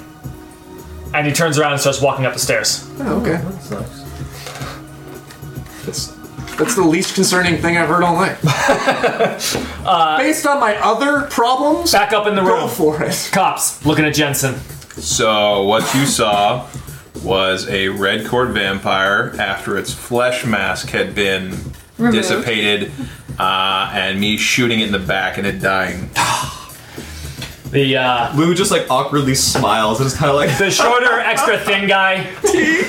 [SPEAKER 7] And he turns around and starts walking up the stairs.
[SPEAKER 4] Oh, okay,
[SPEAKER 8] That sucks.
[SPEAKER 4] that's, that's the least concerning thing I've heard all night. Based on my other problems,
[SPEAKER 7] Back up in the
[SPEAKER 4] go
[SPEAKER 7] room.
[SPEAKER 4] for it.
[SPEAKER 7] Cops looking at Jensen.
[SPEAKER 3] So what you saw was a red cord vampire after its flesh mask had been dissipated, uh, and me shooting it in the back and it dying.
[SPEAKER 7] The uh,
[SPEAKER 6] Lou just like awkwardly smiles and it's kind of like
[SPEAKER 7] the shorter, extra thin guy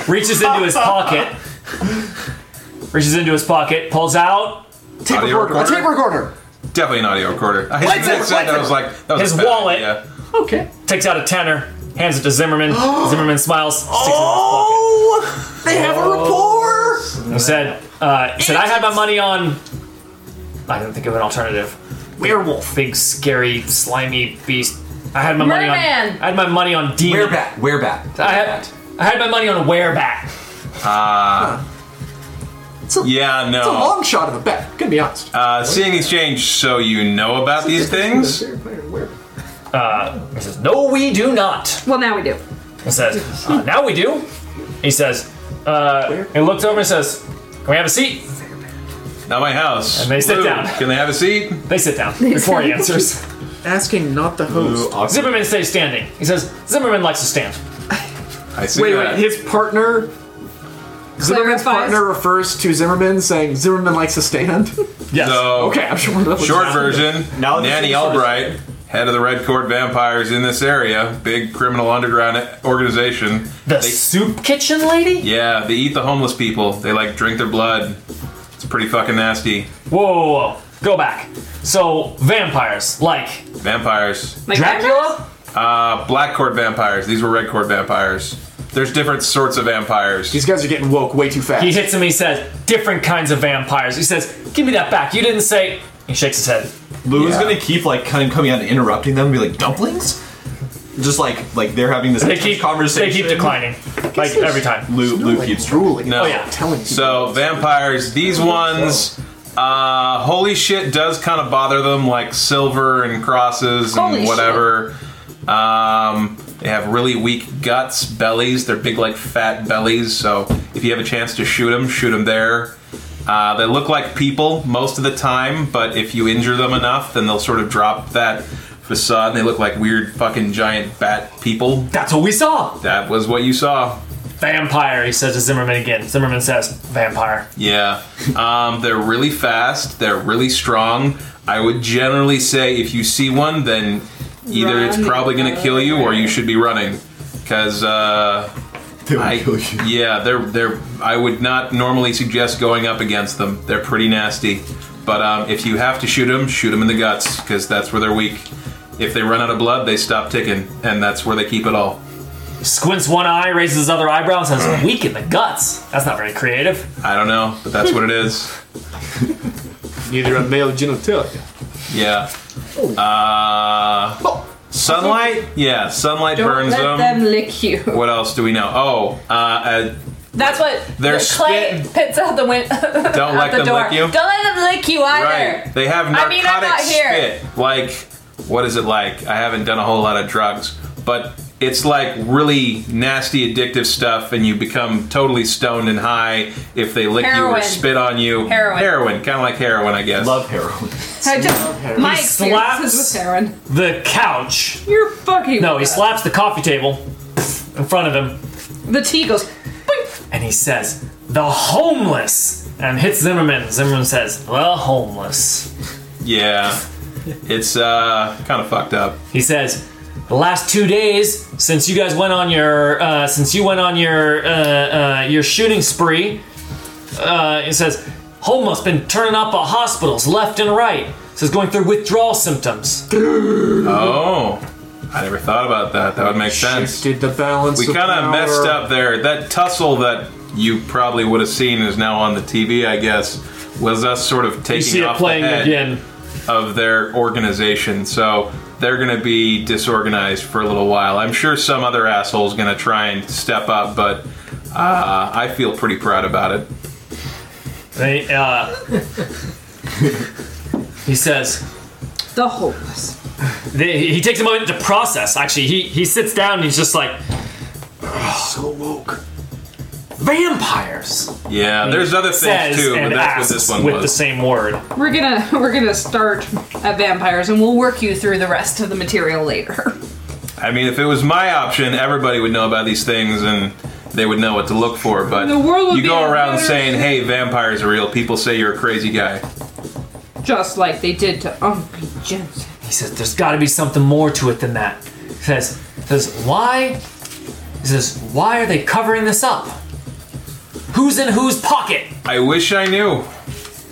[SPEAKER 7] reaches into his pocket, reaches into his pocket, pulls out
[SPEAKER 4] Tape
[SPEAKER 3] Audio
[SPEAKER 4] recorder, a
[SPEAKER 3] recorder?
[SPEAKER 4] tape recorder.
[SPEAKER 3] Definitely an audio recorder. I
[SPEAKER 4] Lightsaber,
[SPEAKER 3] said that, I was
[SPEAKER 4] lightsaber.
[SPEAKER 3] like, that was
[SPEAKER 7] His
[SPEAKER 3] a bad
[SPEAKER 7] wallet.
[SPEAKER 3] idea.
[SPEAKER 4] Okay.
[SPEAKER 7] takes out a tenner, hands it to Zimmerman. Zimmerman smiles, sticks it in his pocket.
[SPEAKER 4] Oh, they have a rapport.
[SPEAKER 7] He said, uh, he said, I had my money on. I didn't think of an alternative.
[SPEAKER 4] Werewolf.
[SPEAKER 7] Big, scary, slimy beast. I had my money on.
[SPEAKER 2] Merman.
[SPEAKER 7] I had my money on demon.
[SPEAKER 5] Werebat, werebat.
[SPEAKER 7] I had, I had my money on wereback.
[SPEAKER 4] It's a,
[SPEAKER 3] Yeah,
[SPEAKER 4] It's a
[SPEAKER 3] no.
[SPEAKER 4] long shot of a bet. Gonna be honest.
[SPEAKER 3] Uh, seeing exchange, so you know about these things.
[SPEAKER 7] He says, No, we do not.
[SPEAKER 2] well, now we do.
[SPEAKER 7] He says, "Uh, Now we do. He says, uh, He looks over and says, Can we have a seat?
[SPEAKER 3] Not my house.
[SPEAKER 7] And they sit
[SPEAKER 3] Lou,
[SPEAKER 7] down.
[SPEAKER 3] Can they have a seat?
[SPEAKER 7] They sit down before he answers.
[SPEAKER 4] Asking not the host.
[SPEAKER 7] Zimmerman stays standing. He says, Zimmerman likes to stand.
[SPEAKER 3] I see
[SPEAKER 4] Wait,
[SPEAKER 3] that.
[SPEAKER 4] wait. His partner. Zimmerman's
[SPEAKER 2] Clarifies.
[SPEAKER 4] partner refers to Zimmerman saying Zimmerman likes to stand.
[SPEAKER 7] Yes.
[SPEAKER 3] So,
[SPEAKER 4] okay, I'm sure that was
[SPEAKER 3] Oh, Short version.
[SPEAKER 6] Now that
[SPEAKER 3] Nanny
[SPEAKER 6] the
[SPEAKER 3] Albright, head of the Red Court Vampires in this area, big criminal underground organization.
[SPEAKER 7] the
[SPEAKER 3] They-
[SPEAKER 7] soup kitchen lady?
[SPEAKER 3] yeah, they eat the homeless people. They like drink their blood. It's pretty fucking nasty.
[SPEAKER 7] Whoa, whoa, whoa. Go back. So, vampires, like
[SPEAKER 3] Vampires.
[SPEAKER 2] Like
[SPEAKER 7] Dracula?
[SPEAKER 3] Uh, black court vampires. These were red court vampires. There's different sorts of vampires.
[SPEAKER 4] These guys are getting woke way too fast.
[SPEAKER 7] He hits him. He says, "Different kinds of vampires." He says, "Give me that back." You didn't say. He shakes his head.
[SPEAKER 6] Lou is
[SPEAKER 3] Yeah.
[SPEAKER 6] gonna keep like kind of coming out and interrupting them, and be like dumplings. Just like like they're having this
[SPEAKER 7] They
[SPEAKER 6] intense
[SPEAKER 7] keep
[SPEAKER 6] conversation.
[SPEAKER 7] They keep declining, like every time.
[SPEAKER 6] Lou Lou
[SPEAKER 4] like,
[SPEAKER 6] keeps
[SPEAKER 4] ruling.
[SPEAKER 3] No.
[SPEAKER 7] Oh, yeah.
[SPEAKER 4] Telling people.
[SPEAKER 3] So vampires, these ones, uh, holy shit does kind of bother them, like silver and crosses and
[SPEAKER 2] Holy
[SPEAKER 3] whatever. Um, they have really weak guts, bellies. They're big, like fat bellies. So if you have a chance to shoot them, shoot them there. Uh, they look like people most of the time, but if you injure them enough, then they'll sort of drop that facade. and They look like weird fucking giant bat people.
[SPEAKER 7] That's what we saw.
[SPEAKER 3] That was what you saw.
[SPEAKER 7] Vampire. He says to Zimmerman again. Zimmerman says, "Vampire."
[SPEAKER 3] Yeah. Um, they're really fast. They're really strong. I would generally say if you see one, then either it's
[SPEAKER 2] Run.
[SPEAKER 3] probably going to kill you or you should be running. Because, uh, I, yeah, they're, they're, I would not normally suggest going up against them. They're pretty nasty. But um, if you have to shoot them, shoot them in the guts, because that's where they're weak. If they run out of blood, they stop ticking, and that's where they keep it all.
[SPEAKER 7] Squints one eye, raises his other eyebrow, and says, "Weak in the guts." That's not very creative.
[SPEAKER 3] I don't know, but that's what it is.
[SPEAKER 4] neither a male genitalia.
[SPEAKER 3] Yeah. Uh, sunlight? Yeah, sunlight
[SPEAKER 2] Don't
[SPEAKER 3] burns
[SPEAKER 2] let
[SPEAKER 3] them.
[SPEAKER 2] them lick you.
[SPEAKER 3] What else do we know? Oh, uh,
[SPEAKER 2] That's what
[SPEAKER 3] They're
[SPEAKER 2] the Clay
[SPEAKER 3] spitting.
[SPEAKER 2] pits out the window.
[SPEAKER 3] Don't let them lick you.
[SPEAKER 2] Don't let them lick you either.
[SPEAKER 3] Right. They have
[SPEAKER 2] I
[SPEAKER 3] narcotic
[SPEAKER 2] mean, I'm not here.
[SPEAKER 3] spit. Like, what is it like? I haven't done a whole lot of drugs, but it's like really nasty, addictive stuff, and you become totally stoned and high if they lick you or
[SPEAKER 2] Heroin.
[SPEAKER 3] spit on you.
[SPEAKER 2] Heroin.
[SPEAKER 3] Heroin, kind of like heroin, I guess.
[SPEAKER 6] Love heroin.
[SPEAKER 2] I just my
[SPEAKER 7] He
[SPEAKER 2] experiences
[SPEAKER 7] slaps-
[SPEAKER 2] with heroin.
[SPEAKER 7] The couch.
[SPEAKER 2] You're fucking.
[SPEAKER 7] No, he
[SPEAKER 2] with
[SPEAKER 7] slaps the coffee table in front of him
[SPEAKER 2] us. The tea goes. boink.
[SPEAKER 7] and he says, The homeless! And hits Zimmerman. Zimmerman says, The homeless.
[SPEAKER 3] Yeah. It's uh, kind of fucked up.
[SPEAKER 7] He says, the last two days since you guys went on your uh, since you went on your uh, uh, your shooting spree, uh, he says, homeless been turning up at hospitals left and right. Says going through withdrawal symptoms.
[SPEAKER 3] Oh, I never thought about that. That would make sense.
[SPEAKER 4] Shifted the balance.
[SPEAKER 3] We
[SPEAKER 4] of
[SPEAKER 3] kind of
[SPEAKER 4] power.
[SPEAKER 3] messed up there. That tussle that you probably would have seen is now on the TV, I guess, was us sort of taking
[SPEAKER 7] You see it
[SPEAKER 3] off
[SPEAKER 7] playing
[SPEAKER 3] the head
[SPEAKER 7] again.
[SPEAKER 3] of their organization. So they're going to be disorganized for a little while. I'm sure some other asshole's going to try and step up, but uh, I feel pretty proud about it.
[SPEAKER 7] They, uh, he says,
[SPEAKER 2] The homeless.
[SPEAKER 7] they, he takes a moment to process. Actually, he he sits down and he's just like,
[SPEAKER 4] So woke.
[SPEAKER 7] vampires.
[SPEAKER 3] Yeah, there's other
[SPEAKER 7] Says
[SPEAKER 3] things too, but
[SPEAKER 7] and
[SPEAKER 3] that's what
[SPEAKER 7] asks
[SPEAKER 3] this one
[SPEAKER 7] with
[SPEAKER 3] was.
[SPEAKER 7] the same word.
[SPEAKER 2] We're gonna we're gonna start at vampires, and we'll work you through the rest of the material later.
[SPEAKER 3] I mean, if it was my option, everybody would know about these things and they would know what to look for. But
[SPEAKER 2] The world would
[SPEAKER 3] you
[SPEAKER 2] be
[SPEAKER 3] go
[SPEAKER 2] a
[SPEAKER 3] around
[SPEAKER 2] better-
[SPEAKER 3] saying, "Hey, vampires are real." People say you're a crazy guy.
[SPEAKER 2] Just like they did to Uncle Jensen.
[SPEAKER 7] He says, "There's got to be something more to it than that." He says, "Says why?" He says, "Why are they covering this up? Who's in whose pocket?"
[SPEAKER 3] I wish I knew.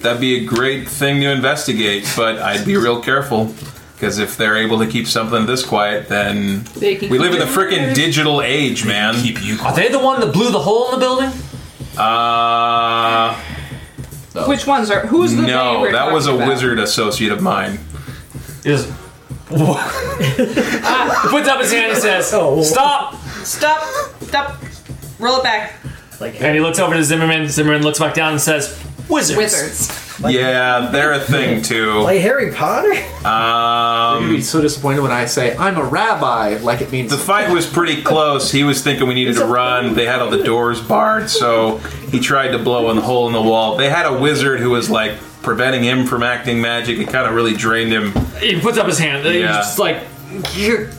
[SPEAKER 3] That'd be a great thing to investigate, but I'd be real careful because if they're able to keep something this quiet, then
[SPEAKER 2] They can
[SPEAKER 3] we live in
[SPEAKER 2] keep
[SPEAKER 3] the
[SPEAKER 2] it
[SPEAKER 3] frickin' digital age, man. Keep you.
[SPEAKER 7] Are they the one that blew the hole in the building?
[SPEAKER 3] Uh,
[SPEAKER 2] Which ones are? Who's the? they
[SPEAKER 3] no,
[SPEAKER 2] we're
[SPEAKER 3] that was a
[SPEAKER 2] talking about?
[SPEAKER 3] wizard associate of mine.
[SPEAKER 7] He says, "What?" He puts up his hand and says, "Stop!"
[SPEAKER 2] Stop! Stop! Roll it back.
[SPEAKER 7] And he looks over to Zimmerman. Zimmerman looks back down and says, "Wizards."
[SPEAKER 2] Wizards.
[SPEAKER 3] Yeah, they're a thing too.
[SPEAKER 8] Like Harry Potter?
[SPEAKER 3] Um,
[SPEAKER 4] You'd be so disappointed when I say I'm a rabbi, like it means
[SPEAKER 3] The fight was pretty close. He was thinking we needed to run. They had all the doors barred, so he tried to blow in the hole in the wall. They had a wizard who was like preventing him from acting magic. It kind of really drained him.
[SPEAKER 7] He puts up his hand. He's
[SPEAKER 3] Yeah.
[SPEAKER 7] just like, "You're-"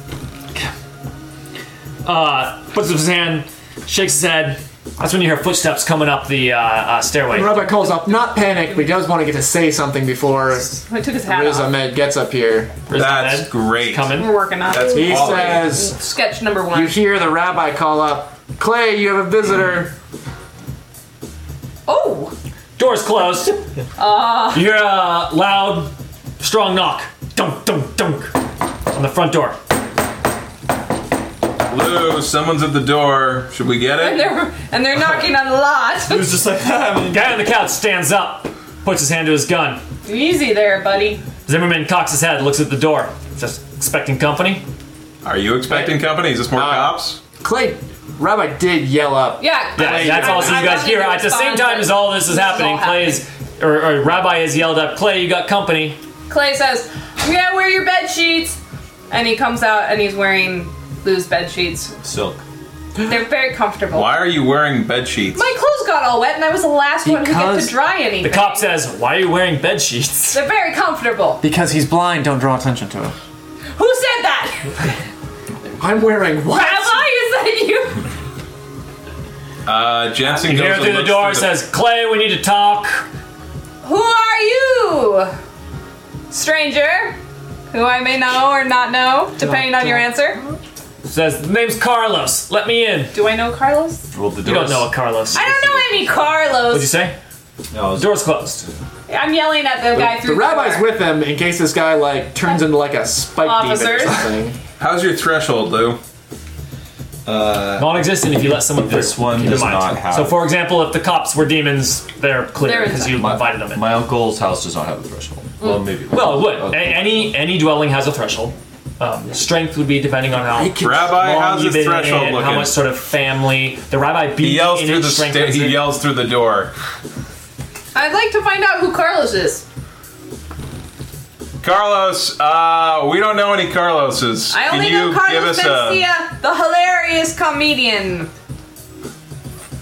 [SPEAKER 7] Uh, puts up his hand, shakes his head. That's when you hear footsteps coming up the uh, uh, stairway.
[SPEAKER 4] Rabbi calls up, not panic. We does want to get to say something before
[SPEAKER 2] I took his hat
[SPEAKER 4] Riz
[SPEAKER 2] off.
[SPEAKER 4] Ahmed gets up here.
[SPEAKER 7] Risen
[SPEAKER 3] That's
[SPEAKER 7] head,
[SPEAKER 3] great.
[SPEAKER 7] Coming.
[SPEAKER 2] We're working on
[SPEAKER 3] That's
[SPEAKER 2] it.
[SPEAKER 4] He
[SPEAKER 3] quality.
[SPEAKER 4] says,
[SPEAKER 2] sketch number
[SPEAKER 4] "You
[SPEAKER 2] one.
[SPEAKER 4] hear the rabbi call up, Clay. You have a visitor."
[SPEAKER 2] Oh,
[SPEAKER 7] Door's closed. you hear a loud, strong knock. Dunk, dunk, dunk. On the front door.
[SPEAKER 3] Lou, someone's at the door. Should we get
[SPEAKER 2] and
[SPEAKER 3] it?
[SPEAKER 2] they're and they're knocking on the lot.
[SPEAKER 6] It's just like,
[SPEAKER 7] Guy on the couch stands up, puts his hand to his gun.
[SPEAKER 2] Easy there, buddy.
[SPEAKER 7] Zimmerman cocks his head, looks at the door. Just expecting company.
[SPEAKER 3] Are you expecting company? Is this more
[SPEAKER 7] Uh,
[SPEAKER 3] cops?
[SPEAKER 4] Clay, rabbi did yell up.
[SPEAKER 2] Yeah.
[SPEAKER 7] Yeah, that's
[SPEAKER 2] I-
[SPEAKER 7] also
[SPEAKER 2] I
[SPEAKER 7] you guys
[SPEAKER 2] wanted
[SPEAKER 7] hear.
[SPEAKER 2] to
[SPEAKER 7] At the same
[SPEAKER 2] respond,
[SPEAKER 7] time
[SPEAKER 2] but
[SPEAKER 7] as all this is
[SPEAKER 2] this is
[SPEAKER 7] happening,
[SPEAKER 2] all
[SPEAKER 7] Clay is, or, or Rabbi has yelled up, Clay, you got company.
[SPEAKER 2] Clay says, "We gotta wear your bed sheets," and he comes out and he's wearing Lou's bed sheets.
[SPEAKER 6] silk.
[SPEAKER 2] They're very comfortable.
[SPEAKER 3] Why are you wearing bed sheets?
[SPEAKER 2] My clothes got all wet, and I was the last one to get
[SPEAKER 4] Because
[SPEAKER 2] to dry anything.
[SPEAKER 7] The cop says, Why are you wearing bed sheets?
[SPEAKER 2] "They're very comfortable."
[SPEAKER 4] Because he's blind, don't draw attention to him.
[SPEAKER 2] Who said that?
[SPEAKER 4] I'm wearing what?
[SPEAKER 2] Rabbi, is that you?
[SPEAKER 3] Uh, Jensen goes
[SPEAKER 7] Here
[SPEAKER 3] and
[SPEAKER 7] through the
[SPEAKER 3] looks
[SPEAKER 7] door
[SPEAKER 3] through the-
[SPEAKER 7] says, Clay, we need to talk.
[SPEAKER 2] Who are you? Stranger, who I may know or not know, depending on your answer.
[SPEAKER 7] Says, the name's Carlos. Let me in.
[SPEAKER 2] Do I know Carlos?
[SPEAKER 6] Rolled the
[SPEAKER 7] You
[SPEAKER 6] doors.
[SPEAKER 7] don't know a Carlos.
[SPEAKER 2] I don't know any
[SPEAKER 7] What'd you
[SPEAKER 2] Carlos.
[SPEAKER 7] say?
[SPEAKER 6] No, it was-
[SPEAKER 7] Door's closed.
[SPEAKER 2] I'm yelling at the guy through
[SPEAKER 4] The
[SPEAKER 2] the
[SPEAKER 4] rabbi's
[SPEAKER 2] door.
[SPEAKER 4] with him in case this guy like turns into like a spike
[SPEAKER 2] Officers.
[SPEAKER 4] demon or something.
[SPEAKER 3] How's your threshold, Lou?
[SPEAKER 7] Non-existent if you let someone
[SPEAKER 6] This
[SPEAKER 7] through,
[SPEAKER 6] one
[SPEAKER 7] keep in
[SPEAKER 6] does
[SPEAKER 7] mind.
[SPEAKER 6] not have-
[SPEAKER 7] So, for example, if the cops were demons, they're clear
[SPEAKER 2] They're
[SPEAKER 7] because you
[SPEAKER 6] My- Oh.
[SPEAKER 7] invited them in.
[SPEAKER 6] My uncle's house does not have a threshold. Well, maybe.
[SPEAKER 7] well, it would. A-
[SPEAKER 6] Okay.
[SPEAKER 7] any any dwelling has a threshold. um, strength would be depending on how
[SPEAKER 4] I can-
[SPEAKER 3] Rabbi,
[SPEAKER 7] long
[SPEAKER 3] how's
[SPEAKER 7] you've
[SPEAKER 3] his
[SPEAKER 7] been
[SPEAKER 3] threshold
[SPEAKER 7] in,
[SPEAKER 3] looking?
[SPEAKER 7] how much sort of family the rabbi beat
[SPEAKER 3] he yells
[SPEAKER 7] in
[SPEAKER 3] through
[SPEAKER 7] it,
[SPEAKER 3] the
[SPEAKER 7] strength
[SPEAKER 3] sta-
[SPEAKER 7] is it?
[SPEAKER 3] he yells through the door.
[SPEAKER 2] I'd like to find out who Carlos is.
[SPEAKER 3] Carlos, uh, we don't know any Carloses.
[SPEAKER 2] I only
[SPEAKER 3] Can
[SPEAKER 2] know
[SPEAKER 3] you give
[SPEAKER 2] Carlos
[SPEAKER 3] us a?
[SPEAKER 2] Mencia, the hilarious comedian.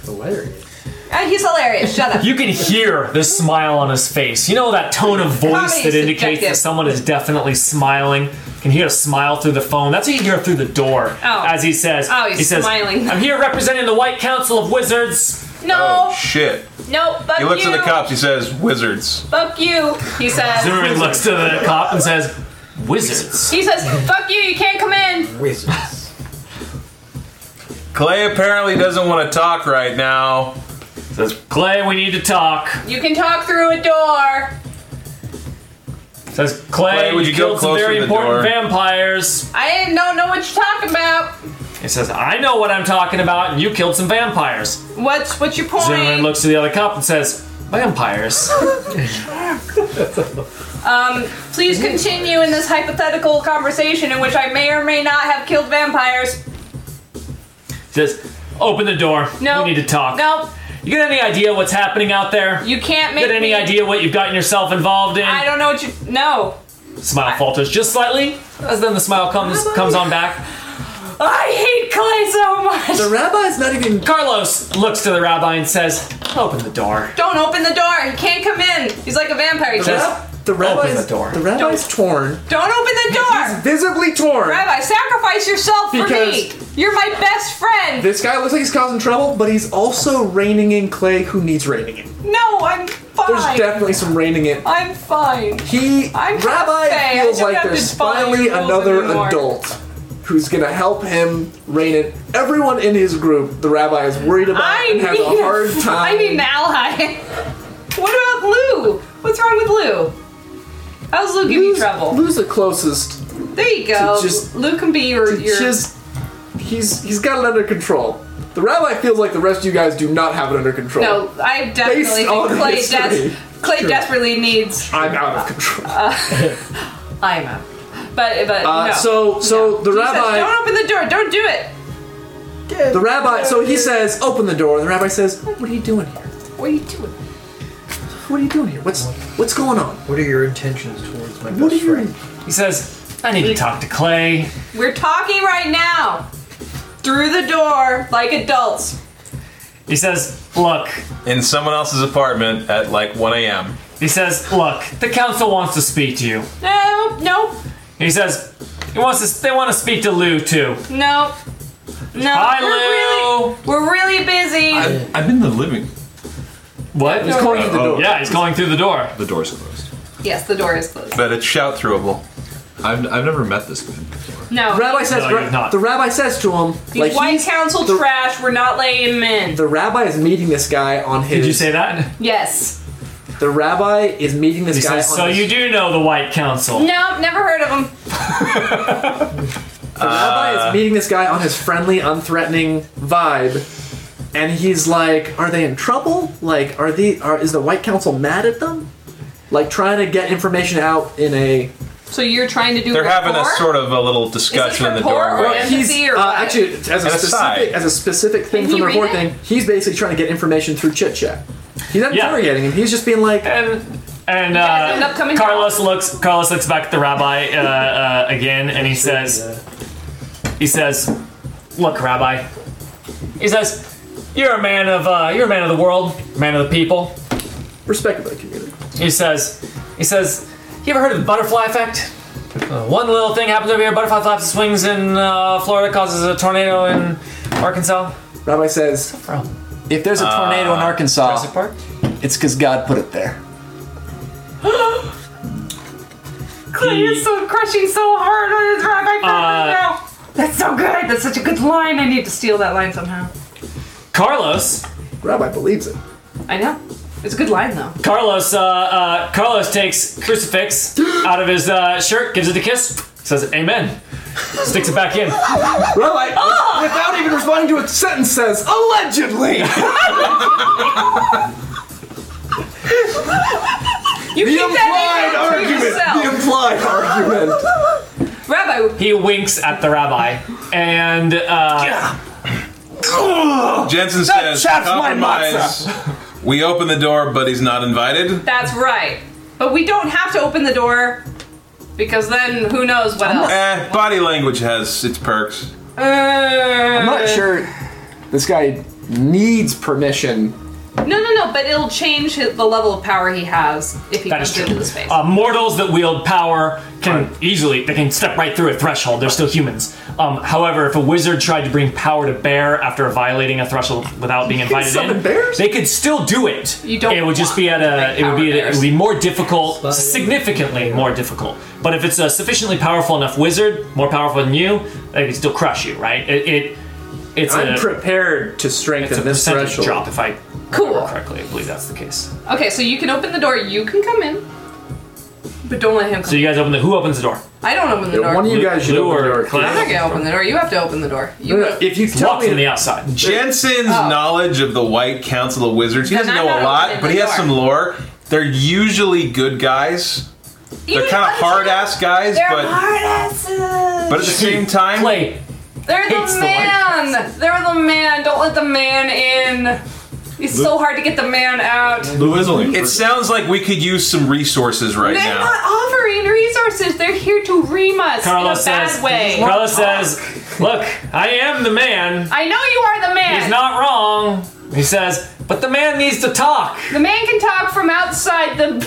[SPEAKER 8] Hilarious.
[SPEAKER 2] Uh, he's hilarious. Shut up.
[SPEAKER 7] You can hear the smile on his face. You know that tone of voice
[SPEAKER 2] Comedy
[SPEAKER 7] that
[SPEAKER 2] is
[SPEAKER 7] indicates
[SPEAKER 2] subjective.
[SPEAKER 7] that someone is definitely smiling. You can hear a smile through the phone. That's what you can hear through the door
[SPEAKER 2] Oh.
[SPEAKER 7] as he says.
[SPEAKER 2] Oh, he's
[SPEAKER 7] he says,
[SPEAKER 2] smiling.
[SPEAKER 7] I'm here representing the White Council of Wizards.
[SPEAKER 2] no,
[SPEAKER 3] Oh shit!
[SPEAKER 2] no, fuck
[SPEAKER 3] He looks
[SPEAKER 2] you.
[SPEAKER 3] at the cops. He says, "Wizards."
[SPEAKER 2] Fuck you. He says.
[SPEAKER 7] Zimmerman looks to the cop and says, Wizards.
[SPEAKER 2] He says, fuck you, you can't come in.
[SPEAKER 8] Wizards.
[SPEAKER 3] Clay apparently doesn't want to talk right now.
[SPEAKER 7] Says, Clay, we need to talk.
[SPEAKER 2] You can talk through a door.
[SPEAKER 7] Says, Clay,
[SPEAKER 3] Clay, would you go
[SPEAKER 7] killed some
[SPEAKER 3] closer
[SPEAKER 7] very
[SPEAKER 3] to the
[SPEAKER 7] important
[SPEAKER 3] door?"
[SPEAKER 7] vampires.
[SPEAKER 2] I didn't know, know what you're talking about.
[SPEAKER 7] He says, I know what I'm talking about, and you killed some vampires.
[SPEAKER 2] What's what's your point?
[SPEAKER 7] Zimmerman looks to the other cop and says, Vampires.
[SPEAKER 2] Please continue in this hypothetical conversation in which I may or may not have killed vampires.
[SPEAKER 7] says, Open the door.
[SPEAKER 2] No.
[SPEAKER 7] We need to talk.
[SPEAKER 2] Nope.
[SPEAKER 7] You got any idea what's happening out there?
[SPEAKER 2] You can't make
[SPEAKER 7] got any
[SPEAKER 2] me-
[SPEAKER 7] idea what you've gotten yourself involved in?
[SPEAKER 2] I don't know what you. No.
[SPEAKER 7] smile falters just slightly, as then the smile comes comes on back.
[SPEAKER 2] I hate Clay so much.
[SPEAKER 4] The rabbi's not even.
[SPEAKER 7] Carlos looks to the rabbi and says, "Open the door."
[SPEAKER 2] Don't open the door. He can't come in. He's like a vampire. He says,
[SPEAKER 7] Says,
[SPEAKER 4] The rabbi's
[SPEAKER 7] the door.
[SPEAKER 4] The rabbi's torn.
[SPEAKER 2] Don't open the door.
[SPEAKER 4] Visibly torn.
[SPEAKER 2] Rabbi, sacrifice yourself for me.
[SPEAKER 4] Because-
[SPEAKER 2] You're my best friend.
[SPEAKER 4] This guy looks like he's causing trouble, but he's also reining in Clay, who needs reining in.
[SPEAKER 2] No, I'm
[SPEAKER 4] There's
[SPEAKER 2] fine.
[SPEAKER 4] definitely some reining in.
[SPEAKER 2] I'm fine.
[SPEAKER 4] He,
[SPEAKER 2] I'm trying to
[SPEAKER 4] Rabbi,
[SPEAKER 2] say, I
[SPEAKER 4] feels
[SPEAKER 2] don't
[SPEAKER 4] like
[SPEAKER 2] have
[SPEAKER 4] there's
[SPEAKER 2] to follow
[SPEAKER 4] finally
[SPEAKER 2] your rules
[SPEAKER 4] another
[SPEAKER 2] anymore.
[SPEAKER 4] adult who's gonna help him rein in. Everyone in his group, the rabbi is worried about
[SPEAKER 2] I
[SPEAKER 4] and
[SPEAKER 2] need
[SPEAKER 4] has a hard time.
[SPEAKER 2] I need an ally. what about Lou? What's wrong with Lou? How's Lou give you
[SPEAKER 4] Who's-
[SPEAKER 2] trouble?
[SPEAKER 4] Who's the closest?
[SPEAKER 2] There you go.
[SPEAKER 4] to just-
[SPEAKER 2] Lou can be your. your
[SPEAKER 4] Just he's he's got it under control. The rabbi feels like the rest of you guys do not have it under control.
[SPEAKER 2] no, I definitely
[SPEAKER 4] Based
[SPEAKER 2] think
[SPEAKER 4] on
[SPEAKER 2] Clay,
[SPEAKER 4] history.
[SPEAKER 2] des- Clay
[SPEAKER 4] Sure.
[SPEAKER 2] desperately needs
[SPEAKER 4] I'm out of control.
[SPEAKER 2] Uh, Ima. But but
[SPEAKER 4] Uh,
[SPEAKER 2] no.
[SPEAKER 4] so- so
[SPEAKER 2] No.
[SPEAKER 4] the
[SPEAKER 2] He
[SPEAKER 4] rabbi-
[SPEAKER 2] says, don't open the door. Don't do it.
[SPEAKER 4] the rabbi, so he says, "Open the door." And the rabbi says, "What are you doing here?
[SPEAKER 2] What are you doing?
[SPEAKER 4] What are you doing here? What's what's going on?
[SPEAKER 8] What are your intentions towards my best
[SPEAKER 4] What are you?"
[SPEAKER 8] friend?
[SPEAKER 7] He says, "I need to talk to Clay."
[SPEAKER 2] We're talking right now. Through the door, like adults.
[SPEAKER 7] He says, "Look."
[SPEAKER 3] In someone else's apartment at like 1 a.m.
[SPEAKER 7] He says, "Look, the council wants to speak to you."
[SPEAKER 2] No, no,
[SPEAKER 7] He says, "He wants to. They want to speak to Lou too."
[SPEAKER 2] no, no.
[SPEAKER 7] Hi,
[SPEAKER 2] we're
[SPEAKER 7] Lou.
[SPEAKER 2] Really, we're really busy.
[SPEAKER 6] I'm in the living.
[SPEAKER 7] What?
[SPEAKER 4] He's going to the door.
[SPEAKER 7] Yeah, he's going through the door.
[SPEAKER 6] The door's closed.
[SPEAKER 2] Yes, the door is closed.
[SPEAKER 3] But it's shout throwable.
[SPEAKER 6] I've, I've never met this man.
[SPEAKER 2] No.
[SPEAKER 4] The rabbi says,
[SPEAKER 7] No, you've not.
[SPEAKER 4] the rabbi says to him,
[SPEAKER 2] These
[SPEAKER 4] like
[SPEAKER 2] white
[SPEAKER 4] he's-
[SPEAKER 2] council
[SPEAKER 4] the-
[SPEAKER 2] trash, we're not laying him in.
[SPEAKER 4] the rabbi is meeting this guy on his.
[SPEAKER 7] Did you say that?
[SPEAKER 2] Yes.
[SPEAKER 4] The rabbi is meeting this
[SPEAKER 7] He
[SPEAKER 4] guy
[SPEAKER 7] says,
[SPEAKER 4] on
[SPEAKER 7] "So
[SPEAKER 4] his.
[SPEAKER 7] you do know the White Council."
[SPEAKER 2] No, never heard of him.
[SPEAKER 4] The
[SPEAKER 7] Uh,
[SPEAKER 4] rabbi is meeting this guy on his friendly, unthreatening vibe, and he's like, "Are they in trouble? Like, are the are is the White Council mad at them? Like, trying to get information out in a
[SPEAKER 2] So you're trying to do
[SPEAKER 3] They're having a
[SPEAKER 2] rapport?
[SPEAKER 3] sort of a little discussion in the
[SPEAKER 2] rapport or
[SPEAKER 3] doorway.
[SPEAKER 2] is- Empathy or
[SPEAKER 4] uh,
[SPEAKER 2] what?
[SPEAKER 4] actually as a
[SPEAKER 3] An aside.
[SPEAKER 4] specific as a specific thing
[SPEAKER 2] Can
[SPEAKER 4] from
[SPEAKER 2] he
[SPEAKER 4] the
[SPEAKER 2] read
[SPEAKER 4] report
[SPEAKER 2] it?
[SPEAKER 4] thing. He's basically trying to get information through chit chat. He's not
[SPEAKER 7] Yeah.
[SPEAKER 4] interrogating him. He's just being like,
[SPEAKER 7] And and
[SPEAKER 2] guys have an
[SPEAKER 7] uh,
[SPEAKER 2] upcoming
[SPEAKER 7] Carlos looks Carlos looks back at the rabbi uh, uh, again, and he says he says, "Look, Rabbi," he says, "You're a man of uh, you're a man of the world, man of the people."
[SPEAKER 4] "Respect the community."
[SPEAKER 7] He says he says, "You ever heard of the butterfly effect?" Uh, one little thing happens over here, butterfly flaps and swings in uh, Florida, causes a tornado in Arkansas.
[SPEAKER 4] Rabbi says,
[SPEAKER 7] From
[SPEAKER 4] "If there's a tornado in
[SPEAKER 7] Jurassic
[SPEAKER 4] Arkansas,
[SPEAKER 7] Park.
[SPEAKER 4] it's because God put it there."
[SPEAKER 2] Clay is so crushing so hard on his rabbi friend right
[SPEAKER 7] Uh,
[SPEAKER 2] now. That's so good. That's such a good line. I need to steal that line somehow.
[SPEAKER 7] Carlos
[SPEAKER 4] Rabbi believes it.
[SPEAKER 2] I know. It's a good line though.
[SPEAKER 7] Carlos, uh, uh, Carlos takes crucifix out of his uh, shirt, gives it a kiss, says "Amen," sticks it back in.
[SPEAKER 4] Rabbi, without even responding to a sentence, says, "Allegedly."
[SPEAKER 2] You
[SPEAKER 4] The
[SPEAKER 2] keep that email
[SPEAKER 4] implied
[SPEAKER 2] to
[SPEAKER 4] argument.
[SPEAKER 2] yourself.
[SPEAKER 4] The implied argument.
[SPEAKER 2] Rabbi, Whoa!
[SPEAKER 7] He winks at the rabbi, and uh,
[SPEAKER 3] Jensen says,
[SPEAKER 5] chap's my
[SPEAKER 3] compromise. We open the door, but he's not invited.
[SPEAKER 2] That's right. But we don't have to open the door because then who knows what else.
[SPEAKER 3] Eh, body language has its perks.
[SPEAKER 4] I'm
[SPEAKER 2] Uh,
[SPEAKER 4] not sure this guy needs permission.
[SPEAKER 2] No, no, no. But it'll change his, the level of power he has if he
[SPEAKER 7] that is
[SPEAKER 2] comes
[SPEAKER 7] true.
[SPEAKER 2] into the space.
[SPEAKER 7] Uh, mortals that wield power can easily they can step right through a threshold. They're still humans. Um, however, if a wizard tried to bring power to bear after violating a threshold without being invited
[SPEAKER 4] summon
[SPEAKER 7] in,
[SPEAKER 4] bears?
[SPEAKER 7] they could still do it.
[SPEAKER 2] You don't
[SPEAKER 7] It would just be at
[SPEAKER 2] want
[SPEAKER 7] a.
[SPEAKER 2] big
[SPEAKER 7] It would be.
[SPEAKER 2] power
[SPEAKER 7] At a, it would
[SPEAKER 2] bears.
[SPEAKER 7] be more difficult, significantly more difficult. But if it's a sufficiently powerful enough wizard, more powerful than you, they can still crush you. Right? It. it it's
[SPEAKER 10] I'm
[SPEAKER 7] a,
[SPEAKER 10] prepared to
[SPEAKER 7] it's a
[SPEAKER 10] strengthen this
[SPEAKER 7] percentage
[SPEAKER 10] threshold.
[SPEAKER 7] drop. If I
[SPEAKER 2] cool.
[SPEAKER 7] remember correctly, I believe that's the case.
[SPEAKER 2] Okay, so you can open the door. You can come in, but don't let him come.
[SPEAKER 7] So you guys open the. Who opens the door?
[SPEAKER 2] I don't open the door.
[SPEAKER 4] One of you guys should
[SPEAKER 7] Lou
[SPEAKER 4] open the
[SPEAKER 7] or
[SPEAKER 4] door.
[SPEAKER 7] Clem?
[SPEAKER 2] I'm not gonna open the door. You have to open the door. You
[SPEAKER 4] No, no, If you tell
[SPEAKER 7] Walk
[SPEAKER 4] me
[SPEAKER 7] from the outside.
[SPEAKER 3] Jensen's knowledge of the White Council of Wizards, he
[SPEAKER 2] Then
[SPEAKER 3] doesn't
[SPEAKER 2] I'm
[SPEAKER 3] know a
[SPEAKER 2] Oh. not
[SPEAKER 3] lot,
[SPEAKER 2] opening
[SPEAKER 3] but
[SPEAKER 2] the
[SPEAKER 3] he has
[SPEAKER 2] door.
[SPEAKER 3] some lore. They're usually good guys. They're
[SPEAKER 2] Even
[SPEAKER 3] kind of
[SPEAKER 2] if-
[SPEAKER 3] hard ass guys,
[SPEAKER 2] They're
[SPEAKER 3] but
[SPEAKER 2] hard asses.
[SPEAKER 3] but at the same time,
[SPEAKER 7] Play.
[SPEAKER 2] They're
[SPEAKER 7] hates
[SPEAKER 2] the
[SPEAKER 7] the white
[SPEAKER 2] man. They're the man. Don't let the man in. It's so hard to get the man out.
[SPEAKER 6] Lou is only.
[SPEAKER 3] it sounds like we could use some resources right
[SPEAKER 2] They're
[SPEAKER 3] now.
[SPEAKER 2] not offering resources. They're here to ream us
[SPEAKER 7] Carlos
[SPEAKER 2] in a bad
[SPEAKER 7] says.
[SPEAKER 2] way.
[SPEAKER 7] Carlos says, "Look, I am the man.
[SPEAKER 2] I know you are the man.
[SPEAKER 7] He's not wrong." He says, "But the man needs to talk.
[SPEAKER 2] the man can talk from outside the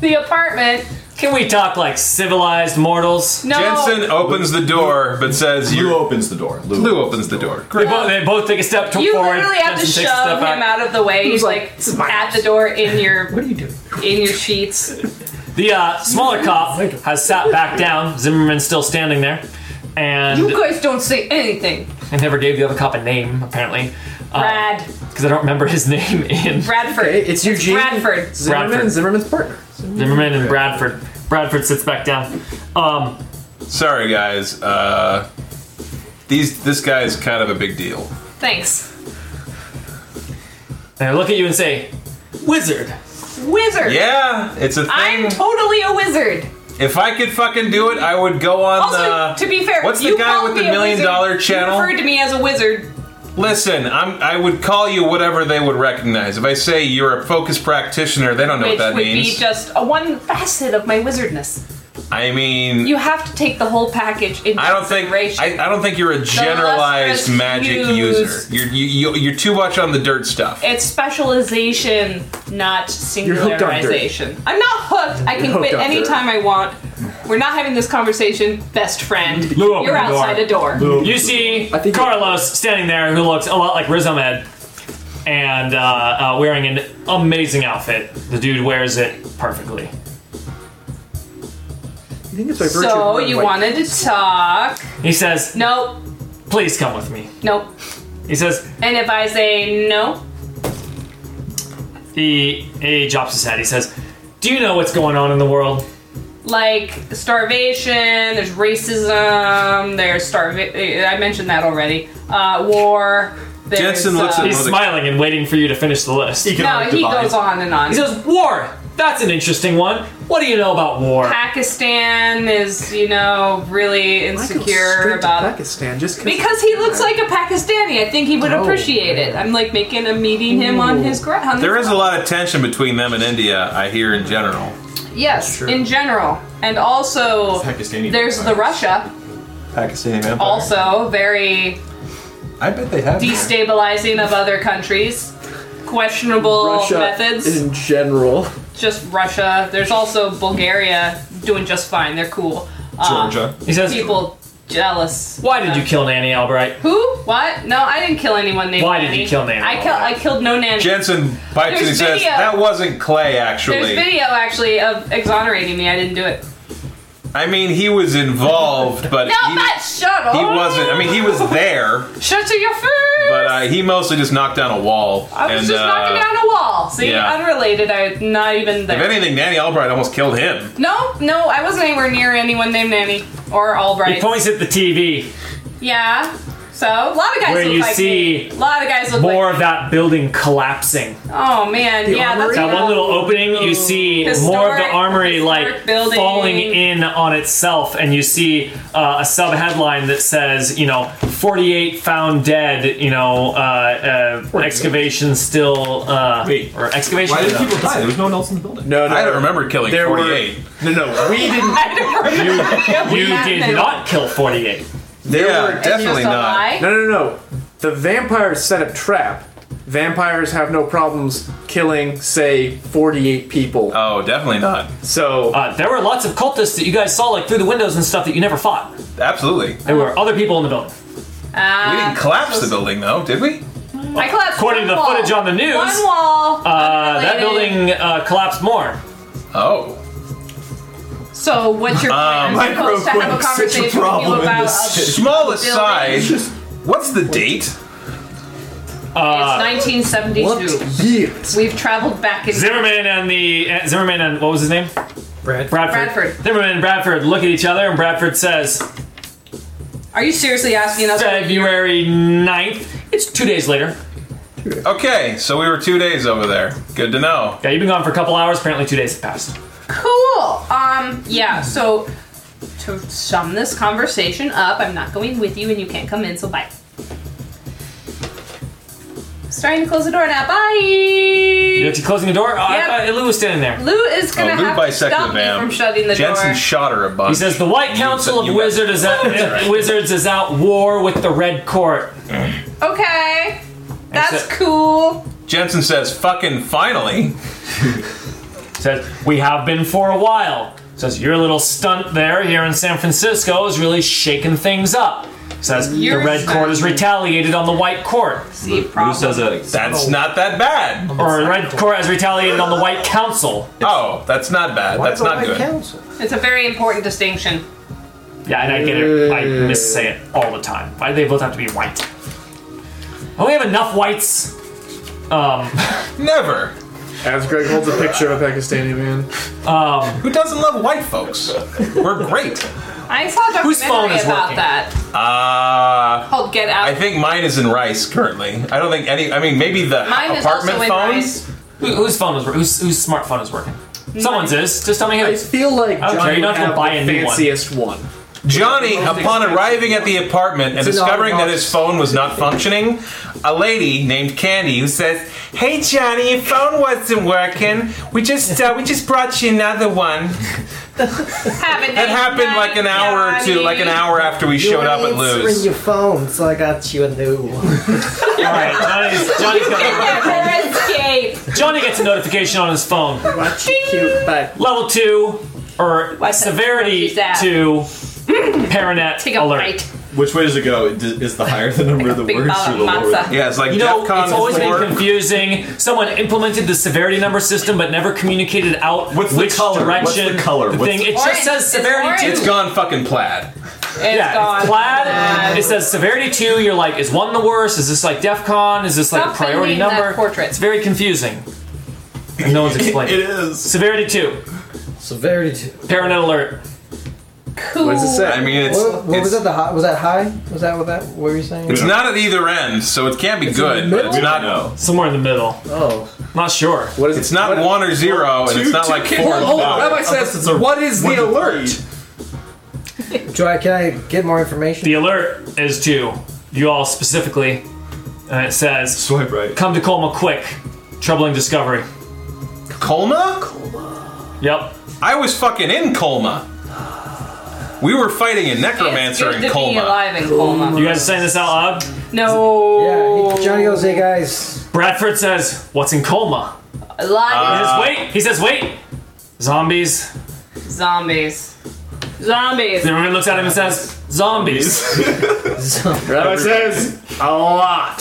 [SPEAKER 2] the apartment.
[SPEAKER 7] Can we talk like civilized mortals?"
[SPEAKER 2] No.
[SPEAKER 3] Jensen opens the door, but says,
[SPEAKER 6] Lou
[SPEAKER 3] "You."
[SPEAKER 6] opens the door. Lou,
[SPEAKER 3] Lou opens the door.
[SPEAKER 7] They, both, they both take a step to
[SPEAKER 2] you
[SPEAKER 7] forward.
[SPEAKER 2] literally have to
[SPEAKER 7] Jensen
[SPEAKER 2] shove
[SPEAKER 7] takes a step
[SPEAKER 2] him
[SPEAKER 7] back.
[SPEAKER 2] out of the way. He's like at the door in your
[SPEAKER 8] What are you doing?
[SPEAKER 2] in your sheets.
[SPEAKER 7] The uh, smaller cop has sat back down. Zimmerman's still standing there, and
[SPEAKER 2] You guys don't say anything.
[SPEAKER 7] I never gave the other cop a name apparently,
[SPEAKER 3] Uh,
[SPEAKER 2] Brad.
[SPEAKER 7] because I don't remember his name in
[SPEAKER 2] Bradford.
[SPEAKER 4] Okay, it's Eugene.
[SPEAKER 2] Bradford.
[SPEAKER 4] Zimmerman
[SPEAKER 7] Bradford.
[SPEAKER 4] and Zimmerman's partner.
[SPEAKER 7] Zimmerman and Bradford. Bradford sits back down. Um,
[SPEAKER 3] Sorry, guys. Uh, these this guy is kind of a big deal.
[SPEAKER 2] Thanks.
[SPEAKER 7] and I look at you and say, "Wizard."
[SPEAKER 2] Wizard.
[SPEAKER 3] Yeah, it's a thing.
[SPEAKER 2] I'm totally a wizard.
[SPEAKER 3] if I could fucking do it, I would go on
[SPEAKER 2] Also,
[SPEAKER 3] the.
[SPEAKER 2] to be fair,
[SPEAKER 3] what's the
[SPEAKER 2] you
[SPEAKER 3] guy
[SPEAKER 2] called
[SPEAKER 3] with the
[SPEAKER 2] me a
[SPEAKER 3] million
[SPEAKER 2] wizard,
[SPEAKER 3] dollar channel?
[SPEAKER 2] You referred to me as a wizard.
[SPEAKER 3] Listen, I'm, I would call you whatever they would recognize. If I say you're a focus practitioner, they don't know
[SPEAKER 2] which
[SPEAKER 3] what that
[SPEAKER 2] would
[SPEAKER 3] means.
[SPEAKER 2] be just a one facet of my wizardness.
[SPEAKER 3] I mean,
[SPEAKER 2] You have to take the whole package into
[SPEAKER 3] I don't think
[SPEAKER 2] consideration.
[SPEAKER 3] I, I don't think you're a generalized
[SPEAKER 2] lustrous
[SPEAKER 3] magic
[SPEAKER 2] hues.
[SPEAKER 3] user. You're you, you, you're too much on the dirt stuff.
[SPEAKER 2] it's specialization, not
[SPEAKER 4] hooked on dirt.
[SPEAKER 2] singularization. I'm not hooked. I can
[SPEAKER 4] hooked
[SPEAKER 2] quit
[SPEAKER 4] on dirt.
[SPEAKER 2] anytime I want. We're not having this conversation, best friend.
[SPEAKER 7] Lou opened
[SPEAKER 2] You're
[SPEAKER 7] the door.
[SPEAKER 2] outside a door.
[SPEAKER 7] You see
[SPEAKER 4] I think-
[SPEAKER 7] Carlos standing there, who looks a lot like Riz Ahmed, and uh, uh, wearing an amazing outfit. The dude wears it perfectly.
[SPEAKER 4] You think it's by virtue of
[SPEAKER 2] So
[SPEAKER 4] one,
[SPEAKER 2] you
[SPEAKER 4] like,
[SPEAKER 2] wanted to talk?
[SPEAKER 7] He says,
[SPEAKER 2] Nope,
[SPEAKER 7] "Please come with me."
[SPEAKER 2] nope.
[SPEAKER 7] He says,
[SPEAKER 2] And if I say no,
[SPEAKER 7] he he drops his head. He says, "Do you know what's going on in the world?"
[SPEAKER 2] like starvation, there's racism, there's starvation. I mentioned that already. Uh, war. There's,
[SPEAKER 3] Jensen looks
[SPEAKER 2] uh,
[SPEAKER 3] at-
[SPEAKER 7] He's smiling and waiting for you to finish the list. He
[SPEAKER 2] No, he goes on and on.
[SPEAKER 7] says, "War. That's an interesting one. What do you know about war?"
[SPEAKER 2] Pakistan is, you know, really
[SPEAKER 4] I go straight
[SPEAKER 2] insecure
[SPEAKER 4] to
[SPEAKER 2] about.
[SPEAKER 4] Pakistan just
[SPEAKER 2] Because he looks like a Pakistani, I think he would
[SPEAKER 4] Oh.
[SPEAKER 2] appreciate it. I'm like making a meeting him on his ground.
[SPEAKER 3] There is a lot of tension between them and India, I hear in general.
[SPEAKER 2] yes, in general, and also
[SPEAKER 6] Pakistani
[SPEAKER 2] there's the
[SPEAKER 6] vampires.
[SPEAKER 2] Russia,
[SPEAKER 6] Pakistani vampire.
[SPEAKER 2] also very
[SPEAKER 6] I bet they have.
[SPEAKER 2] destabilizing of other countries, questionable
[SPEAKER 4] Russia
[SPEAKER 2] methods.
[SPEAKER 4] in general.
[SPEAKER 2] just Russia. There's also Bulgaria doing just fine. They're cool. Um,
[SPEAKER 6] Georgia.
[SPEAKER 7] He says,
[SPEAKER 2] People jealous.
[SPEAKER 7] "Why did you kill Nanny Albright?"
[SPEAKER 2] Who? What? No, I didn't kill anyone named
[SPEAKER 7] Why did
[SPEAKER 2] Nanny.
[SPEAKER 7] you kill Nanny?
[SPEAKER 2] I, kill, I killed no Nanny.
[SPEAKER 3] Jensen bites and he
[SPEAKER 2] There's
[SPEAKER 3] says,
[SPEAKER 2] video.
[SPEAKER 3] "That wasn't Clay,
[SPEAKER 2] There's
[SPEAKER 3] actually.
[SPEAKER 2] video actually of exonerating me. I didn't do it.
[SPEAKER 3] I mean, he was involved, but
[SPEAKER 2] No,
[SPEAKER 3] he,
[SPEAKER 2] but shut up.
[SPEAKER 3] he wasn't. I mean, he was there,
[SPEAKER 2] Shut to your face.
[SPEAKER 3] but uh, he mostly just knocked down a wall.
[SPEAKER 2] I was
[SPEAKER 3] and,
[SPEAKER 2] just
[SPEAKER 3] uh,
[SPEAKER 2] knocking down a wall. See,
[SPEAKER 3] yeah.
[SPEAKER 2] unrelated. I'm not even
[SPEAKER 3] If
[SPEAKER 2] there.
[SPEAKER 3] anything, Nanny Albright almost killed him.
[SPEAKER 2] no, no, I wasn't anywhere near anyone named Nanny or
[SPEAKER 7] He
[SPEAKER 2] Albright.
[SPEAKER 7] points at the TV.
[SPEAKER 2] yeah. So a lot of guys
[SPEAKER 7] Where
[SPEAKER 2] look
[SPEAKER 7] you
[SPEAKER 2] like
[SPEAKER 7] see
[SPEAKER 2] me. A lot of guys look
[SPEAKER 7] More
[SPEAKER 2] like
[SPEAKER 7] of that building collapsing.
[SPEAKER 2] Oh man,
[SPEAKER 4] The
[SPEAKER 2] yeah,
[SPEAKER 4] armory?
[SPEAKER 2] that's
[SPEAKER 7] That one little opening, you see more of the
[SPEAKER 2] Historic-
[SPEAKER 7] armory like
[SPEAKER 2] historic building.
[SPEAKER 7] falling in on itself, and you see uh, a sub headline that says, you know, 48 found dead, you know, uh, uh, excavation still, uh,
[SPEAKER 3] Wait.
[SPEAKER 7] or excavation.
[SPEAKER 6] Why did people die? There was no one else in the building.
[SPEAKER 3] No, I don't remember killing
[SPEAKER 4] There were-
[SPEAKER 3] 48.
[SPEAKER 4] No, no, we didn't.
[SPEAKER 2] I don't remember.
[SPEAKER 7] you
[SPEAKER 2] Yeah,
[SPEAKER 7] did
[SPEAKER 2] no.
[SPEAKER 7] not kill 48.
[SPEAKER 3] There
[SPEAKER 4] were-
[SPEAKER 3] yeah,
[SPEAKER 4] It's
[SPEAKER 2] It's
[SPEAKER 3] definitely
[SPEAKER 2] just a
[SPEAKER 3] not.
[SPEAKER 2] lie.
[SPEAKER 4] No, no, no. The vampires set a trap. Vampires have no problems killing, say, 48 people.
[SPEAKER 3] Oh, definitely not.
[SPEAKER 4] so,
[SPEAKER 7] Uh, there were lots of cultists that you guys saw like through the windows and stuff that you never fought.
[SPEAKER 3] Absolutely.
[SPEAKER 7] There
[SPEAKER 2] Oh.
[SPEAKER 7] were other people in the building.
[SPEAKER 2] Ah,
[SPEAKER 3] We didn't collapse the building though, did we?
[SPEAKER 2] I collapsed
[SPEAKER 7] According
[SPEAKER 2] one
[SPEAKER 7] to the
[SPEAKER 2] wall.
[SPEAKER 7] footage on the news,
[SPEAKER 2] One wall.
[SPEAKER 7] Uh, that
[SPEAKER 2] unrelated.
[SPEAKER 7] building uh, collapsed more.
[SPEAKER 3] Oh.
[SPEAKER 2] So what's your plan?
[SPEAKER 3] Um,
[SPEAKER 2] I'm supposed to have a
[SPEAKER 10] microquakes, such a
[SPEAKER 2] conversation with you
[SPEAKER 10] problem in
[SPEAKER 2] about uh,
[SPEAKER 10] this
[SPEAKER 2] a-
[SPEAKER 10] city.
[SPEAKER 3] Small
[SPEAKER 2] Building.
[SPEAKER 3] aside, what's the date?
[SPEAKER 6] Uh,
[SPEAKER 2] It's 1972.
[SPEAKER 4] years?
[SPEAKER 2] We've traveled back in
[SPEAKER 7] Zimmerman and the uh, Zimmerman and what was his name?
[SPEAKER 8] Brad.
[SPEAKER 7] Bradford.
[SPEAKER 2] Bradford.
[SPEAKER 7] Zimmerman and Bradford look at each other, and Bradford says,
[SPEAKER 2] Are you seriously asking us? what year-
[SPEAKER 7] February 9th. It's two days later.
[SPEAKER 3] Okay, so we were two days over there. Good to know.
[SPEAKER 7] Yeah, you've been gone for a couple hours. Apparently, two days have passed.
[SPEAKER 2] Cool. Um, yeah, so to sum this conversation up, I'm not going with you and you can't come in, so bye. Starting to close the door now.
[SPEAKER 7] You're
[SPEAKER 2] Bye.
[SPEAKER 7] actually closing the door? Oh,
[SPEAKER 2] Yep.
[SPEAKER 7] I thought Lou was standing there.
[SPEAKER 2] Lou is
[SPEAKER 3] Oh,
[SPEAKER 2] gonna
[SPEAKER 3] Lou
[SPEAKER 2] have to stop
[SPEAKER 3] bisected
[SPEAKER 2] me
[SPEAKER 3] Bam.
[SPEAKER 2] from shutting the
[SPEAKER 3] Jensen
[SPEAKER 2] door.
[SPEAKER 3] shot her a bunch.
[SPEAKER 7] He says, The White
[SPEAKER 3] You
[SPEAKER 7] Council
[SPEAKER 3] said-
[SPEAKER 7] of
[SPEAKER 3] you
[SPEAKER 7] Wizards is, at,
[SPEAKER 3] Right.
[SPEAKER 7] Wizards is out war with the Red Court.
[SPEAKER 2] okay, that's
[SPEAKER 7] Except-
[SPEAKER 2] cool.
[SPEAKER 3] Jensen says, fucking finally.
[SPEAKER 7] Says, We have been for a while. Says, Your little stunt there here in San Francisco is really shaking things up. Says,
[SPEAKER 2] You're
[SPEAKER 7] The Red Court has
[SPEAKER 2] stunned.
[SPEAKER 7] retaliated on the White Court.
[SPEAKER 2] See,
[SPEAKER 6] Who
[SPEAKER 2] problem.
[SPEAKER 6] says
[SPEAKER 3] uh,
[SPEAKER 6] that?
[SPEAKER 3] That's not that bad.
[SPEAKER 7] Or the Red Court has retaliated on the White Council.
[SPEAKER 3] Oh, that's not bad. that's not good.
[SPEAKER 8] Council?
[SPEAKER 2] It's a very important distinction.
[SPEAKER 7] Yeah, and I get it. I miss say it all the time. Why do they both have to be white? Don't we have enough whites? Um,
[SPEAKER 3] Never.
[SPEAKER 4] As Greg holds a picture of a Pakistani man.
[SPEAKER 3] Who doesn't love white folks? We're great.
[SPEAKER 2] I saw a documentary
[SPEAKER 7] Whose phone is
[SPEAKER 2] about
[SPEAKER 7] working?
[SPEAKER 2] that
[SPEAKER 3] Uh,
[SPEAKER 2] called "Get Out."
[SPEAKER 3] I think mine is in rice currently. I don't think any. I mean, maybe the
[SPEAKER 2] Mine is
[SPEAKER 3] apartment
[SPEAKER 2] also in
[SPEAKER 3] phones.
[SPEAKER 2] rice.
[SPEAKER 7] who, whose phone is whose whose smartphone is working? Someone's is. Just tell me
[SPEAKER 4] I
[SPEAKER 7] whose.
[SPEAKER 4] feel like
[SPEAKER 7] Okay,
[SPEAKER 4] Johnny
[SPEAKER 7] you don't
[SPEAKER 4] would
[SPEAKER 7] have to
[SPEAKER 4] have
[SPEAKER 7] buy
[SPEAKER 4] the
[SPEAKER 7] a new one.
[SPEAKER 4] fanciest one.
[SPEAKER 3] Johnny, upon arriving at the apartment and
[SPEAKER 4] It's in our
[SPEAKER 3] discovering that
[SPEAKER 4] box.
[SPEAKER 3] his phone was not functioning, a lady named Candy who says, "Hey Johnny, your phone wasn't working. We just uh, we just brought you another one."
[SPEAKER 2] Have a nice
[SPEAKER 3] That happened
[SPEAKER 2] night,
[SPEAKER 3] like an hour or two, like an
[SPEAKER 2] Johnny.
[SPEAKER 3] hour after we showed up at Lou's.
[SPEAKER 8] your phone, so I got you a new one.
[SPEAKER 7] All right, Johnny's, Johnny's got,
[SPEAKER 2] Never escape.
[SPEAKER 7] Johnny gets a notification on his phone.
[SPEAKER 8] Much cute, but
[SPEAKER 7] Level two or
[SPEAKER 2] What's that-
[SPEAKER 7] severity
[SPEAKER 2] what's that?
[SPEAKER 7] two. Paranet
[SPEAKER 2] Take a
[SPEAKER 7] alert.
[SPEAKER 2] bite.
[SPEAKER 6] Which way does it go? It- Is the higher the number of the
[SPEAKER 2] Big
[SPEAKER 6] words
[SPEAKER 2] bowl
[SPEAKER 6] or
[SPEAKER 2] of
[SPEAKER 6] the lower? the-
[SPEAKER 2] matzah.
[SPEAKER 3] Yeah, it's like
[SPEAKER 7] You know,
[SPEAKER 3] DEF CON
[SPEAKER 7] it's always been
[SPEAKER 3] 4.
[SPEAKER 7] confusing. Someone implemented the severity number system, but never communicated out
[SPEAKER 6] What's the
[SPEAKER 7] which
[SPEAKER 6] color? What's
[SPEAKER 7] direction.
[SPEAKER 6] the color? What's
[SPEAKER 7] thing.
[SPEAKER 6] the-
[SPEAKER 7] It
[SPEAKER 2] Orange.
[SPEAKER 7] just says
[SPEAKER 2] It's
[SPEAKER 7] severity
[SPEAKER 2] orange.
[SPEAKER 7] two.
[SPEAKER 3] It's gone fucking plaid.
[SPEAKER 2] It's
[SPEAKER 7] yeah,
[SPEAKER 2] gone. Uh,
[SPEAKER 7] it's plaid. It says severity two. You're like, is one the worst? Is this like DEF CON? Is this like
[SPEAKER 2] Stop
[SPEAKER 7] a priority
[SPEAKER 2] bending that
[SPEAKER 7] number?
[SPEAKER 2] portrait.
[SPEAKER 7] It's very confusing. And no one's explaining.
[SPEAKER 6] It is.
[SPEAKER 7] Severity two.
[SPEAKER 8] severity two.
[SPEAKER 7] Paranet alert.
[SPEAKER 2] Cool.
[SPEAKER 4] What does it say?
[SPEAKER 3] I mean, it's
[SPEAKER 8] What, what
[SPEAKER 3] it's,
[SPEAKER 8] was that? The high? Was that high? Was that what that? What were you saying?
[SPEAKER 3] it's not at either end, so it can't be good.
[SPEAKER 8] in the
[SPEAKER 3] But it's
[SPEAKER 6] We
[SPEAKER 3] not.
[SPEAKER 6] don't know.
[SPEAKER 7] Somewhere in the middle.
[SPEAKER 8] oh,
[SPEAKER 7] Not sure.
[SPEAKER 4] What is
[SPEAKER 3] It's not one or zero, and it's not like four and
[SPEAKER 4] Oh,
[SPEAKER 3] five.
[SPEAKER 4] Rabbi says,
[SPEAKER 6] it's a
[SPEAKER 4] what is the
[SPEAKER 6] one to
[SPEAKER 4] alert?
[SPEAKER 8] do I? Can I get more information?
[SPEAKER 7] The alert is to you all specifically, and it says
[SPEAKER 6] Swipe right.
[SPEAKER 7] Come to Colma quick. Troubling discovery.
[SPEAKER 3] Colma?
[SPEAKER 7] Yep.
[SPEAKER 3] I was fucking in Colma. We were fighting a
[SPEAKER 2] It's
[SPEAKER 3] necromancer
[SPEAKER 2] good
[SPEAKER 3] in
[SPEAKER 2] to be
[SPEAKER 3] Colma.
[SPEAKER 2] alive in Colma.
[SPEAKER 7] You guys are saying this out loud?
[SPEAKER 2] No.
[SPEAKER 8] Yeah, he- Johnny goes, hey guys,
[SPEAKER 7] Bradford says, What's in Colma? He
[SPEAKER 2] Alive
[SPEAKER 3] Uh,
[SPEAKER 7] says, wait. He says, wait. Zombies.
[SPEAKER 2] zombies. Zombies.
[SPEAKER 7] Then everyone looks at him and says, Zombies.
[SPEAKER 4] Rabbi says, a lot.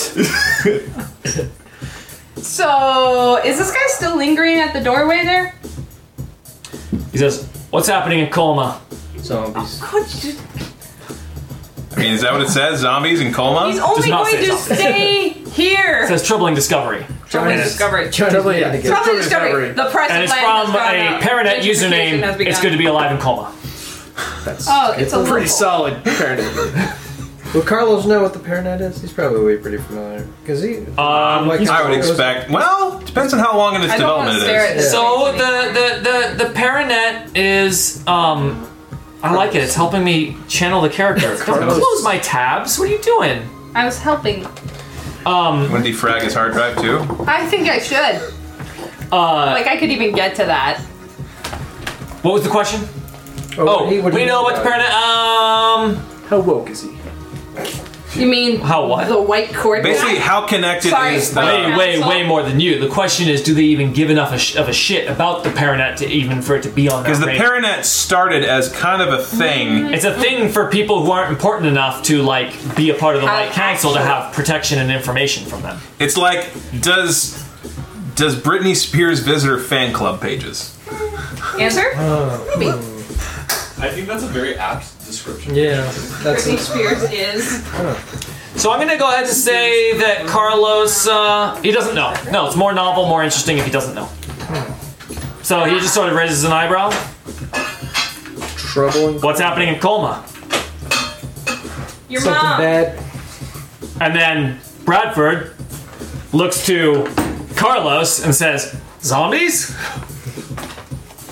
[SPEAKER 2] So, is this guy still lingering at the doorway there?
[SPEAKER 7] He says, What's happening in Colma?
[SPEAKER 8] zombies.
[SPEAKER 2] God, you-
[SPEAKER 3] I mean, is that what it says? Zombies in
[SPEAKER 2] He's
[SPEAKER 3] Colma?
[SPEAKER 2] only
[SPEAKER 7] not
[SPEAKER 2] going
[SPEAKER 7] say
[SPEAKER 2] to
[SPEAKER 7] zombies.
[SPEAKER 2] stay
[SPEAKER 7] It
[SPEAKER 2] here.
[SPEAKER 7] says, Troubling discovery.
[SPEAKER 2] Troubling discovery.
[SPEAKER 8] Johnny's
[SPEAKER 4] Probably,
[SPEAKER 8] needed to
[SPEAKER 4] yeah.
[SPEAKER 8] get-
[SPEAKER 2] Troubling
[SPEAKER 4] Troubling
[SPEAKER 2] discovery.
[SPEAKER 4] discovery.
[SPEAKER 2] The press
[SPEAKER 7] And it's
[SPEAKER 2] plan
[SPEAKER 7] from
[SPEAKER 2] has gone
[SPEAKER 7] a
[SPEAKER 2] out.
[SPEAKER 7] Paranet
[SPEAKER 2] Gentrification has
[SPEAKER 7] username.
[SPEAKER 2] begun.
[SPEAKER 7] It's good to be alive in Colma.
[SPEAKER 2] Oh, it's a
[SPEAKER 4] Pretty
[SPEAKER 2] loophole.
[SPEAKER 4] solid parody.
[SPEAKER 8] Would Carlos know what the Paranet is? He's probably pretty familiar. Because he.
[SPEAKER 7] Um,
[SPEAKER 8] like
[SPEAKER 3] I would
[SPEAKER 8] it was-
[SPEAKER 3] expect. Well, depends on how long in its
[SPEAKER 2] I don't want to
[SPEAKER 3] development it
[SPEAKER 2] stare at
[SPEAKER 3] is.
[SPEAKER 2] this.
[SPEAKER 7] So
[SPEAKER 2] face anymore.
[SPEAKER 7] the the the the Paranet is um I like it. It's helping me channel the character. Don't
[SPEAKER 4] Carlos.
[SPEAKER 7] Close my tabs. What are you doing?
[SPEAKER 2] I was helping.
[SPEAKER 7] Um
[SPEAKER 3] Want to defrag his hard drive too?
[SPEAKER 2] I think I should.
[SPEAKER 7] uh
[SPEAKER 2] Like I could even get to that.
[SPEAKER 7] what was the question?
[SPEAKER 8] what
[SPEAKER 7] Oh,
[SPEAKER 8] he- what
[SPEAKER 7] we
[SPEAKER 8] he-
[SPEAKER 7] know about the Paranet. Um
[SPEAKER 4] How woke is he?
[SPEAKER 2] You mean
[SPEAKER 7] How what?
[SPEAKER 2] The white cord.
[SPEAKER 3] Basically, how connected
[SPEAKER 2] Sorry.
[SPEAKER 3] is the?
[SPEAKER 7] way
[SPEAKER 2] Wait.
[SPEAKER 7] way way more than you. The question is do they even give enough a sh- of a shit about the Paranet to even for it to be on their
[SPEAKER 3] Because the
[SPEAKER 7] radar?
[SPEAKER 3] Paranet started as kind of a thing.
[SPEAKER 2] Mm.
[SPEAKER 7] It's a thing for people who aren't important enough to like be a part of the
[SPEAKER 2] I-
[SPEAKER 7] White Council to have protection and information from them.
[SPEAKER 3] It's like does does Britney Spears visit her fan club pages?
[SPEAKER 2] Answer? Maybe.
[SPEAKER 6] I think that's a very apt description.
[SPEAKER 8] Yeah, that's
[SPEAKER 2] Britney Spears is.
[SPEAKER 7] So I'm gonna go ahead and say that Carlos, uh, he doesn't know. No, it's more novel, more interesting if he doesn't know. So he just sort of raises an eyebrow.
[SPEAKER 4] Troubling.
[SPEAKER 7] What's happening in Colma?
[SPEAKER 2] Your
[SPEAKER 8] something
[SPEAKER 2] mom.
[SPEAKER 8] bad.
[SPEAKER 7] And then Bradford looks to Carlos and says, "Zombies?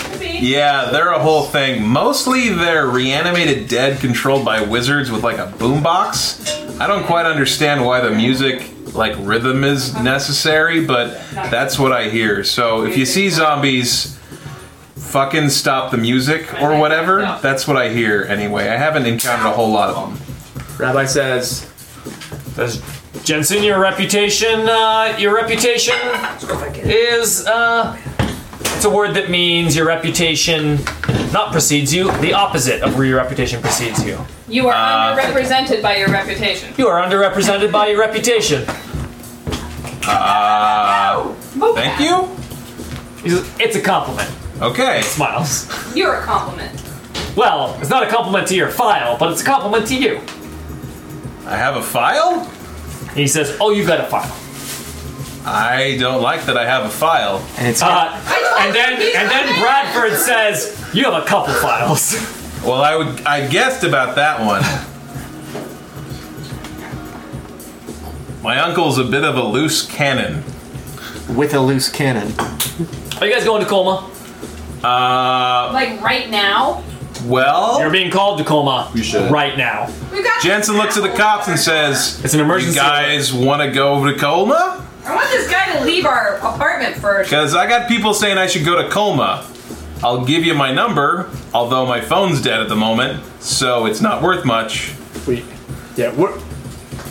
[SPEAKER 2] Maybe.
[SPEAKER 3] Yeah, they're a whole thing. Mostly they're reanimated dead controlled by wizards with like a boombox. I don't quite understand why the music like rhythm is necessary, but that's what I hear. So if you see zombies fucking stop the music or whatever, that's what I hear anyway. I haven't encountered a whole lot of them.
[SPEAKER 4] Rabbi says,
[SPEAKER 7] Says, Jensen, your reputation, uh, your reputation is uh, it's a word that means your reputation not precedes you. The opposite of where your reputation precedes you.
[SPEAKER 2] You
[SPEAKER 3] Uh,
[SPEAKER 2] are underrepresented by your reputation.
[SPEAKER 7] You are underrepresented by your reputation."
[SPEAKER 3] Uh, thank you.
[SPEAKER 7] He says, It's a compliment.
[SPEAKER 3] Okay.
[SPEAKER 7] Smiles.
[SPEAKER 2] You're a compliment.
[SPEAKER 7] Well, it's not a compliment to your file, but it's a compliment to you.
[SPEAKER 3] I have a file?
[SPEAKER 7] He says, Oh, you've got a file.
[SPEAKER 3] I don't like that I have a file.
[SPEAKER 4] and it's
[SPEAKER 7] Uh, and then
[SPEAKER 2] you
[SPEAKER 7] and then Bradford says, You have a couple files.
[SPEAKER 3] Well, I would I guessed about that one. My uncle's a bit of a loose cannon.
[SPEAKER 4] with a loose cannon.
[SPEAKER 7] Are you guys going to Colma?
[SPEAKER 3] Uh,
[SPEAKER 2] Like right now.
[SPEAKER 7] You're
[SPEAKER 3] well,
[SPEAKER 7] being called to Colma
[SPEAKER 6] We should.
[SPEAKER 7] right now.
[SPEAKER 2] We've got
[SPEAKER 3] Jensen looks at the cops and says,
[SPEAKER 7] It's an
[SPEAKER 3] "You
[SPEAKER 7] emergency.
[SPEAKER 3] guys want to go over to Colma?
[SPEAKER 2] I want this guy to leave our apartment first.
[SPEAKER 3] Because I got people saying I should go to Colma. I'll give you my number, although my phone's dead at the moment, so it's not worth much.
[SPEAKER 4] We, yeah. We're,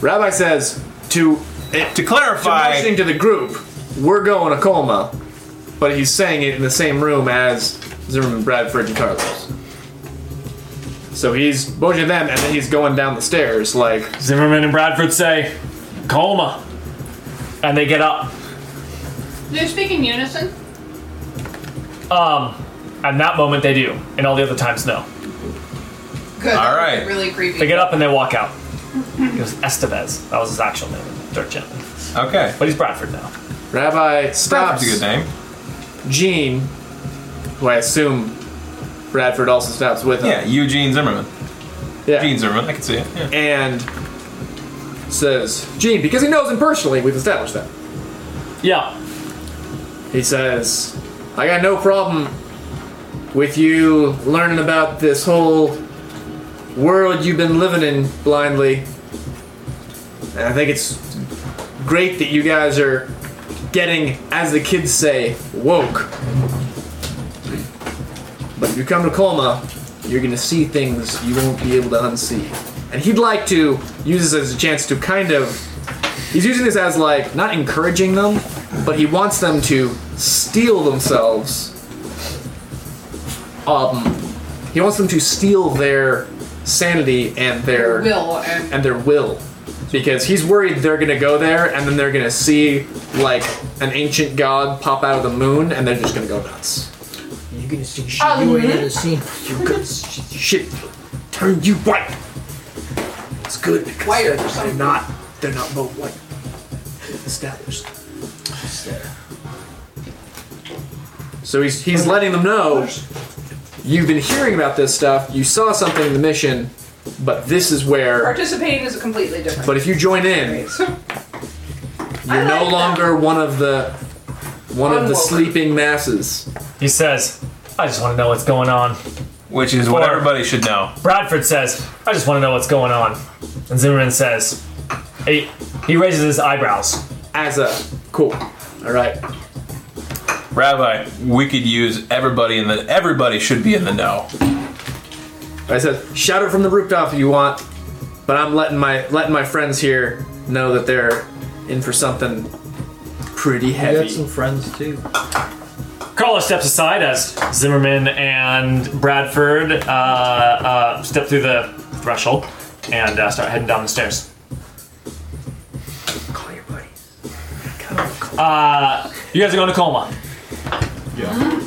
[SPEAKER 4] Rabbi says to it,
[SPEAKER 3] To
[SPEAKER 4] to,
[SPEAKER 3] clarify,
[SPEAKER 4] mentioning to the group, we're going to Colma, but he's saying it in the same room as Zimmerman, Bradford, and Carlos. So he's both of them, and then he's going down the stairs like
[SPEAKER 7] Zimmerman and Bradford say, Colma. And they get up.
[SPEAKER 2] They're speaking unison.
[SPEAKER 7] Um, and that moment they do, and all the other times no.
[SPEAKER 2] Good.
[SPEAKER 3] All right.
[SPEAKER 2] Really creepy.
[SPEAKER 7] They get up and they walk out. It was Estevez. That was his actual name, Dirt Gently.
[SPEAKER 3] okay,
[SPEAKER 7] But he's Bradford now.
[SPEAKER 4] Rabbi stops
[SPEAKER 3] that's a good name.
[SPEAKER 4] Gene, who I assume Bradford also stops with
[SPEAKER 3] Yeah,
[SPEAKER 4] him.
[SPEAKER 3] Eugene Zimmerman.
[SPEAKER 4] Yeah,
[SPEAKER 3] Eugene Zimmerman, I can see it. Yeah.
[SPEAKER 4] and says Gene because he knows him personally. We've established that.
[SPEAKER 7] Yeah.
[SPEAKER 4] He says, I got no problem with you learning about this whole world you've been living in blindly. And I think it's great that you guys are getting, as the kids say, woke. But if you come to Colma, you're gonna see things you won't be able to unsee. And he'd like to use this as a chance to kind of. He's using this as like, not encouraging them, but he wants them to steal themselves. Um, he wants them to steal their sanity and their
[SPEAKER 2] Will and
[SPEAKER 4] and their will. Because he's worried they're gonna go there and then they're gonna see like an ancient god pop out of the moon and they're just gonna go nuts.
[SPEAKER 8] You're gonna see shit
[SPEAKER 2] Um,
[SPEAKER 8] you ain't never seen.
[SPEAKER 4] You could shit turn you white. It's good because
[SPEAKER 8] Whiter.
[SPEAKER 4] they're not they're not both white. Established. It's there. So he's he's letting them know you've been hearing about this stuff, you saw something in the mission, But this is where.
[SPEAKER 2] Participating is completely different.
[SPEAKER 4] But if you join in, you're
[SPEAKER 2] I
[SPEAKER 4] no
[SPEAKER 2] like um, that.
[SPEAKER 4] longer one of the one of the
[SPEAKER 2] Unwoke.
[SPEAKER 4] sleeping masses.
[SPEAKER 7] He says, I just want to know what's going on.
[SPEAKER 3] Which is what
[SPEAKER 7] Four.
[SPEAKER 3] everybody should know.
[SPEAKER 7] Bradford says, I just want to know what's going on. And Zimmerman says, he, he raises his eyebrows.
[SPEAKER 4] As a cool. All right.
[SPEAKER 3] Rabbi, we could use everybody in the everybody should be in the know.
[SPEAKER 4] I said, shout it from the rooftop if you want, but I'm letting my letting my friends here know that they're in for something pretty
[SPEAKER 10] I
[SPEAKER 4] heavy.
[SPEAKER 10] got some friends too.
[SPEAKER 7] Carla steps aside as Zimmerman and Bradford uh, uh, step through the threshold and uh, start heading down the stairs.
[SPEAKER 10] Call your buddies.
[SPEAKER 7] Uh, You guys are going to coma.
[SPEAKER 6] Yeah.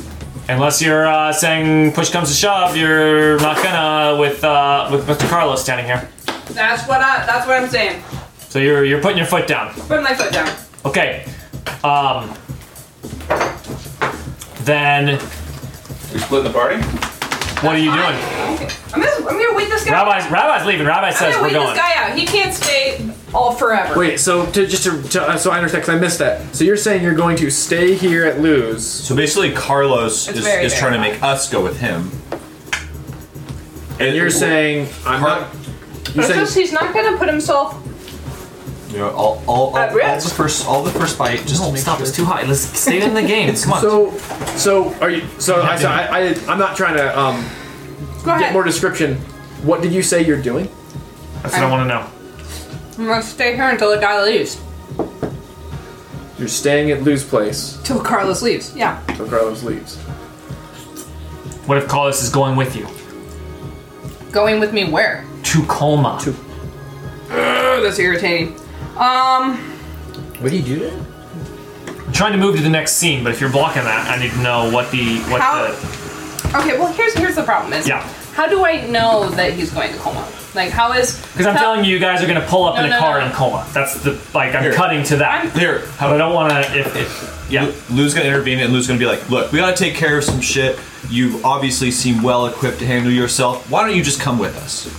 [SPEAKER 7] Unless you're uh, saying push comes to shove, you're not gonna with uh, with Mr. Carlos standing here.
[SPEAKER 2] That's what I. That's what I'm saying.
[SPEAKER 7] So you're you're putting your foot down.
[SPEAKER 2] Put my foot down.
[SPEAKER 7] Okay. Um, then
[SPEAKER 3] We split the party?
[SPEAKER 7] what are you doing?
[SPEAKER 2] Okay. I'm gonna, I'm gonna wait this guy.
[SPEAKER 7] Rabbi's Rabbi's leaving. Rabbi
[SPEAKER 2] I'm
[SPEAKER 7] says
[SPEAKER 2] gonna
[SPEAKER 7] we're
[SPEAKER 2] wait
[SPEAKER 7] going.
[SPEAKER 2] this guy out. He can't stay all forever.
[SPEAKER 4] Wait, so to, just to, to uh, so I understand because I missed that. So you're saying you're going to stay here at Lou's?
[SPEAKER 6] So basically, Carlos
[SPEAKER 2] It's
[SPEAKER 6] is,
[SPEAKER 2] very
[SPEAKER 6] is trying to
[SPEAKER 2] verified.
[SPEAKER 6] make us go with him.
[SPEAKER 4] And you're saying I'm not. You're
[SPEAKER 2] It's
[SPEAKER 4] saying
[SPEAKER 2] just he's not gonna put himself.
[SPEAKER 6] You know, all, all, all,
[SPEAKER 2] At
[SPEAKER 6] all the
[SPEAKER 2] risk.
[SPEAKER 6] first, all the first fight. Just
[SPEAKER 7] Oh, Stop! It's too high. Let's stay in the game. Come on.
[SPEAKER 4] so. So are you? So I, so I, I I'm not trying to um,
[SPEAKER 2] Go
[SPEAKER 4] get
[SPEAKER 2] ahead.
[SPEAKER 4] more description. What did you say you're doing?
[SPEAKER 7] That's what I want to know.
[SPEAKER 2] I'm gonna stay here until the guy leaves.
[SPEAKER 4] You're staying at Lou's place
[SPEAKER 2] Till Carlos leaves. Yeah.
[SPEAKER 4] until Carlos leaves.
[SPEAKER 7] What if Carlos is going with you
[SPEAKER 2] Going with me where?
[SPEAKER 7] to coma?
[SPEAKER 4] To-
[SPEAKER 2] Oh, that's irritating. Um.
[SPEAKER 10] What do you do then?
[SPEAKER 7] I'm trying to move to the next scene, but if you're blocking that, I need to know what the what
[SPEAKER 2] How-
[SPEAKER 7] the
[SPEAKER 2] Okay. Well, here's here's the problem. Is
[SPEAKER 7] yeah.
[SPEAKER 2] How do I know that he's going to coma? Like, how is?
[SPEAKER 7] Because I'm telling you, you guys are gonna pull up
[SPEAKER 2] No,
[SPEAKER 7] in a
[SPEAKER 2] no,
[SPEAKER 7] car
[SPEAKER 2] no.
[SPEAKER 7] in coma. That's the like I'm
[SPEAKER 6] Here.
[SPEAKER 7] cutting to that.
[SPEAKER 6] Here,
[SPEAKER 7] but I don't want to. If, if yeah,
[SPEAKER 6] Lu- Lou's gonna intervene, and Lou's gonna be like, "Look, we gotta take care of some shit. You obviously seem well equipped to handle yourself. Why don't you just come with us?"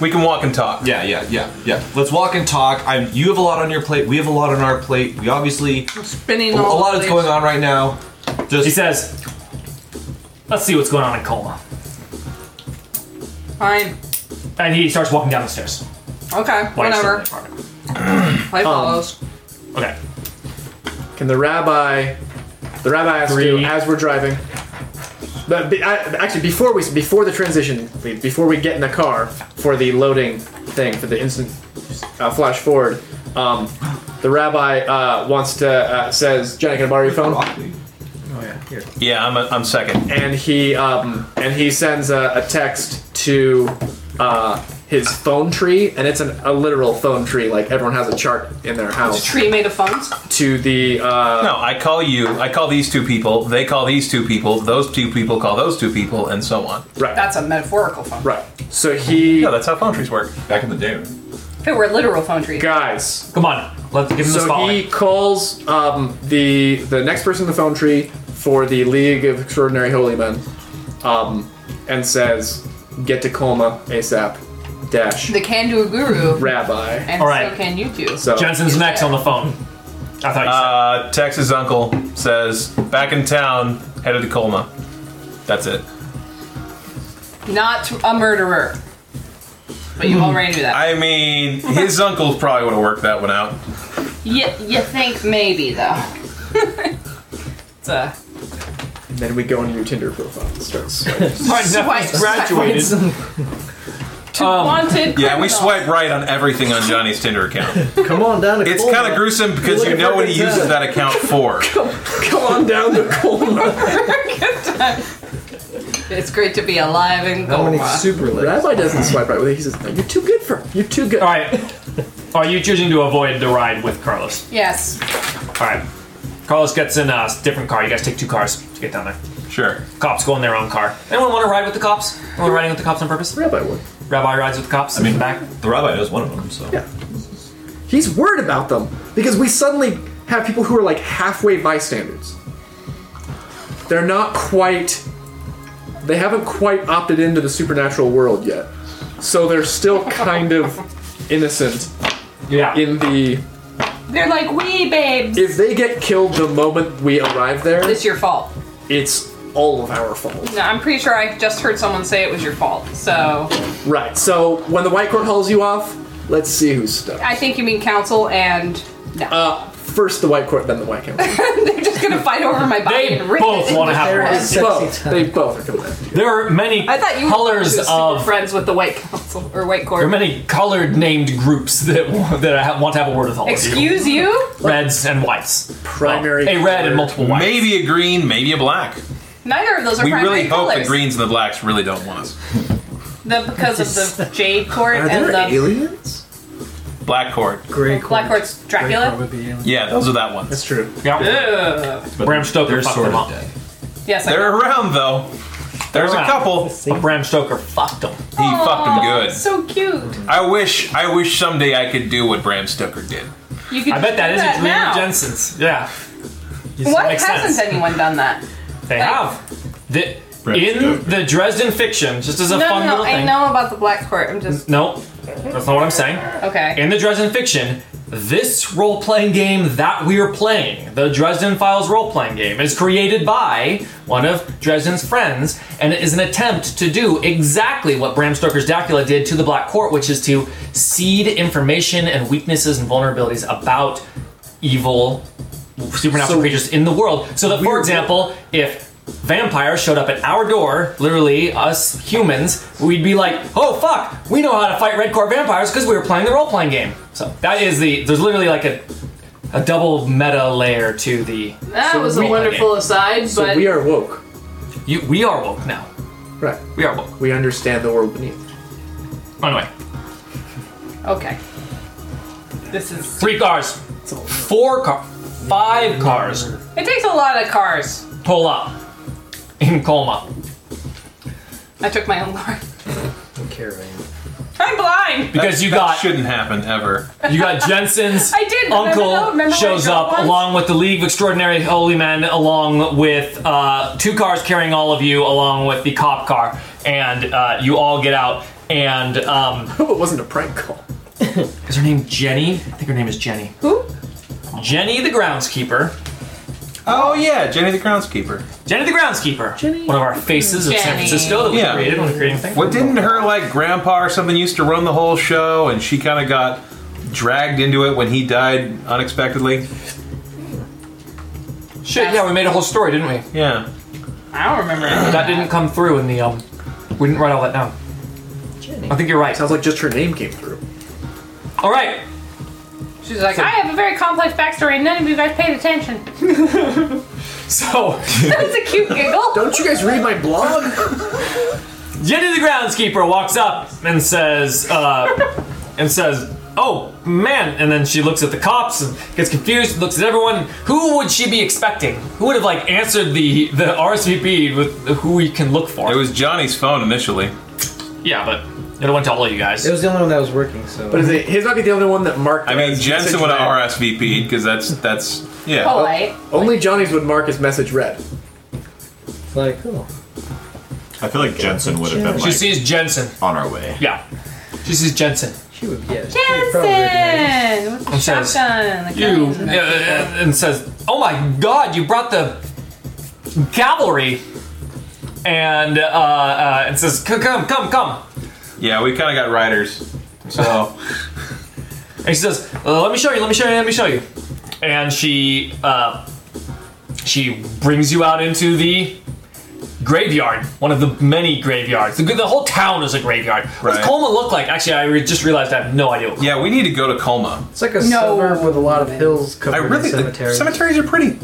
[SPEAKER 3] We can walk and talk.
[SPEAKER 6] Yeah, yeah, yeah, yeah. Let's walk and talk. I'm, you have a lot on your plate. We have a lot on our plate. We obviously
[SPEAKER 2] Spinning
[SPEAKER 6] a, a
[SPEAKER 2] all
[SPEAKER 6] lot
[SPEAKER 2] over
[SPEAKER 6] is
[SPEAKER 2] the
[SPEAKER 6] going
[SPEAKER 2] place.
[SPEAKER 6] on right now. Just
[SPEAKER 7] he says, "Let's see what's going on in coma,"
[SPEAKER 2] Fine.
[SPEAKER 7] and he starts walking down the stairs.
[SPEAKER 2] Okay.
[SPEAKER 7] while you're still in
[SPEAKER 2] Whatever.
[SPEAKER 7] the apartment.
[SPEAKER 2] Life follows.
[SPEAKER 7] Okay.
[SPEAKER 4] Can the rabbi? The rabbi asks
[SPEAKER 7] Three.
[SPEAKER 4] you as we're driving. But be, I, actually, before we before the transition, lead, before we get in the car for the loading thing for the instant uh, flash forward, um, the rabbi uh, wants to uh, says, "Jenny, can I borrow your phone?"
[SPEAKER 10] Oh yeah, here.
[SPEAKER 3] Yeah, I'm, a, I'm second.
[SPEAKER 4] And he um, and he sends a, a text to uh, his phone tree, and it's an, a literal phone tree. Like everyone has a chart in their house
[SPEAKER 2] Tree made of phones.
[SPEAKER 4] to the uh,
[SPEAKER 3] No, I call you. I call these two people. They call these two people. Those two people call those two people, and so on.
[SPEAKER 4] right.
[SPEAKER 2] That's a metaphorical phone.
[SPEAKER 4] right. So he
[SPEAKER 3] Yeah, that's how phone trees work.
[SPEAKER 6] back in the day.
[SPEAKER 2] If it were literal phone tree.
[SPEAKER 4] guys.
[SPEAKER 7] Come on. Let's give him the
[SPEAKER 4] So
[SPEAKER 7] spotlight.
[SPEAKER 4] he calls um, the the next person in the phone tree for the League of Extraordinary Holy Men, um, and says, "Get to coma ASAP." Dash
[SPEAKER 2] The can do guru.
[SPEAKER 4] Rabbi.
[SPEAKER 2] And
[SPEAKER 7] All right.
[SPEAKER 2] so can you two.
[SPEAKER 4] So
[SPEAKER 7] Jensen's next on the phone. I thought you said.
[SPEAKER 3] Uh, Texas uncle says back in town, headed to Colma. That's it.
[SPEAKER 2] Not a murderer. But you already knew that.
[SPEAKER 3] I mean, his uncle probably would have worked that one out.
[SPEAKER 2] You, you think maybe though. it's a
[SPEAKER 4] and then we go into your Tinder profile. and Start swiping.
[SPEAKER 7] Alright, now
[SPEAKER 2] swipe,
[SPEAKER 7] he's graduated. Um,
[SPEAKER 2] to wanted.
[SPEAKER 3] Yeah, we
[SPEAKER 2] criminal.
[SPEAKER 3] swipe right on everything on Johnny's Tinder account.
[SPEAKER 10] Come on down to
[SPEAKER 3] It's
[SPEAKER 10] Colma.
[SPEAKER 3] kind of gruesome because
[SPEAKER 10] You're
[SPEAKER 3] you know what he
[SPEAKER 10] looking for
[SPEAKER 3] uses
[SPEAKER 10] consent.
[SPEAKER 3] that account for.
[SPEAKER 4] Come on down to coma.
[SPEAKER 2] It's great to be alive and
[SPEAKER 10] How many
[SPEAKER 2] Goma.
[SPEAKER 10] super lips?
[SPEAKER 4] Rabbi Oh. doesn't swipe right with it. He says, "No, "You're too good for. You're too good."
[SPEAKER 7] All right. Are you choosing to avoid the ride with Carlos?
[SPEAKER 2] Yes.
[SPEAKER 7] All right. Carlos gets in a different car. You guys take two cars to get down there.
[SPEAKER 3] Sure.
[SPEAKER 7] Cops go in their own car. Anyone want to ride with the cops? Anyone riding with the cops on purpose?
[SPEAKER 4] Rabbi would.
[SPEAKER 7] Rabbi rides with the cops. I mean, back.
[SPEAKER 6] The rabbi knows one of them, so
[SPEAKER 4] Yeah. He's worried about them because we suddenly have people who are like halfway bystanders. They're not quite. They haven't quite opted into the supernatural world yet. so they're still kind of innocent
[SPEAKER 7] Yeah.
[SPEAKER 4] in the.
[SPEAKER 2] They're like, wee babes.
[SPEAKER 4] If they get killed the moment we arrive there,
[SPEAKER 2] It's your fault.
[SPEAKER 4] it's all of our fault.
[SPEAKER 2] No, I'm pretty sure I just heard someone say it was your fault. So
[SPEAKER 4] Right. So when the White Court hauls you off, let's see who's stuck.
[SPEAKER 2] I think you mean council and no.
[SPEAKER 4] Uh, first the White Court, then the White Court.
[SPEAKER 2] They're just gonna fight over my body.
[SPEAKER 7] They
[SPEAKER 2] and rip
[SPEAKER 7] both
[SPEAKER 2] it.
[SPEAKER 7] want to have
[SPEAKER 8] There
[SPEAKER 7] one.
[SPEAKER 8] is
[SPEAKER 4] both.
[SPEAKER 8] sexy
[SPEAKER 4] They
[SPEAKER 8] time.
[SPEAKER 4] both are coming after you.
[SPEAKER 7] There are many
[SPEAKER 2] I thought you
[SPEAKER 7] colors
[SPEAKER 2] were super
[SPEAKER 7] of.
[SPEAKER 2] friends with the white council or white
[SPEAKER 7] There
[SPEAKER 2] court.
[SPEAKER 7] are many colored named groups that that I ha- want to have a word with all of you.
[SPEAKER 2] Excuse you?
[SPEAKER 7] Reds and whites.
[SPEAKER 4] Primary.
[SPEAKER 7] A red and multiple whites.
[SPEAKER 3] Maybe a green, maybe a black.
[SPEAKER 2] Neither of those are
[SPEAKER 3] We
[SPEAKER 2] primary
[SPEAKER 3] really hope
[SPEAKER 2] colors.
[SPEAKER 3] the greens and the blacks really don't want us.
[SPEAKER 2] The- because of the jade court
[SPEAKER 11] Are
[SPEAKER 2] and
[SPEAKER 11] there
[SPEAKER 2] um, the
[SPEAKER 11] aliens?
[SPEAKER 3] Black cord.
[SPEAKER 8] Gray
[SPEAKER 2] black court's Dracula.
[SPEAKER 3] Yeah, those are that one.
[SPEAKER 8] That's true.
[SPEAKER 7] Yeah.
[SPEAKER 2] Ugh.
[SPEAKER 6] But
[SPEAKER 7] Bram Stoker
[SPEAKER 6] They're
[SPEAKER 7] fucked
[SPEAKER 6] sort
[SPEAKER 7] them
[SPEAKER 6] of
[SPEAKER 7] up.
[SPEAKER 6] dead.
[SPEAKER 2] Yes, I
[SPEAKER 3] They're around though. There's a
[SPEAKER 7] Around.
[SPEAKER 3] couple. He
[SPEAKER 7] But Bram Stoker fucked them.
[SPEAKER 3] fucked them good.
[SPEAKER 2] So cute.
[SPEAKER 3] I wish I wish someday I could do what Bram Stoker did.
[SPEAKER 2] You could
[SPEAKER 7] I bet that
[SPEAKER 2] do
[SPEAKER 7] is a
[SPEAKER 2] that
[SPEAKER 7] dream
[SPEAKER 2] now.
[SPEAKER 7] of Jensen's. Yeah.
[SPEAKER 2] Why
[SPEAKER 7] makes
[SPEAKER 2] hasn't
[SPEAKER 7] sense.
[SPEAKER 2] anyone done that?
[SPEAKER 7] They
[SPEAKER 2] Like-
[SPEAKER 7] have. The,
[SPEAKER 3] Bram
[SPEAKER 7] in
[SPEAKER 3] Stoker.
[SPEAKER 7] the Dresden fiction, just as
[SPEAKER 2] No,
[SPEAKER 7] a
[SPEAKER 2] no,
[SPEAKER 7] fun
[SPEAKER 2] no.
[SPEAKER 7] little
[SPEAKER 2] I
[SPEAKER 7] thing.
[SPEAKER 2] know about the black court. I'm just
[SPEAKER 7] No, that's not what I'm saying.
[SPEAKER 2] okay.
[SPEAKER 7] In the Dresden fiction, this role playing game that we're playing, the Dresden Files role playing game, is created by one of Dresden's friends, and it is an attempt to do exactly what Bram Stoker's Dracula did to the Black Court, which is to seed information and weaknesses and vulnerabilities about evil supernatural
[SPEAKER 4] So-
[SPEAKER 7] creatures in the world. So that, for
[SPEAKER 4] We're-
[SPEAKER 7] example, if vampires showed up at our door, literally us humans, we'd be like, "Oh fuck, we know how to fight red core vampires because we were playing the role playing game." So that is the there's literally like a a double meta layer to the
[SPEAKER 2] That was a
[SPEAKER 7] we-
[SPEAKER 2] wonderful aside,
[SPEAKER 4] So
[SPEAKER 2] but
[SPEAKER 4] we are woke.
[SPEAKER 7] you, we are woke now.
[SPEAKER 4] Right.
[SPEAKER 7] We are woke.
[SPEAKER 4] We understand the world beneath.
[SPEAKER 7] Anyway,
[SPEAKER 2] okay. This is.
[SPEAKER 7] three cars, four car, five cars
[SPEAKER 2] It takes a lot of cars.
[SPEAKER 7] pull up in coma.
[SPEAKER 2] I took my own car.
[SPEAKER 8] Caravan.
[SPEAKER 2] I'm blind.
[SPEAKER 7] Because you
[SPEAKER 3] that
[SPEAKER 7] got
[SPEAKER 3] shouldn't happen ever.
[SPEAKER 7] You got Jensen's
[SPEAKER 2] I did, remember though?
[SPEAKER 7] uncle
[SPEAKER 2] Remember when I
[SPEAKER 7] shows
[SPEAKER 2] drove
[SPEAKER 7] up
[SPEAKER 2] once?
[SPEAKER 7] along with the League of Extraordinary Holy Men, along with uh, two cars carrying all of you, along with the cop car, and uh, you all get out. And um,
[SPEAKER 4] Hope it wasn't a prank call.
[SPEAKER 7] is her name Jenny? I think her name is Jenny.
[SPEAKER 2] Who?
[SPEAKER 7] Jenny the groundskeeper.
[SPEAKER 3] Oh yeah, Jenny the groundskeeper.
[SPEAKER 7] Jenny the groundskeeper. One of our faces of San
[SPEAKER 2] Jenny.
[SPEAKER 7] Francisco that we
[SPEAKER 3] Yeah.
[SPEAKER 7] created when we created things.
[SPEAKER 3] What didn't her like grandpa or something used to run the whole show and she kinda got dragged into it when he died unexpectedly?
[SPEAKER 7] Shit, yeah, we made a whole story, didn't we?
[SPEAKER 3] Yeah.
[SPEAKER 2] I don't remember. any of
[SPEAKER 7] That didn't come through in the um. We didn't write all that down. I think you're right.
[SPEAKER 4] Sounds like just her name came through.
[SPEAKER 7] All right.
[SPEAKER 2] She's like, I have a very complex backstory, and none of you guys paid attention.
[SPEAKER 7] So.
[SPEAKER 2] That was a cute giggle.
[SPEAKER 4] Don't you guys read my blog?
[SPEAKER 7] Jenny the groundskeeper walks up and says, uh, and says, "Oh man!" And then she looks at the cops and gets confused. Looks at everyone. Who would she be expecting? Who would have like answered the the RSVP with who we can look for?
[SPEAKER 3] It was Johnny's phone initially.
[SPEAKER 7] yeah, but it went to all of you guys.
[SPEAKER 8] It was the only one that was working, so.
[SPEAKER 4] But is it, he's not the only one that marked.
[SPEAKER 3] I mean
[SPEAKER 4] as
[SPEAKER 3] Jensen
[SPEAKER 4] message
[SPEAKER 3] would have
[SPEAKER 4] red.
[SPEAKER 3] RSVP'd because that's that's yeah.
[SPEAKER 2] Polite.
[SPEAKER 4] Only Johnny's would mark his message red.
[SPEAKER 8] It's like, oh.
[SPEAKER 6] I feel like Jensen would have been
[SPEAKER 7] she
[SPEAKER 6] like
[SPEAKER 7] sees Jensen.
[SPEAKER 6] on our way.
[SPEAKER 7] Yeah, she sees Jensen.
[SPEAKER 8] She would, yeah. she would probably recognize-
[SPEAKER 2] Jensen with the
[SPEAKER 7] It says,
[SPEAKER 2] shotgun. the
[SPEAKER 7] You
[SPEAKER 2] guns.
[SPEAKER 7] uh, and says, "Oh my God! You brought the cavalry." And uh, uh, and says, "Come, come, come, come!"
[SPEAKER 3] Yeah, we kinda got riders. So
[SPEAKER 7] And she says, uh, "Let me show you. Let me show you. Let me show you." And she uh, she brings you out into the graveyard, one of the many graveyards. The, the whole town is a graveyard. What
[SPEAKER 3] Right.
[SPEAKER 7] does Colma look like? Actually, I re- just realized I have no idea. What
[SPEAKER 3] yeah, we need to go to Colma.
[SPEAKER 8] It's like a suburb with a lot of hills
[SPEAKER 3] I
[SPEAKER 8] covered
[SPEAKER 3] really
[SPEAKER 8] in cemeteries.
[SPEAKER 3] cemeteries are pretty.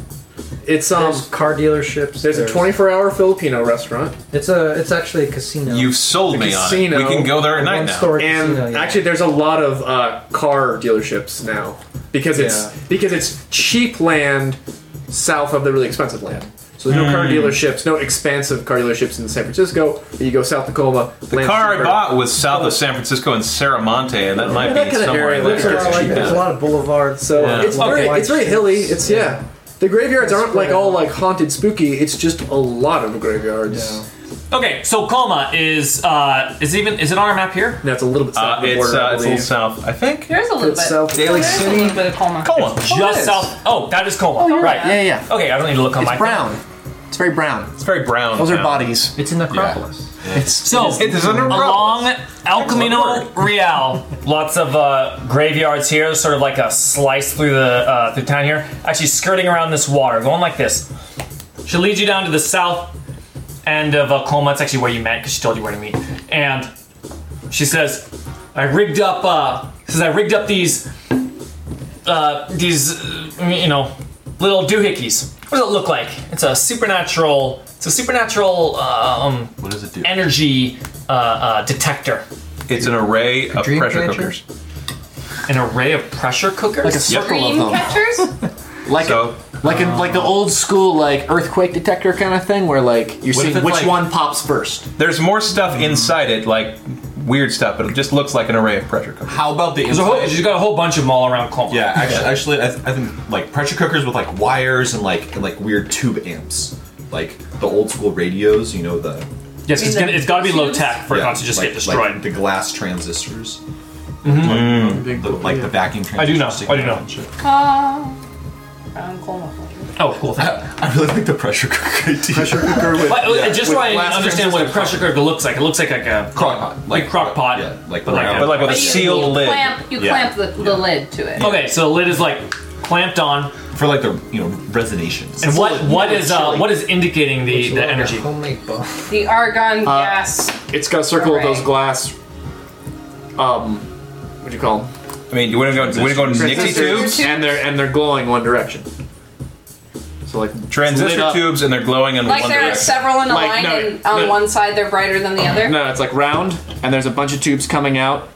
[SPEAKER 4] It's um.
[SPEAKER 8] There's car dealerships.
[SPEAKER 4] There's a 24-hour Filipino restaurant,
[SPEAKER 8] It's a. It's actually a casino.
[SPEAKER 3] You've sold me
[SPEAKER 4] casino,
[SPEAKER 3] on it. We can go there at night now.
[SPEAKER 8] One-story
[SPEAKER 4] and
[SPEAKER 8] casino, yeah.
[SPEAKER 4] actually there's a lot of uh, car dealerships now because it's
[SPEAKER 8] Yeah.
[SPEAKER 4] because it's cheap land south of the really expensive land. So there's no car
[SPEAKER 3] Hmm.
[SPEAKER 4] dealerships, no expansive car dealerships in San Francisco. You go south to Colma.
[SPEAKER 3] The
[SPEAKER 4] land
[SPEAKER 3] car I
[SPEAKER 4] cheaper.
[SPEAKER 3] bought was south of San Francisco in Saramonte, and that might
[SPEAKER 4] That
[SPEAKER 3] be
[SPEAKER 4] kinda
[SPEAKER 3] somewhere.
[SPEAKER 4] area
[SPEAKER 3] in there.
[SPEAKER 4] looks
[SPEAKER 8] It's a lot like-
[SPEAKER 3] Cheap
[SPEAKER 8] there's a
[SPEAKER 3] out.
[SPEAKER 8] lot of boulevards. So
[SPEAKER 3] Yeah.
[SPEAKER 4] It's very, it's very hilly. It's yeah. The graveyards aren't like all like haunted, spooky. It's just a lot of graveyards.
[SPEAKER 7] Okay, so Coma is uh, is even is it on our map here?
[SPEAKER 10] That's a little bit south
[SPEAKER 3] Uh,
[SPEAKER 10] of the
[SPEAKER 3] it's,
[SPEAKER 10] border,
[SPEAKER 3] uh,
[SPEAKER 10] I
[SPEAKER 3] it's a little
[SPEAKER 10] believe.
[SPEAKER 3] south, I think.
[SPEAKER 2] There's a little bit.
[SPEAKER 4] South Daly
[SPEAKER 2] there's a
[SPEAKER 4] City.
[SPEAKER 2] little bit of coma.
[SPEAKER 3] Coma.
[SPEAKER 7] Just
[SPEAKER 4] is.
[SPEAKER 7] south. Oh, that is Coma. right.
[SPEAKER 4] Yeah, yeah.
[SPEAKER 7] Okay, I don't need to look on
[SPEAKER 4] It's
[SPEAKER 7] my
[SPEAKER 4] brown. It's very brown.
[SPEAKER 3] It's very brown.
[SPEAKER 4] Those are
[SPEAKER 3] now.
[SPEAKER 4] bodies.
[SPEAKER 8] It's in Necropolis.
[SPEAKER 4] It's
[SPEAKER 7] So
[SPEAKER 3] It is an umbrella.
[SPEAKER 7] along El Camino Real, lots of uh, graveyards here, sort of like a slice through the uh, through town here. Actually, skirting around this water, going like this. She'll lead you down to the south end of uh, Colma. It's actually where you met because she told you where to meet. And she says, "I rigged up." Uh, says I rigged up these uh, these uh, you know little doohickeys. What does it look like? It's a supernatural. It's a supernatural uh, um,
[SPEAKER 6] What does it do?
[SPEAKER 7] energy uh, uh, detector,
[SPEAKER 3] It's an array of
[SPEAKER 8] Dream
[SPEAKER 3] pressure
[SPEAKER 8] catcher?
[SPEAKER 3] cookers.
[SPEAKER 7] an array of pressure cookers.
[SPEAKER 4] like a circle
[SPEAKER 2] Dream
[SPEAKER 4] of them.
[SPEAKER 2] catchers?
[SPEAKER 4] Like
[SPEAKER 3] So
[SPEAKER 4] like in like the old school like earthquake detector kind of thing where like you're seeing
[SPEAKER 3] if it's
[SPEAKER 4] which
[SPEAKER 3] like-
[SPEAKER 4] one pops first.
[SPEAKER 3] there's more stuff inside it, like weird stuff, but it just looks like an array of pressure cookers.
[SPEAKER 6] How about the
[SPEAKER 7] There's a whole,
[SPEAKER 6] inside?
[SPEAKER 7] you got a whole bunch of them all around Colma.
[SPEAKER 6] Yeah, actually, actually I, th- I think like pressure cookers with like wires and like and, like weird tube amps, like the old school radios. You know the
[SPEAKER 7] Yes, it's, gonna, it's got to be low tech for it
[SPEAKER 6] yeah,
[SPEAKER 7] not to just
[SPEAKER 6] like-
[SPEAKER 7] get destroyed. Mm-hmm.
[SPEAKER 6] like the glass transistors,
[SPEAKER 10] Big-
[SPEAKER 6] the, like the vacuum. Transistors
[SPEAKER 7] I do know,
[SPEAKER 6] sticking
[SPEAKER 7] I do
[SPEAKER 6] out
[SPEAKER 7] know.
[SPEAKER 6] and shit.
[SPEAKER 2] Oh. Brown coma.
[SPEAKER 7] oh, cool. Thank you.
[SPEAKER 6] I really like the pressure cooker idea.
[SPEAKER 10] Pressure cooker with
[SPEAKER 7] But, uh, just so I
[SPEAKER 10] glass
[SPEAKER 7] understand what a pressure cooker looks like, it looks like, like a
[SPEAKER 6] crock pot,
[SPEAKER 7] like crock pot.
[SPEAKER 6] yeah, like
[SPEAKER 7] but like,
[SPEAKER 6] brown.
[SPEAKER 7] a-
[SPEAKER 3] But like with a
[SPEAKER 2] But you-
[SPEAKER 3] sealed
[SPEAKER 2] you
[SPEAKER 3] lid.
[SPEAKER 2] Clamp, you
[SPEAKER 6] Yeah.
[SPEAKER 2] clamp the, the lid to it.
[SPEAKER 7] okay, so the lid is like clamped on.
[SPEAKER 6] for like the you know resonations.
[SPEAKER 7] And what what is uh, what is indicating the, the energy?
[SPEAKER 8] Homemade bomb.
[SPEAKER 2] The argon gas.
[SPEAKER 10] It's got a circle of those
[SPEAKER 2] Array.
[SPEAKER 10] glass. Um, what do you call them?
[SPEAKER 3] I mean, you wouldn't go, you wouldn't go Nixie
[SPEAKER 10] Transistors.
[SPEAKER 3] tubes,
[SPEAKER 10] And they're and they're glowing one direction. So like lit
[SPEAKER 3] transistor
[SPEAKER 10] up.
[SPEAKER 3] tubes, and they're glowing in
[SPEAKER 2] Like
[SPEAKER 3] one
[SPEAKER 2] there are
[SPEAKER 3] direction.
[SPEAKER 2] several in a
[SPEAKER 10] Like,
[SPEAKER 2] line,
[SPEAKER 10] no,
[SPEAKER 2] and on
[SPEAKER 10] no.
[SPEAKER 2] one side they're brighter than the other.
[SPEAKER 10] No, it's like round, and there's a bunch of tubes coming out,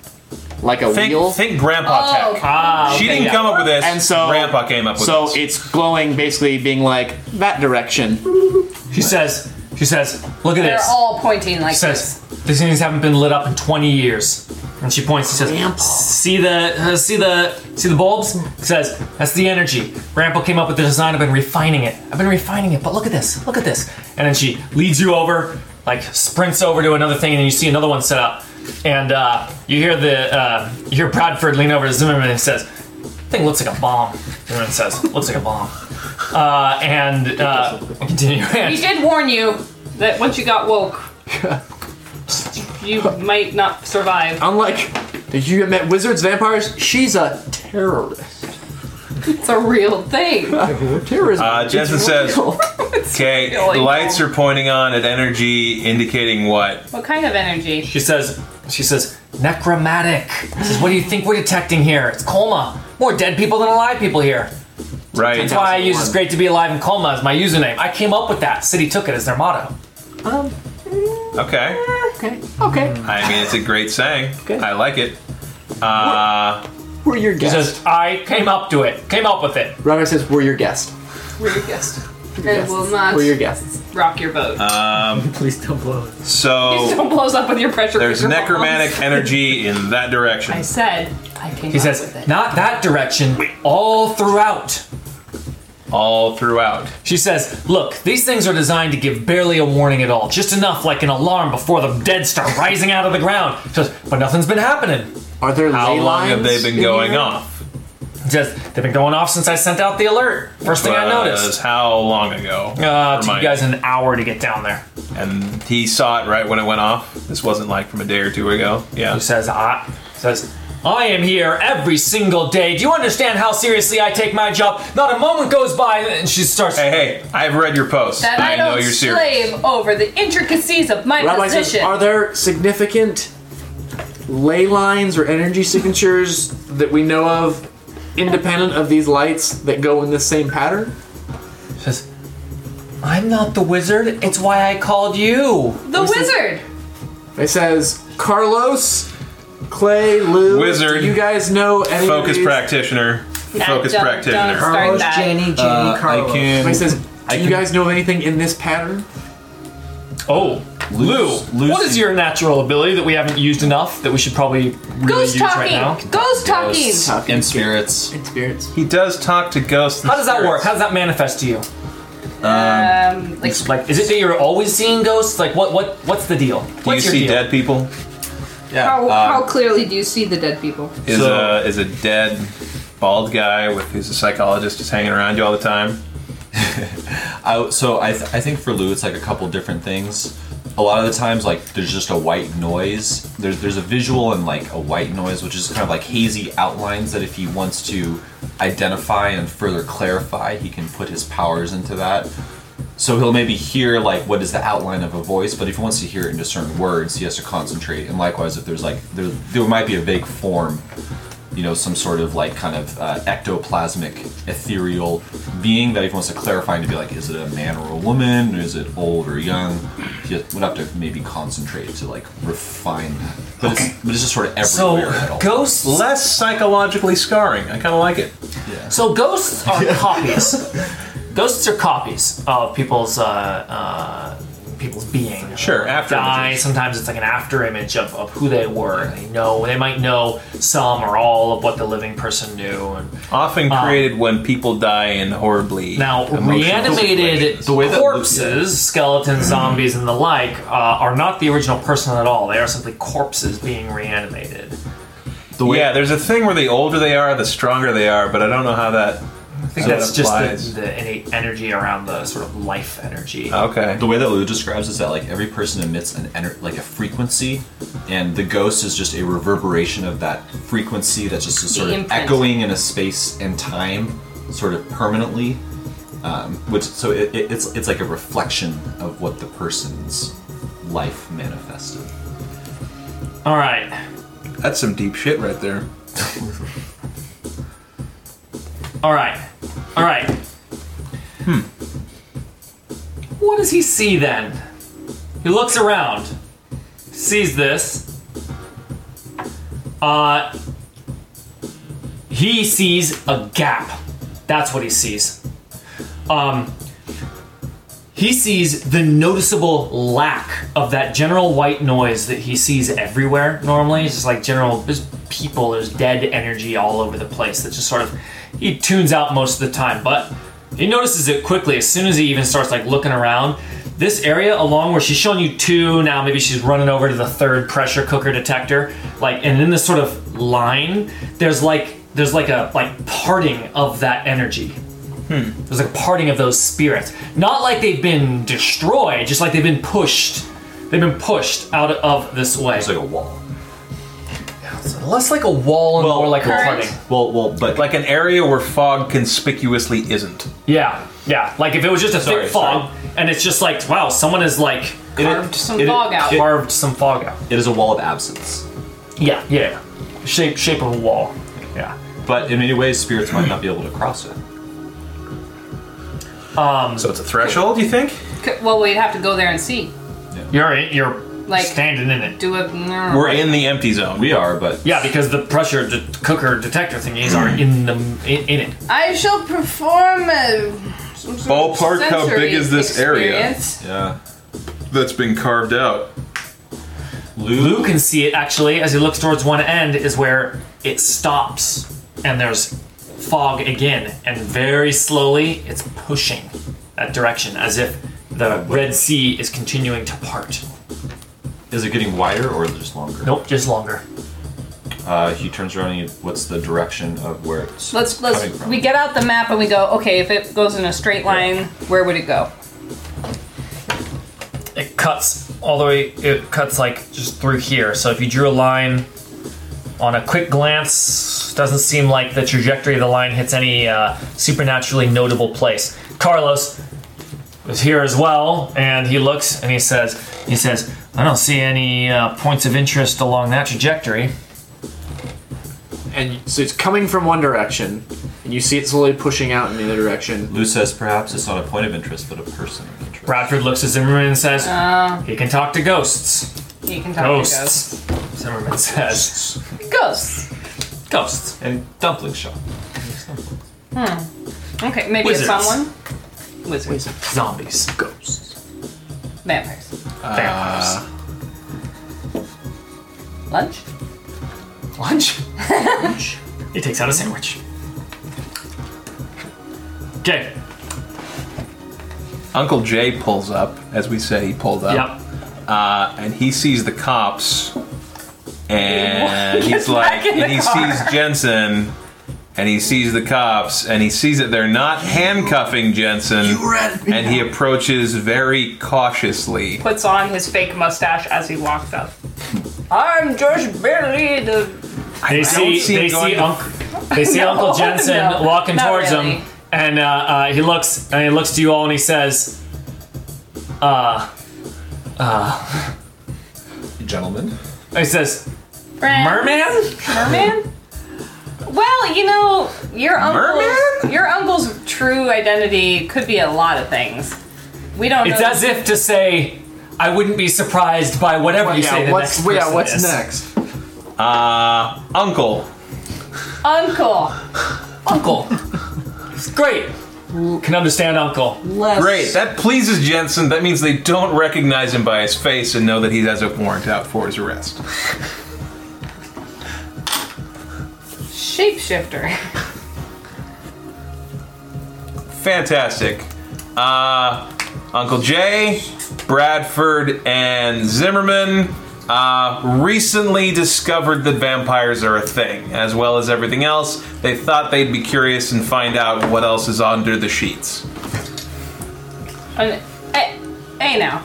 [SPEAKER 10] like a wheel.
[SPEAKER 3] Think, think grandpa
[SPEAKER 2] Oh,
[SPEAKER 3] tech.
[SPEAKER 7] Ah,
[SPEAKER 3] She
[SPEAKER 7] okay,
[SPEAKER 3] didn't
[SPEAKER 7] yeah.
[SPEAKER 3] come up with this.
[SPEAKER 4] And so-
[SPEAKER 3] grandpa came up with
[SPEAKER 4] So
[SPEAKER 3] this.
[SPEAKER 4] it's glowing basically being like that direction.
[SPEAKER 7] She says she says, look at
[SPEAKER 2] they're
[SPEAKER 7] this.
[SPEAKER 2] all pointing like this.
[SPEAKER 7] says these things haven't been lit up in 20 years and she points and says see the uh, see the see the bulbs says that's the energy grandpa came up with the design i've been refining it i've been refining it but look at this look at this and then she leads you over like sprints over to another thing and then you see another one set up and uh, you hear the uh, you hear bradford lean over to zimmerman and says thing looks like a bomb zimmerman says looks like a bomb uh, and uh, continue
[SPEAKER 2] We did warn you that once you got woke, you might not survive.
[SPEAKER 10] Unlike did you met wizards, vampires? She's a terrorist.
[SPEAKER 2] It's a real thing.
[SPEAKER 10] Terrorism.
[SPEAKER 3] uh, Jensen says, "Okay,
[SPEAKER 2] really
[SPEAKER 3] the lights are pointing on at energy, indicating what?
[SPEAKER 2] What kind of energy?
[SPEAKER 7] She says, she says, necromatic. She says, what do you think we're detecting here? It's coma. More dead people than alive people here.
[SPEAKER 3] Right?
[SPEAKER 7] That's why I use it's great to be alive in coma as my username. I came up with that. City took it as their motto.
[SPEAKER 3] Okay.
[SPEAKER 4] Okay. Okay.
[SPEAKER 3] I mean, it's a great saying. I like it. Uh,
[SPEAKER 4] We're your
[SPEAKER 7] She
[SPEAKER 4] guest.
[SPEAKER 7] says, I came up to it. Came up with it.
[SPEAKER 4] Robert says we're your guest.
[SPEAKER 2] We're your guest. It will not
[SPEAKER 4] We're your guests.
[SPEAKER 2] rock your boat.
[SPEAKER 3] Oh.
[SPEAKER 8] Please don't blow it.
[SPEAKER 2] Please
[SPEAKER 3] so
[SPEAKER 2] don't blow us up with your pressure.
[SPEAKER 3] there's
[SPEAKER 2] cooker
[SPEAKER 3] necromantic
[SPEAKER 2] bombs.
[SPEAKER 3] energy in that
[SPEAKER 2] I
[SPEAKER 3] direction.
[SPEAKER 2] said I came
[SPEAKER 7] He
[SPEAKER 2] up
[SPEAKER 7] says,
[SPEAKER 2] with it.
[SPEAKER 7] not that direction, all throughout.
[SPEAKER 3] all throughout.
[SPEAKER 7] She says, Look, these things are designed to give barely a warning at all, just enough like an alarm before the dead start rising out of the ground. She says, But nothing's been happening.
[SPEAKER 4] Are there
[SPEAKER 3] How
[SPEAKER 4] ley
[SPEAKER 3] long have
[SPEAKER 4] lines
[SPEAKER 3] they been
[SPEAKER 4] in
[SPEAKER 3] going
[SPEAKER 4] here?
[SPEAKER 3] off?
[SPEAKER 7] She says, They've been going off since I sent out the alert. First thing I
[SPEAKER 3] Was
[SPEAKER 7] noticed.
[SPEAKER 3] Uh, How long ago?
[SPEAKER 7] Uh, took you
[SPEAKER 3] Remind
[SPEAKER 7] guys
[SPEAKER 3] me.
[SPEAKER 7] an hour to get down there.
[SPEAKER 3] And he saw it right when it went off. This wasn't like from a day or two ago. Yeah.
[SPEAKER 7] He says, I says, I am here every single day. Do you understand how seriously I take my job? Not a moment goes by, and she starts.
[SPEAKER 3] Hey, hey, I've read your post.
[SPEAKER 2] that
[SPEAKER 3] I,
[SPEAKER 2] I,
[SPEAKER 3] know
[SPEAKER 2] don't
[SPEAKER 3] you're serious.
[SPEAKER 2] slave over the intricacies of my
[SPEAKER 10] Rabbi says,
[SPEAKER 2] position.
[SPEAKER 10] are there significant ley lines or energy signatures that we know of, independent of these lights that go in the same pattern?
[SPEAKER 7] Says, I'm not the wizard. It's why I called you.
[SPEAKER 2] the wizard.
[SPEAKER 10] It says Carlos, Clay, Lou.
[SPEAKER 3] Wizard.
[SPEAKER 10] Do you guys know any
[SPEAKER 3] Focus
[SPEAKER 10] of these?
[SPEAKER 3] practitioner. Focus
[SPEAKER 2] don't-
[SPEAKER 3] practitioner.
[SPEAKER 2] don't.
[SPEAKER 8] Carlos,
[SPEAKER 2] that.
[SPEAKER 8] Jenny, Jenny, Carlos.
[SPEAKER 6] I can.
[SPEAKER 10] It says, do
[SPEAKER 6] I
[SPEAKER 10] you
[SPEAKER 6] can-
[SPEAKER 10] guys know of anything in this pattern?
[SPEAKER 7] Oh, Lou,
[SPEAKER 6] Lucy- Lucy-
[SPEAKER 7] what is your natural ability that we haven't used enough that we should probably really
[SPEAKER 2] Ghost
[SPEAKER 7] use right
[SPEAKER 2] talking.
[SPEAKER 7] now?
[SPEAKER 2] Ghost talking.
[SPEAKER 6] and spirits.
[SPEAKER 10] In spirits.
[SPEAKER 3] He does talk to ghosts. and
[SPEAKER 7] How does that
[SPEAKER 3] spirits.
[SPEAKER 7] work? How does that manifest to you?
[SPEAKER 2] Um, like
[SPEAKER 7] Like, is it that you're always seeing ghosts? Like, what, what, what's the deal? What's
[SPEAKER 3] Do you
[SPEAKER 7] your
[SPEAKER 3] see
[SPEAKER 7] deal?
[SPEAKER 3] dead people?
[SPEAKER 6] Yeah.
[SPEAKER 2] how,
[SPEAKER 6] uh,
[SPEAKER 2] how clearly do you see the dead people?
[SPEAKER 3] Is
[SPEAKER 6] So-
[SPEAKER 3] a is a dead bald guy with who's a psychologist just hanging around you all the time?
[SPEAKER 6] I, so I, th- I think for Lou, it's like a couple different things. A lot of the times, like there's just a white noise. There's there's a visual and like a white noise, which is kind of like hazy outlines that if he wants to identify and further clarify, he can put his powers into that. So he'll maybe hear like what is the outline of a voice, but if he wants to hear it into certain words, he has to concentrate. And likewise, if there's like there there might be a vague form you know, some sort of like kind of uh, ectoplasmic ethereal being that if he wants to clarify and to be like, is it a man or a woman? Is it old or young? He would have to maybe concentrate to like refine that. But, it's, but it's just sort of everywhere at
[SPEAKER 7] So
[SPEAKER 6] all.
[SPEAKER 7] ghosts.
[SPEAKER 3] Less psychologically scarring. I kind of like it.
[SPEAKER 7] So ghosts are copies. Ghosts are copies of people's uh, uh, people's being.
[SPEAKER 3] Sure, after
[SPEAKER 7] die.
[SPEAKER 3] images.
[SPEAKER 7] Sometimes it's like an after image of, of who they were. They know they might know some or all of what the living person knew. And
[SPEAKER 3] Often created when people die in horribly
[SPEAKER 7] now
[SPEAKER 3] emotional
[SPEAKER 7] reanimated
[SPEAKER 3] situations.
[SPEAKER 6] way that-
[SPEAKER 7] corpses, skeletons,
[SPEAKER 3] Mm-hmm.
[SPEAKER 7] zombies, and the like uh, are not the original person at all. They are simply corpses being reanimated.
[SPEAKER 6] The way
[SPEAKER 3] yeah, there's a thing where the older they are, the stronger they are, but I don't know how that. I think
[SPEAKER 7] That's
[SPEAKER 3] that
[SPEAKER 7] just
[SPEAKER 3] applies.
[SPEAKER 7] the, the innate energy around the sort of life energy.
[SPEAKER 3] okay.
[SPEAKER 6] the way that Lou describes is that like every person emits an ener- like a frequency, and the ghost is just a reverberation of that frequency that's just sort of
[SPEAKER 2] imprint.
[SPEAKER 6] echoing in a space and time, sort of permanently. Um, which so it, it, it's it's like a reflection of what the person's life manifested.
[SPEAKER 7] All right.
[SPEAKER 3] That's some deep shit right there.
[SPEAKER 7] All right. All right. Hmm. What does he see then? He looks around, sees this. Uh, he sees a gap. That's what he sees. Um, he sees the noticeable lack of that general white noise that he sees everywhere normally. It's just like general, there's people, there's dead energy all over the place that just sort of, he tunes out most of the time. But he notices it quickly as soon as he even starts like looking around. This area along where she's showing you two, now maybe she's running over to the third pressure cooker detector. Like, and in this sort of line, there's like, there's like a, like parting of that energy. There's like a parting of those spirits. Not like they've been destroyed, just like they've been pushed. They've been pushed out of this way.
[SPEAKER 6] It's like a wall.
[SPEAKER 7] Less like a wall and
[SPEAKER 3] Well,
[SPEAKER 7] more like a
[SPEAKER 2] current.
[SPEAKER 7] parting.
[SPEAKER 6] Well, well, but
[SPEAKER 3] Like an area where fog conspicuously isn't.
[SPEAKER 7] Yeah, yeah. Like if it was just a
[SPEAKER 6] Sorry,
[SPEAKER 7] thick fog, and it's just like, wow, someone has like
[SPEAKER 6] it-
[SPEAKER 2] Carved some
[SPEAKER 6] it-
[SPEAKER 2] fog out.
[SPEAKER 6] it-
[SPEAKER 7] carved some fog out.
[SPEAKER 6] it is a wall of absence.
[SPEAKER 7] Yeah, yeah. Shape shape of a wall. Yeah.
[SPEAKER 6] But in many ways, spirits might not be able to cross it.
[SPEAKER 3] So it's a threshold, you think?
[SPEAKER 2] C- Well, we'd have to go there and see.
[SPEAKER 7] You're in, you're
[SPEAKER 2] Like-
[SPEAKER 7] standing in it.
[SPEAKER 2] Do it.
[SPEAKER 3] We're in the empty zone.
[SPEAKER 6] We are, but
[SPEAKER 7] Yeah, because the pressure de- cooker detector thingies are in the in, in it.
[SPEAKER 2] I shall perform a. Some sort of
[SPEAKER 3] Ballpark, how
[SPEAKER 2] sensory
[SPEAKER 3] big is this area?
[SPEAKER 2] experience.
[SPEAKER 6] yeah.
[SPEAKER 3] That's been carved out.
[SPEAKER 7] Lou can see it actually as he looks towards one end is where it stops and there's fog again and very slowly it's pushing that direction as if the Red Sea is continuing to part.
[SPEAKER 6] Is it getting wider or is it just longer?
[SPEAKER 7] Nope, just longer.
[SPEAKER 6] Uh, he turns around and he, what's the direction of where it's
[SPEAKER 2] Let's
[SPEAKER 6] coming
[SPEAKER 2] let's
[SPEAKER 6] from?
[SPEAKER 2] we get out the map and we go. Okay, if it goes in a straight line, where would it go?
[SPEAKER 7] It cuts all the way it cuts like just through here. So if you drew a line on a quick glance, doesn't seem like the trajectory of the line hits any uh, supernaturally notable place. Carlos is here as well, and he looks and he says, he says, I don't see any uh, points of interest along that trajectory.
[SPEAKER 4] And so it's coming from one direction, and you see it slowly pushing out in the other direction.
[SPEAKER 6] Lou says perhaps it's not a point of interest, but a person of interest.
[SPEAKER 7] Bradford looks at Zimmerman and says, he can Uh. talk to ghosts.
[SPEAKER 2] You can talk
[SPEAKER 7] Ghosts. Zimmerman says,
[SPEAKER 2] to ghosts. Ghosts.
[SPEAKER 7] ghosts.
[SPEAKER 6] And dumpling shop.
[SPEAKER 2] Okay, maybe
[SPEAKER 7] Wizards.
[SPEAKER 2] it's someone. Wizards.
[SPEAKER 7] Zombies. Ghosts.
[SPEAKER 2] Vampires.
[SPEAKER 7] Vampires.
[SPEAKER 2] Lunch.
[SPEAKER 7] Lunch? Lunch. He takes out a sandwich. Okay.
[SPEAKER 3] Uncle Jay pulls up, as we said he pulled
[SPEAKER 2] Oh.
[SPEAKER 3] up,
[SPEAKER 7] Yep.
[SPEAKER 3] uh, and he sees the cops, and he's
[SPEAKER 2] Gets
[SPEAKER 3] like,
[SPEAKER 2] back in
[SPEAKER 3] and
[SPEAKER 2] the
[SPEAKER 3] he
[SPEAKER 2] car.
[SPEAKER 3] sees Jensen, and he sees the cops, and he sees that they're not handcuffing Jensen, and he approaches very cautiously.
[SPEAKER 2] puts on his fake mustache as he walks up.
[SPEAKER 7] Hmm.
[SPEAKER 2] I'm just barely the.
[SPEAKER 7] They see,
[SPEAKER 3] see
[SPEAKER 7] they
[SPEAKER 3] it going
[SPEAKER 7] see,
[SPEAKER 3] to-
[SPEAKER 7] Unc- they see
[SPEAKER 2] No,
[SPEAKER 7] Uncle Jensen
[SPEAKER 2] no,
[SPEAKER 7] walking
[SPEAKER 2] not
[SPEAKER 7] towards
[SPEAKER 2] really.
[SPEAKER 7] him, and uh, uh, he looks and he looks to you all, and he says, "Uh,
[SPEAKER 6] Gentlemen.
[SPEAKER 7] he says,
[SPEAKER 2] Friend.
[SPEAKER 7] merman."
[SPEAKER 2] Merman? Well, you know, your uncle's,
[SPEAKER 3] Merman?
[SPEAKER 2] your uncle's true identity could be a lot of things. We don't
[SPEAKER 7] It's
[SPEAKER 2] know.
[SPEAKER 7] as if to say, "I wouldn't be surprised by whatever you say."
[SPEAKER 4] yeah,
[SPEAKER 7] The
[SPEAKER 4] what's
[SPEAKER 7] next
[SPEAKER 4] yeah,
[SPEAKER 7] person
[SPEAKER 4] what's
[SPEAKER 7] is.
[SPEAKER 4] next?
[SPEAKER 3] Uh, Uncle,
[SPEAKER 2] Uncle.
[SPEAKER 7] Uncle. It's great. Can understand Uncle.
[SPEAKER 3] Great. That pleases Jensen. That means they don't recognize him by his face and know that he has a warrant out for his arrest.
[SPEAKER 2] Shapeshifter.
[SPEAKER 3] Fantastic. Uh, Uncle Jay, Bradford, and Zimmerman uh, recently discovered that vampires are a thing, as well as everything else. They thought they'd be curious and find out what else is under the sheets.
[SPEAKER 2] An- Hey, eh, hey now.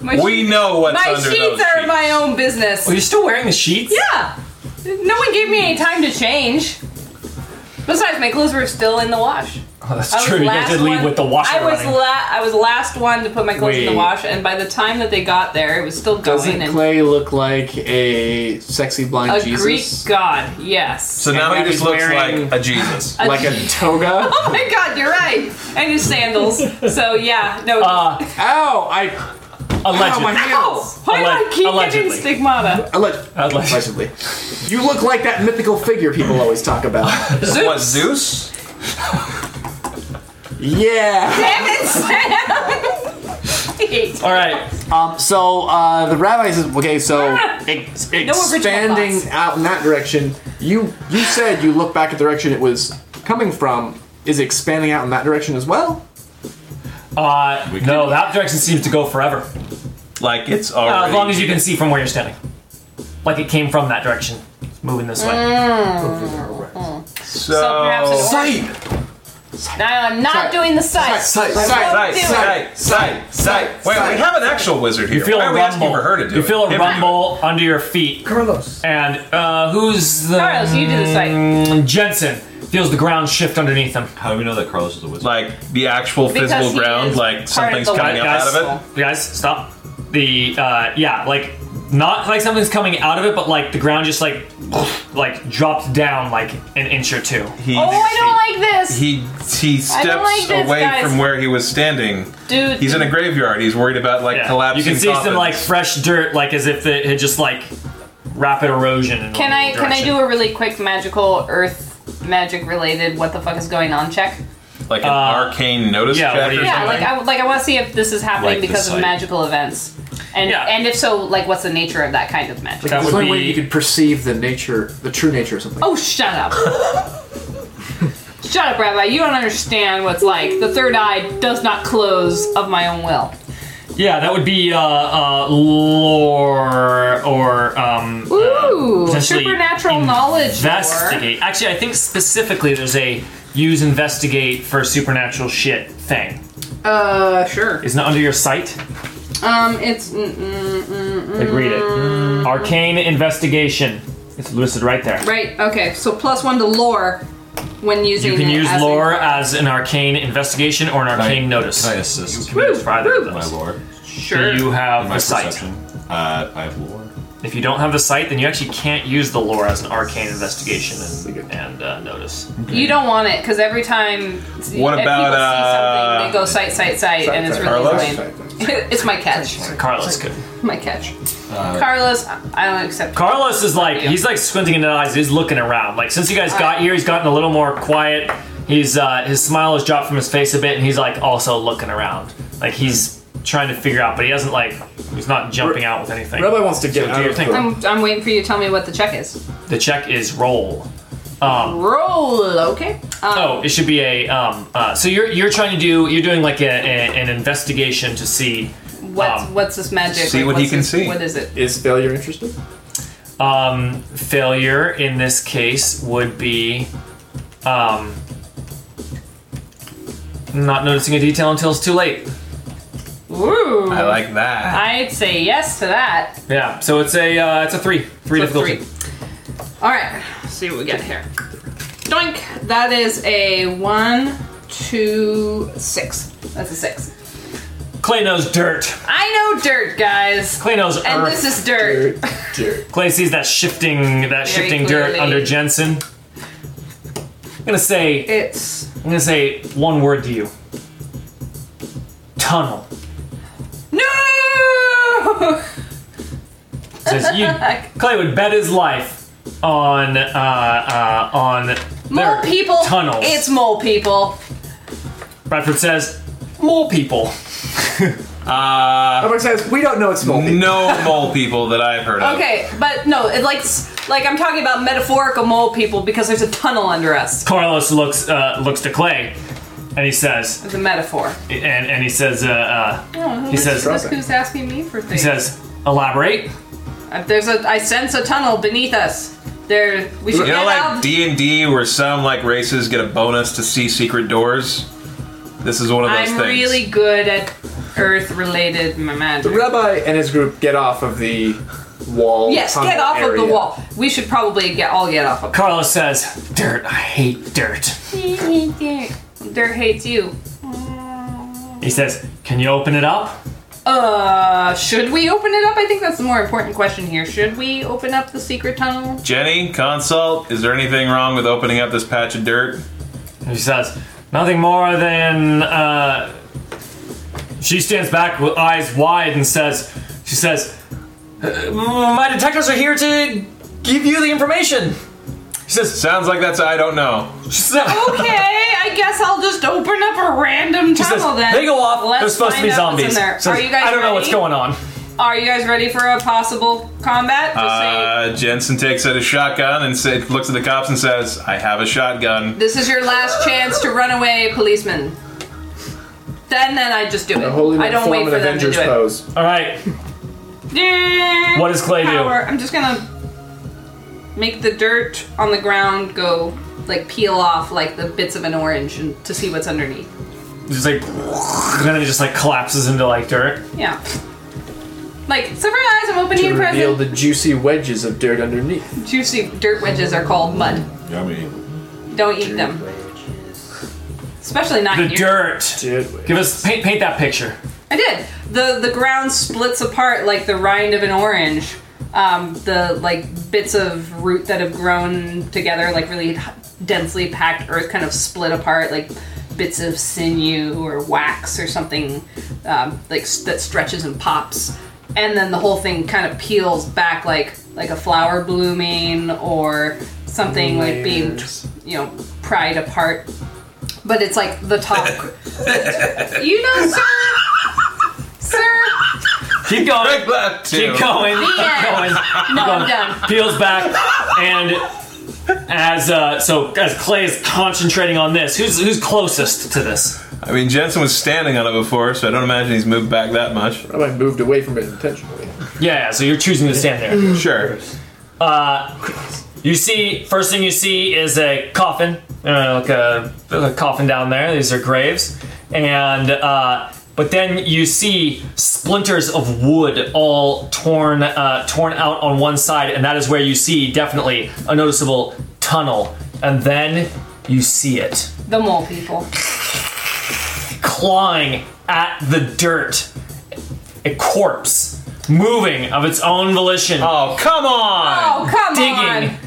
[SPEAKER 2] My
[SPEAKER 3] We
[SPEAKER 2] sheets-
[SPEAKER 3] know what's
[SPEAKER 2] My
[SPEAKER 3] under those
[SPEAKER 2] sheets are
[SPEAKER 3] sheets.
[SPEAKER 2] my own business.
[SPEAKER 7] Well, you're still wearing the sheets.
[SPEAKER 2] Yeah. No one gave me any time to change. Besides, my clothes were still in the wash.
[SPEAKER 7] Oh, that's
[SPEAKER 2] I was
[SPEAKER 7] true. You
[SPEAKER 2] last
[SPEAKER 7] guys did leave
[SPEAKER 2] one-
[SPEAKER 7] with the washer
[SPEAKER 2] I was
[SPEAKER 7] running.
[SPEAKER 2] la- I was last one to put my clothes in the
[SPEAKER 7] Wait.
[SPEAKER 2] wash, and by the time that they got there, it was still going.
[SPEAKER 4] Doesn't
[SPEAKER 2] and
[SPEAKER 4] Clay look like a sexy blind
[SPEAKER 2] a
[SPEAKER 4] Jesus?
[SPEAKER 2] Greek god, yes.
[SPEAKER 3] So now
[SPEAKER 4] And
[SPEAKER 3] he just
[SPEAKER 4] he's
[SPEAKER 3] looks
[SPEAKER 4] wearing-
[SPEAKER 3] like a Jesus.
[SPEAKER 4] like a toga?
[SPEAKER 2] Oh my god, you're right. And his sandals. So yeah, no.
[SPEAKER 7] Uh,
[SPEAKER 4] Ow! I ow, my
[SPEAKER 7] allegedly.
[SPEAKER 4] hands.
[SPEAKER 2] oh, why did I
[SPEAKER 7] Alleg-
[SPEAKER 2] keep
[SPEAKER 7] allegedly.
[SPEAKER 2] getting stigmata?
[SPEAKER 4] Alleg-
[SPEAKER 7] Alleg-
[SPEAKER 4] Allegedly, you look like that mythical figure people always talk about.
[SPEAKER 2] Zeus.
[SPEAKER 3] What, Zeus?
[SPEAKER 4] Yeah.
[SPEAKER 2] Damn it, Sam. Hate.
[SPEAKER 7] all right.
[SPEAKER 4] Um. So uh, the rabbi says, okay, so ex-
[SPEAKER 2] thoughts.
[SPEAKER 4] expanding out in that direction. You you said you look back at the direction it was coming from. Is it expanding out in that direction as well?
[SPEAKER 7] Uh, no, that direction seems to go forever.
[SPEAKER 3] Like it's
[SPEAKER 2] Oh,
[SPEAKER 7] Uh,
[SPEAKER 3] already.
[SPEAKER 7] as long as you can see from where you're standing. Like it came from that direction. It's moving this way.
[SPEAKER 2] Mm-hmm.
[SPEAKER 3] So,
[SPEAKER 2] So perhaps it's-
[SPEAKER 4] Sight.
[SPEAKER 2] No, I'm not
[SPEAKER 4] Sight.
[SPEAKER 2] doing the sight.
[SPEAKER 4] Sight.
[SPEAKER 2] I
[SPEAKER 4] Sight.
[SPEAKER 2] won't
[SPEAKER 3] Sight,
[SPEAKER 2] do it.
[SPEAKER 3] sight, sight, sight. Wait,
[SPEAKER 4] sight.
[SPEAKER 3] we have an actual wizard here.
[SPEAKER 7] You feel
[SPEAKER 3] Why
[SPEAKER 7] a
[SPEAKER 3] are we asking
[SPEAKER 7] rumble.
[SPEAKER 3] for her to do
[SPEAKER 7] you
[SPEAKER 3] it?
[SPEAKER 7] feel
[SPEAKER 3] Him to
[SPEAKER 7] a
[SPEAKER 3] do it.
[SPEAKER 7] rumble under your feet,
[SPEAKER 8] Carlos.
[SPEAKER 7] and uh, who's the
[SPEAKER 2] Carlos, you do the sight.
[SPEAKER 7] Mm, Jensen feels the ground shift underneath him.
[SPEAKER 6] How do we know that Carlos is a wizard?
[SPEAKER 3] Like the actual
[SPEAKER 2] Because
[SPEAKER 3] physical
[SPEAKER 2] he
[SPEAKER 3] ground,
[SPEAKER 2] is part
[SPEAKER 3] like
[SPEAKER 2] of
[SPEAKER 3] something's
[SPEAKER 2] the
[SPEAKER 3] coming up
[SPEAKER 7] white
[SPEAKER 3] out of it.
[SPEAKER 7] You guys, stop. The uh, yeah, like not like something's coming out of it, but like the ground just like like dropped down like an inch or two.
[SPEAKER 3] He,
[SPEAKER 2] Oh, I don't like this.
[SPEAKER 3] he he
[SPEAKER 2] I
[SPEAKER 3] steps
[SPEAKER 2] don't like this,
[SPEAKER 3] away
[SPEAKER 2] guys.
[SPEAKER 3] from where he was standing.
[SPEAKER 2] Dude,
[SPEAKER 3] He's in a graveyard. He's worried about like
[SPEAKER 7] Yeah.
[SPEAKER 3] collapsing.
[SPEAKER 7] You can see some
[SPEAKER 3] coffins.
[SPEAKER 7] like fresh dirt, like as if it had just like rapid erosion. In
[SPEAKER 2] Can I can I do a really quick magical earth magic related what the fuck is going on check?
[SPEAKER 3] like an
[SPEAKER 7] uh,
[SPEAKER 3] arcane notice
[SPEAKER 7] yeah, what
[SPEAKER 3] check
[SPEAKER 7] do
[SPEAKER 3] or
[SPEAKER 7] you-
[SPEAKER 2] Yeah,
[SPEAKER 3] something.
[SPEAKER 2] like I like I want to see if this is happening
[SPEAKER 6] Like the
[SPEAKER 2] because of
[SPEAKER 6] site.
[SPEAKER 2] magical events, and
[SPEAKER 7] Yeah.
[SPEAKER 2] and if so, like what's the nature of that kind of magic?
[SPEAKER 7] That
[SPEAKER 4] There's
[SPEAKER 7] would
[SPEAKER 4] only
[SPEAKER 7] be
[SPEAKER 4] way you could perceive the nature, the true nature of something.
[SPEAKER 2] Oh, shut up! shut up, Rabbi. You don't understand what's like. The third eye does not close of my own will.
[SPEAKER 7] yeah, that would be uh, uh, lore or um,
[SPEAKER 2] Ooh,
[SPEAKER 7] potentially
[SPEAKER 2] supernatural knowledge. lore.
[SPEAKER 7] investigate. Actually, I think specifically there's a use investigate for supernatural shit thing.
[SPEAKER 2] Uh, sure.
[SPEAKER 7] Isn't it under your sight?
[SPEAKER 2] Um, it's mm, mm, mm, mm.
[SPEAKER 7] Like read it. Arcane investigation. It's listed right there.
[SPEAKER 2] right. Okay, so plus one to lore when using.
[SPEAKER 7] You can
[SPEAKER 2] it
[SPEAKER 7] use
[SPEAKER 2] as a-
[SPEAKER 7] lore as an arcane investigation or an arcane notice.
[SPEAKER 6] Can I assist
[SPEAKER 7] You can use for either of
[SPEAKER 6] my
[SPEAKER 7] those.
[SPEAKER 6] lore?
[SPEAKER 2] Sure.
[SPEAKER 7] You have
[SPEAKER 6] My
[SPEAKER 7] a sight.
[SPEAKER 6] perception. Uh, I have lore.
[SPEAKER 7] If you don't have the sight, then you actually can't use the lore as an arcane investigation and, and uh, notice.
[SPEAKER 2] You don't want it because every time
[SPEAKER 3] What
[SPEAKER 2] if
[SPEAKER 3] about,
[SPEAKER 2] people see something,
[SPEAKER 3] uh,
[SPEAKER 2] they go sight, sight, sight, and it's really
[SPEAKER 3] Carlos?
[SPEAKER 2] annoying. it's my catch.
[SPEAKER 7] Carlos could.
[SPEAKER 2] My catch.
[SPEAKER 3] Uh,
[SPEAKER 2] Carlos, I don't accept.
[SPEAKER 7] Carlos is like he's like squinting in his eyes. He's looking around. Like since you guys got here, he's gotten a little more quiet. He's uh, his smile has dropped from his face a bit, and he's like also looking around. Like he's trying to figure out, but he hasn't like he's not jumping out with anything.
[SPEAKER 4] Rabbi wants to get
[SPEAKER 7] So do
[SPEAKER 4] out
[SPEAKER 7] your
[SPEAKER 4] of
[SPEAKER 7] thing.
[SPEAKER 4] the-
[SPEAKER 2] I'm, I'm waiting for you to tell me what the check is.
[SPEAKER 7] The check is roll. Um,
[SPEAKER 2] Roll, okay.
[SPEAKER 7] oh, it should be a. Um, uh, so you're you're trying to do you're doing like a, a, an investigation to see.
[SPEAKER 2] What's
[SPEAKER 7] um,
[SPEAKER 2] what's this magic?
[SPEAKER 3] see what
[SPEAKER 2] what's
[SPEAKER 3] he can
[SPEAKER 2] this-
[SPEAKER 3] see.
[SPEAKER 2] What is it?
[SPEAKER 10] Is failure interested?
[SPEAKER 7] Um, failure in this case would be. Um, not noticing a detail until it's too late.
[SPEAKER 2] Ooh.
[SPEAKER 3] I like that.
[SPEAKER 2] I'd say yes to that.
[SPEAKER 7] Yeah, so it's a uh, it's a three, three
[SPEAKER 2] So
[SPEAKER 7] difficulty.
[SPEAKER 2] three. All right, see what we get here. Doink. That is a one, two, six. That's a six.
[SPEAKER 7] Clay knows dirt.
[SPEAKER 2] I know dirt, guys.
[SPEAKER 7] Clay knows
[SPEAKER 2] And
[SPEAKER 7] earth.
[SPEAKER 2] this is dirt.
[SPEAKER 7] Clay sees that shifting that shifting dirt
[SPEAKER 2] clearly.
[SPEAKER 7] under Jensen. I'm gonna say
[SPEAKER 2] It's
[SPEAKER 7] I'm gonna say one word to you. Tunnel.
[SPEAKER 2] no.
[SPEAKER 7] Says you, Clay would bet his life on uh, uh, on
[SPEAKER 2] Mole
[SPEAKER 7] their
[SPEAKER 2] people.
[SPEAKER 7] tunnels.
[SPEAKER 2] It's mole people.
[SPEAKER 7] Bradford says more people.
[SPEAKER 3] Uh,
[SPEAKER 10] Everyone says we don't know it's multi.
[SPEAKER 3] no mole people that I've heard of.
[SPEAKER 2] Okay, but no, it like like I'm talking about metaphorical mole people because there's a tunnel under us.
[SPEAKER 7] Carlos looks uh, looks to Clay, and he says
[SPEAKER 2] It's a metaphor.
[SPEAKER 7] and, and he says uh, uh, he says
[SPEAKER 2] That's who's asking me for
[SPEAKER 7] he
[SPEAKER 2] things.
[SPEAKER 7] says elaborate.
[SPEAKER 2] Uh, There's a. I sense a tunnel beneath us. There. We should
[SPEAKER 3] You
[SPEAKER 2] get
[SPEAKER 3] know, like
[SPEAKER 2] out.
[SPEAKER 3] D and D, where some like races get a bonus to see secret doors. This is one of those
[SPEAKER 2] I'm
[SPEAKER 3] things.
[SPEAKER 2] really good at earth-related ma- magic.
[SPEAKER 10] Rabbi and his group get off of the wall.
[SPEAKER 2] Yes,
[SPEAKER 10] tunnel
[SPEAKER 2] get off of the
[SPEAKER 10] area.
[SPEAKER 2] wall. We should probably get all get off of.
[SPEAKER 7] Carlos says dirt. I hate dirt.
[SPEAKER 2] Dirt hates you.
[SPEAKER 7] He says, "Can you open it up?"
[SPEAKER 2] Uh, should we open it up? I think that's the more important question here. Should we open up the secret tunnel?
[SPEAKER 3] Jenny, consult. Is there anything wrong with opening up this patch of dirt?
[SPEAKER 7] And she says, "Nothing more than." Uh, she stands back with eyes wide and says, "She says, "Uh, my detectives are here to give you the information." She says,
[SPEAKER 3] Sounds like that's I don't know.
[SPEAKER 7] she says
[SPEAKER 2] Okay, I guess I'll just open up a random
[SPEAKER 7] she says,
[SPEAKER 2] tunnel then.
[SPEAKER 7] they go off.
[SPEAKER 2] Let's
[SPEAKER 7] They're supposed to
[SPEAKER 2] find
[SPEAKER 7] be
[SPEAKER 2] out what's
[SPEAKER 7] zombies.
[SPEAKER 2] in there.
[SPEAKER 7] Says,
[SPEAKER 2] Are you guys
[SPEAKER 7] I don't know what's
[SPEAKER 2] ready?
[SPEAKER 7] going on.
[SPEAKER 2] Are you guys ready for a possible combat? Just saying.
[SPEAKER 3] Uh, Jensen takes out his shotgun and say, looks at the cops and says, "I have a shotgun."
[SPEAKER 2] This is your last chance to run away, policeman. Then, then I just do it.
[SPEAKER 10] The holy
[SPEAKER 2] I
[SPEAKER 10] man
[SPEAKER 2] don't
[SPEAKER 10] form
[SPEAKER 2] wait
[SPEAKER 10] an
[SPEAKER 2] for them to
[SPEAKER 10] Avengers
[SPEAKER 2] do it.
[SPEAKER 10] pose.
[SPEAKER 7] All right,
[SPEAKER 2] Yeah.
[SPEAKER 7] What does Clay do?
[SPEAKER 2] Power. I'm just gonna make the dirt on the ground go like peel off like the bits of an orange and to see what's underneath.
[SPEAKER 7] just like, and then it just like collapses into like dirt.
[SPEAKER 2] Yeah. Like surprise! I'm opening
[SPEAKER 10] To
[SPEAKER 2] a
[SPEAKER 10] reveal
[SPEAKER 2] present.
[SPEAKER 10] the juicy wedges of dirt underneath.
[SPEAKER 2] Juicy dirt wedges are called mud.
[SPEAKER 6] Yummy.
[SPEAKER 2] Don't eat them, especially not
[SPEAKER 7] The
[SPEAKER 2] here.
[SPEAKER 7] dirt.
[SPEAKER 10] Dirt wedges.
[SPEAKER 7] Give us paint paint that picture.
[SPEAKER 2] I did. the The ground splits apart like the rind of an orange. Um, the like bits of root that have grown together, like really h- densely packed earth, kind of split apart, like bits of sinew or wax or something um, like s- that stretches and pops, and then the whole thing kind of peels back, like like a flower blooming or something like being
[SPEAKER 10] Layers.
[SPEAKER 2] you know pried apart. But it's like the top. you know, sir. sir.
[SPEAKER 7] Keep going.
[SPEAKER 3] Break left, too.
[SPEAKER 7] Keep going. Keep going.
[SPEAKER 2] No, I'm done.
[SPEAKER 7] peels back and as uh, so as Clay is concentrating on this, who's who's closest to this?
[SPEAKER 3] I mean, Jensen was standing on it before, so I don't imagine he's moved back that much.
[SPEAKER 10] Rabbi moved away from it intentionally.
[SPEAKER 7] Yeah, yeah, so you're choosing to stand there.
[SPEAKER 3] Sure.
[SPEAKER 7] You see, first thing you see is a coffin, uh, like a, a coffin down there. These are graves, and uh, but then you see splinters of wood all torn uh, torn out on one side, and that is where you see definitely a noticeable tunnel, and then you see it.
[SPEAKER 2] The mole people.
[SPEAKER 7] clawing at the dirt. A corpse moving of its own volition,
[SPEAKER 3] Oh, come
[SPEAKER 2] Oh,
[SPEAKER 3] on!
[SPEAKER 2] come
[SPEAKER 7] digging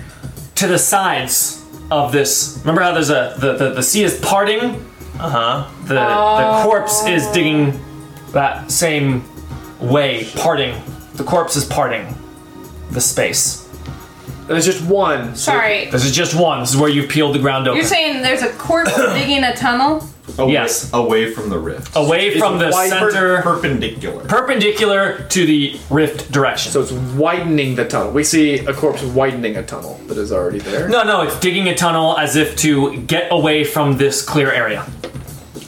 [SPEAKER 7] to the sides of this. Remember how there's a the, the, the sea is parting?
[SPEAKER 3] Uh huh.
[SPEAKER 7] The the corpse is digging that same way, parting. The corpse is parting the space.
[SPEAKER 10] There's just one.
[SPEAKER 2] Sorry.
[SPEAKER 7] This is just one. This is where you've peeled the ground open.
[SPEAKER 2] You're saying there's a corpse digging a tunnel?
[SPEAKER 6] Away,
[SPEAKER 7] Yes.
[SPEAKER 6] Away from the rift.
[SPEAKER 7] away from the
[SPEAKER 6] wider
[SPEAKER 7] center,
[SPEAKER 6] Perpendicular.
[SPEAKER 7] perpendicular to the rift direction.
[SPEAKER 10] So it's widening the tunnel. We see a corpse widening a tunnel that is already there.
[SPEAKER 7] no, no, it's digging a tunnel as if to get away from this clear area.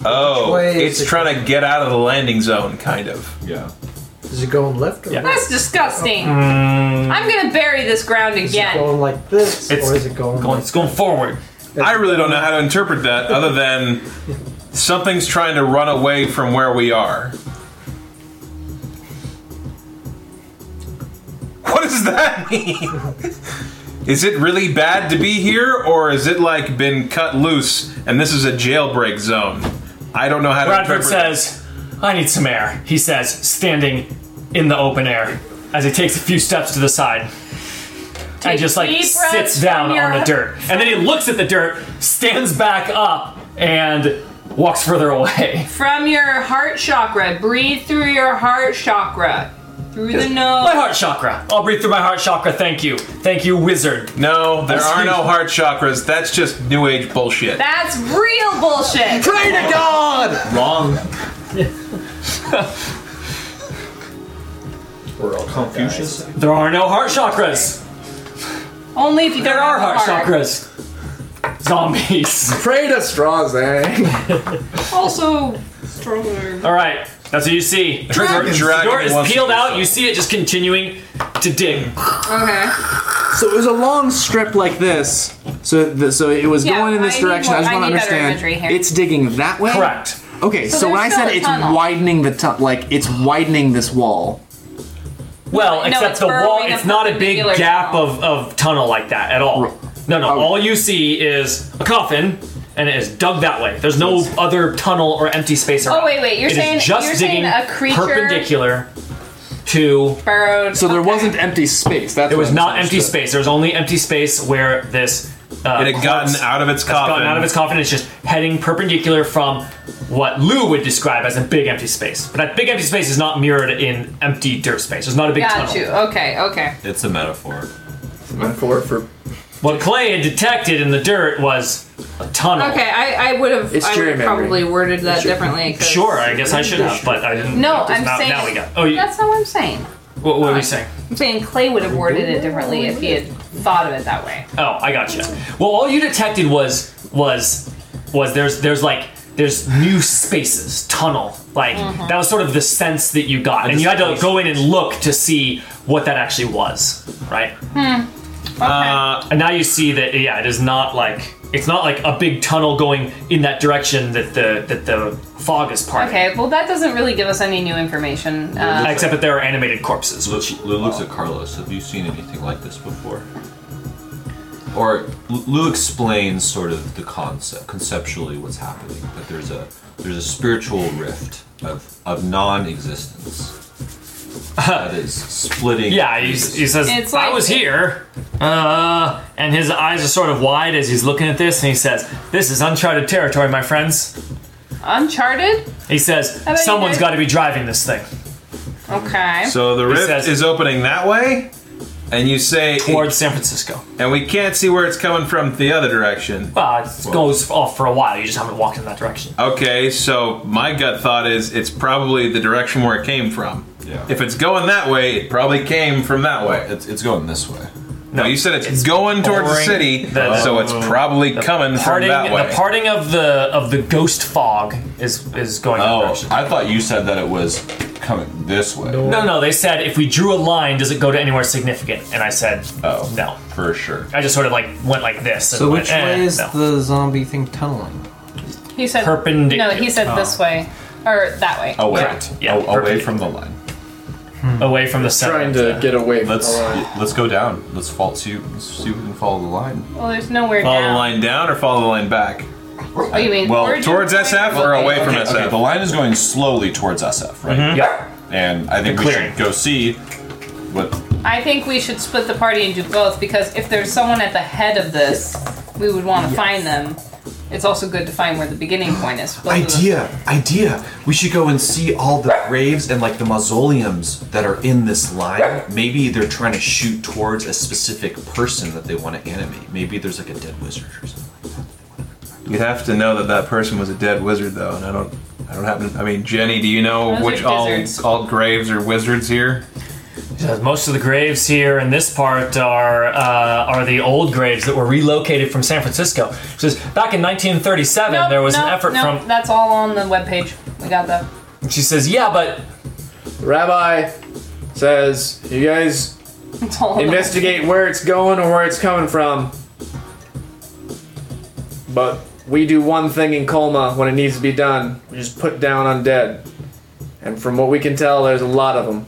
[SPEAKER 3] Oh,
[SPEAKER 8] Wait a
[SPEAKER 3] it's
[SPEAKER 8] second.
[SPEAKER 3] trying to get out of the landing zone, kind of.
[SPEAKER 6] yeah.
[SPEAKER 8] Is it going left or
[SPEAKER 7] Yeah.
[SPEAKER 8] right?
[SPEAKER 2] That's disgusting.
[SPEAKER 7] Mm.
[SPEAKER 2] I'm gonna bury this ground
[SPEAKER 8] Is it
[SPEAKER 2] again.
[SPEAKER 8] going like this,
[SPEAKER 7] It's
[SPEAKER 8] or is it going?
[SPEAKER 7] Going, it's going forward.
[SPEAKER 3] I really don't know how to interpret that other than something's trying to run away from where we are. What does that mean? Is it really bad to be here, or is it like been cut loose and this is a jailbreak zone? I don't know how to
[SPEAKER 7] Bradford
[SPEAKER 3] interpret
[SPEAKER 7] says, I need some air, he says, standing in the open air as he takes a few steps to the side. and just like
[SPEAKER 2] deep breaths
[SPEAKER 7] sits down
[SPEAKER 2] from your-
[SPEAKER 7] on the dirt. And then he looks at the dirt, stands back up, and walks further away.
[SPEAKER 2] From your heart chakra. Breathe through your heart chakra. Through the
[SPEAKER 7] My
[SPEAKER 2] nose.
[SPEAKER 7] heart chakra. I'll breathe through my heart chakra. Thank you. Thank you, wizard.
[SPEAKER 3] No, there are no heart chakras. That's just new age bullshit.
[SPEAKER 2] That's real bullshit.
[SPEAKER 10] Pray to God!
[SPEAKER 6] Wrong. We're all Confucius.
[SPEAKER 7] There are no heart chakras.
[SPEAKER 2] Only if you
[SPEAKER 7] There
[SPEAKER 2] don't
[SPEAKER 7] are
[SPEAKER 2] have a
[SPEAKER 7] heart chakras. Zombies.
[SPEAKER 10] Pray to straws, eh?
[SPEAKER 2] Also stronger.
[SPEAKER 7] All right. That's what you see.
[SPEAKER 3] Dragons.
[SPEAKER 7] The
[SPEAKER 3] Dragon
[SPEAKER 7] door is
[SPEAKER 3] wants to
[SPEAKER 7] peeled
[SPEAKER 3] do
[SPEAKER 7] out. You see it just continuing to dig.
[SPEAKER 2] Okay.
[SPEAKER 4] So it was a long strip like this. So the, so it was
[SPEAKER 2] Yeah,
[SPEAKER 4] going in this
[SPEAKER 2] I need
[SPEAKER 4] direction.
[SPEAKER 2] more-
[SPEAKER 4] I just
[SPEAKER 2] I
[SPEAKER 4] want to
[SPEAKER 2] need better
[SPEAKER 4] understand.
[SPEAKER 2] imagery here.
[SPEAKER 4] It's digging that way.
[SPEAKER 7] Correct.
[SPEAKER 4] Okay. So,
[SPEAKER 2] there's
[SPEAKER 4] when I
[SPEAKER 2] still
[SPEAKER 4] said
[SPEAKER 2] a
[SPEAKER 4] it's
[SPEAKER 2] tunnel.
[SPEAKER 4] widening the tu- like it's widening this wall.
[SPEAKER 7] Well,
[SPEAKER 2] No,
[SPEAKER 7] except
[SPEAKER 2] it's
[SPEAKER 7] the wall,
[SPEAKER 2] burrowing a
[SPEAKER 7] it's not a big
[SPEAKER 2] perpendicular
[SPEAKER 7] gap
[SPEAKER 2] tunnel.
[SPEAKER 7] of, of tunnel like that at all. No, no,
[SPEAKER 4] Oh.
[SPEAKER 7] all you see is a coffin and it is dug that way. There's no other tunnel or empty space around.
[SPEAKER 2] Oh wait, wait. You're
[SPEAKER 7] It is
[SPEAKER 2] saying
[SPEAKER 7] just
[SPEAKER 2] you're
[SPEAKER 7] digging
[SPEAKER 2] saying a creature
[SPEAKER 7] perpendicular to.
[SPEAKER 2] burrowed.
[SPEAKER 4] So there
[SPEAKER 2] okay.
[SPEAKER 4] wasn't empty space. That's
[SPEAKER 7] It was not empty space. There was only empty space where this. Uh,
[SPEAKER 3] It had gotten
[SPEAKER 7] corpse
[SPEAKER 3] out of its
[SPEAKER 7] has
[SPEAKER 3] coffin.
[SPEAKER 7] gotten out of its coffin. It's just heading perpendicular from what Lou would describe as a big empty space. But that big empty space is not mirrored in empty dirt space. There's not a big
[SPEAKER 2] Got
[SPEAKER 7] tunnel.
[SPEAKER 2] you. Okay. Okay.
[SPEAKER 6] It's a metaphor.
[SPEAKER 10] Metaphor for
[SPEAKER 7] What Clay had detected in the dirt was a tunnel.
[SPEAKER 2] Okay. I, I would have.
[SPEAKER 10] It's
[SPEAKER 2] I
[SPEAKER 10] jury
[SPEAKER 2] would have
[SPEAKER 10] memory.
[SPEAKER 2] probably worded that differently. 'cause-
[SPEAKER 7] Sure, I guess I should have, but I didn't.
[SPEAKER 2] No,
[SPEAKER 7] Just
[SPEAKER 2] I'm
[SPEAKER 7] now,
[SPEAKER 2] saying.
[SPEAKER 7] Now we got. Oh, you,
[SPEAKER 2] that's not what I'm saying.
[SPEAKER 7] what, what are we saying?
[SPEAKER 2] I'm saying Clay would have worded it differently if he had thought of it that way.
[SPEAKER 7] Oh, I got you. Well, all you detected was was was there's there's like there's new spaces, tunnel. Like
[SPEAKER 2] Mm-hmm.
[SPEAKER 7] that was sort of the sense that you got, and you had to go in and look to see what that actually was, right?
[SPEAKER 2] Hmm.
[SPEAKER 3] Uh,
[SPEAKER 7] And now you see that yeah, it is not like it's not like a big tunnel going in that direction that the that the fog is parting.
[SPEAKER 2] Okay, well, that doesn't really give us any new information. Uh,
[SPEAKER 7] Except that there are animated corpses, which
[SPEAKER 6] Lou looks at Carlos. Have you seen anything like this before? Or L- Lou explains sort of the concept, conceptually, what's happening. That there's a there's a spiritual rift of of non-existence that is splitting.
[SPEAKER 7] Yeah, he, he says,
[SPEAKER 2] It's
[SPEAKER 7] I
[SPEAKER 2] like-
[SPEAKER 7] was here. Uh, and his eyes are sort of wide as he's looking at this, and he says, This is uncharted territory, my friends.
[SPEAKER 2] Uncharted?
[SPEAKER 7] He says,
[SPEAKER 2] about you
[SPEAKER 7] Someone's
[SPEAKER 2] guys?
[SPEAKER 7] got to be driving this thing
[SPEAKER 2] Okay.
[SPEAKER 3] so the rift
[SPEAKER 7] says-
[SPEAKER 3] is opening that way, and you say,
[SPEAKER 7] towards San Francisco.
[SPEAKER 3] and we can't see where it's coming from the other direction.
[SPEAKER 7] Well, it goes off for a while. You just haven't walked in that direction.
[SPEAKER 3] Okay, so my gut thought is it's probably the direction where it came from.
[SPEAKER 6] Yeah.
[SPEAKER 3] If it's going that way, it probably came from that way.
[SPEAKER 6] It's, it's going this way.
[SPEAKER 3] No, you said it's, going towards the
[SPEAKER 7] boring.
[SPEAKER 3] city,
[SPEAKER 7] The-
[SPEAKER 3] so
[SPEAKER 6] Oh.
[SPEAKER 3] it's probably coming from
[SPEAKER 7] Parting,
[SPEAKER 3] that way.
[SPEAKER 7] the parting of the of the ghost fog is is going that
[SPEAKER 6] Oh,
[SPEAKER 7] direction.
[SPEAKER 6] I thought you said that it was coming this way.
[SPEAKER 7] No, no, they said if we drew a line, does it go to anywhere significant? And I said,
[SPEAKER 3] Uh.
[SPEAKER 6] Oh.
[SPEAKER 7] no.
[SPEAKER 6] For sure.
[SPEAKER 7] I just sort of like went like this. and
[SPEAKER 8] So
[SPEAKER 7] went,
[SPEAKER 8] which
[SPEAKER 7] "Eh,
[SPEAKER 8] way is
[SPEAKER 7] no."
[SPEAKER 8] the zombie thing tunneling?
[SPEAKER 2] he said
[SPEAKER 7] perpendicular. Oh.
[SPEAKER 2] No, he said this way or that way.
[SPEAKER 6] Away.
[SPEAKER 7] Correct. Oh, Yeah,
[SPEAKER 3] Oh,
[SPEAKER 6] A- away
[SPEAKER 7] perfect.
[SPEAKER 6] from the line.
[SPEAKER 7] away from the center?
[SPEAKER 10] trying to get away from
[SPEAKER 6] Let's
[SPEAKER 10] the line.
[SPEAKER 6] let's go down. Let's fall. See, let's see if we can follow the line.
[SPEAKER 2] Well, there's nowhere
[SPEAKER 3] follow
[SPEAKER 2] down.
[SPEAKER 3] the line down or follow the line back?
[SPEAKER 2] What do Oh, you mean?
[SPEAKER 6] Well,
[SPEAKER 2] Origin
[SPEAKER 3] towards
[SPEAKER 2] point
[SPEAKER 3] SF or away from
[SPEAKER 6] Okay,
[SPEAKER 3] SF?
[SPEAKER 6] okay, the line is going slowly towards SF, right?
[SPEAKER 7] Mm-hmm. Yeah.
[SPEAKER 6] And I think
[SPEAKER 7] The
[SPEAKER 6] we
[SPEAKER 7] clearing.
[SPEAKER 6] should go see what.
[SPEAKER 2] I think we should split the party and do both because if there's someone at the head of this, we would want to find them. It's also good to find where the beginning point is. Both of them-
[SPEAKER 6] idea. We should go and see all the graves and like the mausoleums that are in this line. Maybe they're trying to shoot towards a specific person that they want to animate. Maybe there's like a dead wizard or something.
[SPEAKER 3] You'd have to know that that person was a dead wizard, though, and I don't. I don't happen. I mean, Jenny, do you know
[SPEAKER 2] Those
[SPEAKER 3] which
[SPEAKER 2] are
[SPEAKER 3] all
[SPEAKER 2] wizards.
[SPEAKER 3] all graves are wizards here?
[SPEAKER 7] Uh, Most of the graves here in this part are uh, are the old graves that were relocated from San Francisco. It says back in 1937
[SPEAKER 2] Nope,
[SPEAKER 7] there was an
[SPEAKER 2] nope,
[SPEAKER 7] effort
[SPEAKER 2] nope, That's all on the webpage. We got that.
[SPEAKER 7] from. She says, "Yeah, but
[SPEAKER 10] Rabbi says, "You guys
[SPEAKER 2] It's all on the-
[SPEAKER 10] investigate where it's going or where it's coming from." But we do one thing in Colma when it needs to be done. We just put down undead, and from what we can tell, there's a lot of them.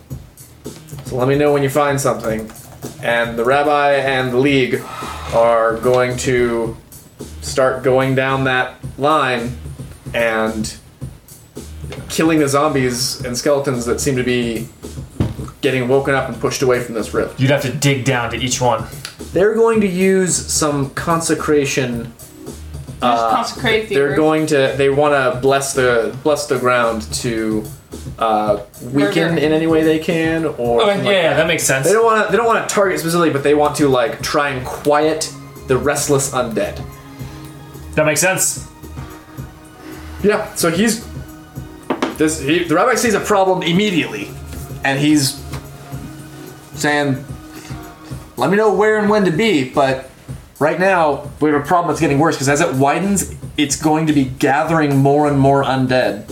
[SPEAKER 10] So let me know when you find something. And the rabbi and the league are going to start going down that line and killing the zombies and skeletons that seem to be getting woken up and pushed away from this rift.
[SPEAKER 7] you'd have to dig down to each one."
[SPEAKER 10] They're going to use some consecration.
[SPEAKER 2] Just consecrate the
[SPEAKER 10] They're
[SPEAKER 2] earth.
[SPEAKER 10] going to. They want to bless the bless the ground to uh, weaken
[SPEAKER 2] Murder.
[SPEAKER 10] in any way they can, or
[SPEAKER 7] Okay,
[SPEAKER 10] something like
[SPEAKER 7] yeah, Oh, yeah, that makes sense.
[SPEAKER 10] They don't want to. They don't want to target specifically, but they want to like try and quiet the restless undead.
[SPEAKER 7] That makes sense.
[SPEAKER 10] Yeah. So he's. This he, the rabbi sees a problem immediately, and he's saying, "Let me know where and when to be." But right now we have a problem that's getting worse because as it widens, it's going to be gathering more and more undead.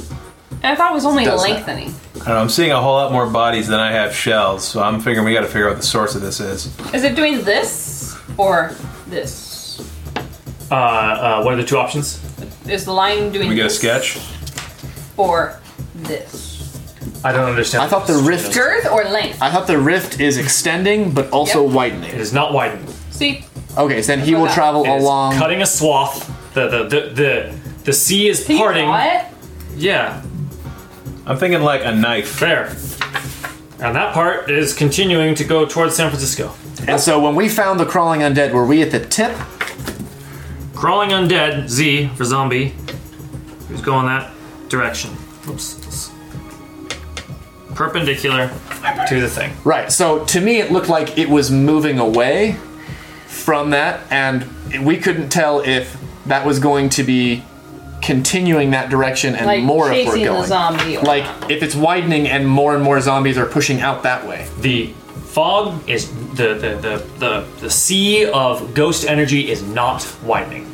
[SPEAKER 2] And I thought it was only
[SPEAKER 10] Does that.
[SPEAKER 2] lengthening.
[SPEAKER 3] I don't know. I'm seeing a whole lot more bodies than I have shells, so I'm figuring we got to figure out what the source of this is.
[SPEAKER 2] Is it doing this or this?
[SPEAKER 7] Uh, uh, what are the two options?
[SPEAKER 2] Is the line doing
[SPEAKER 3] We get a
[SPEAKER 2] this
[SPEAKER 3] sketch.
[SPEAKER 2] or this?
[SPEAKER 7] I don't understand.
[SPEAKER 4] I thought the rift.
[SPEAKER 2] Girth or length?
[SPEAKER 4] I thought the rift is extending, but also
[SPEAKER 2] Yep.
[SPEAKER 7] It
[SPEAKER 4] widening.
[SPEAKER 7] is not widened.
[SPEAKER 2] See,
[SPEAKER 4] Okay, so then he will
[SPEAKER 2] Okay.
[SPEAKER 4] travel
[SPEAKER 7] It is
[SPEAKER 4] along.
[SPEAKER 7] cutting a swath. The the the the, the sea is
[SPEAKER 2] can you
[SPEAKER 7] parting.
[SPEAKER 2] draw it?
[SPEAKER 7] Yeah,
[SPEAKER 3] I'm thinking like a knife.
[SPEAKER 7] fair. And that part is continuing to go towards San Francisco.
[SPEAKER 4] And so when we found the crawling undead, were we at the tip?
[SPEAKER 7] Crawling undead, Z for zombie. Who's going that direction? Whoops. Perpendicular to the thing.
[SPEAKER 4] Right. So to me, it looked like it was moving away from that, and we couldn't tell if that was going to be continuing that direction and
[SPEAKER 2] Like
[SPEAKER 4] more if
[SPEAKER 2] chasing
[SPEAKER 4] we're going.
[SPEAKER 2] the zombie. Or
[SPEAKER 4] like if it's widening and more and more zombies are pushing out that way.
[SPEAKER 7] The fog is the the the the, the sea of ghost energy is not widening.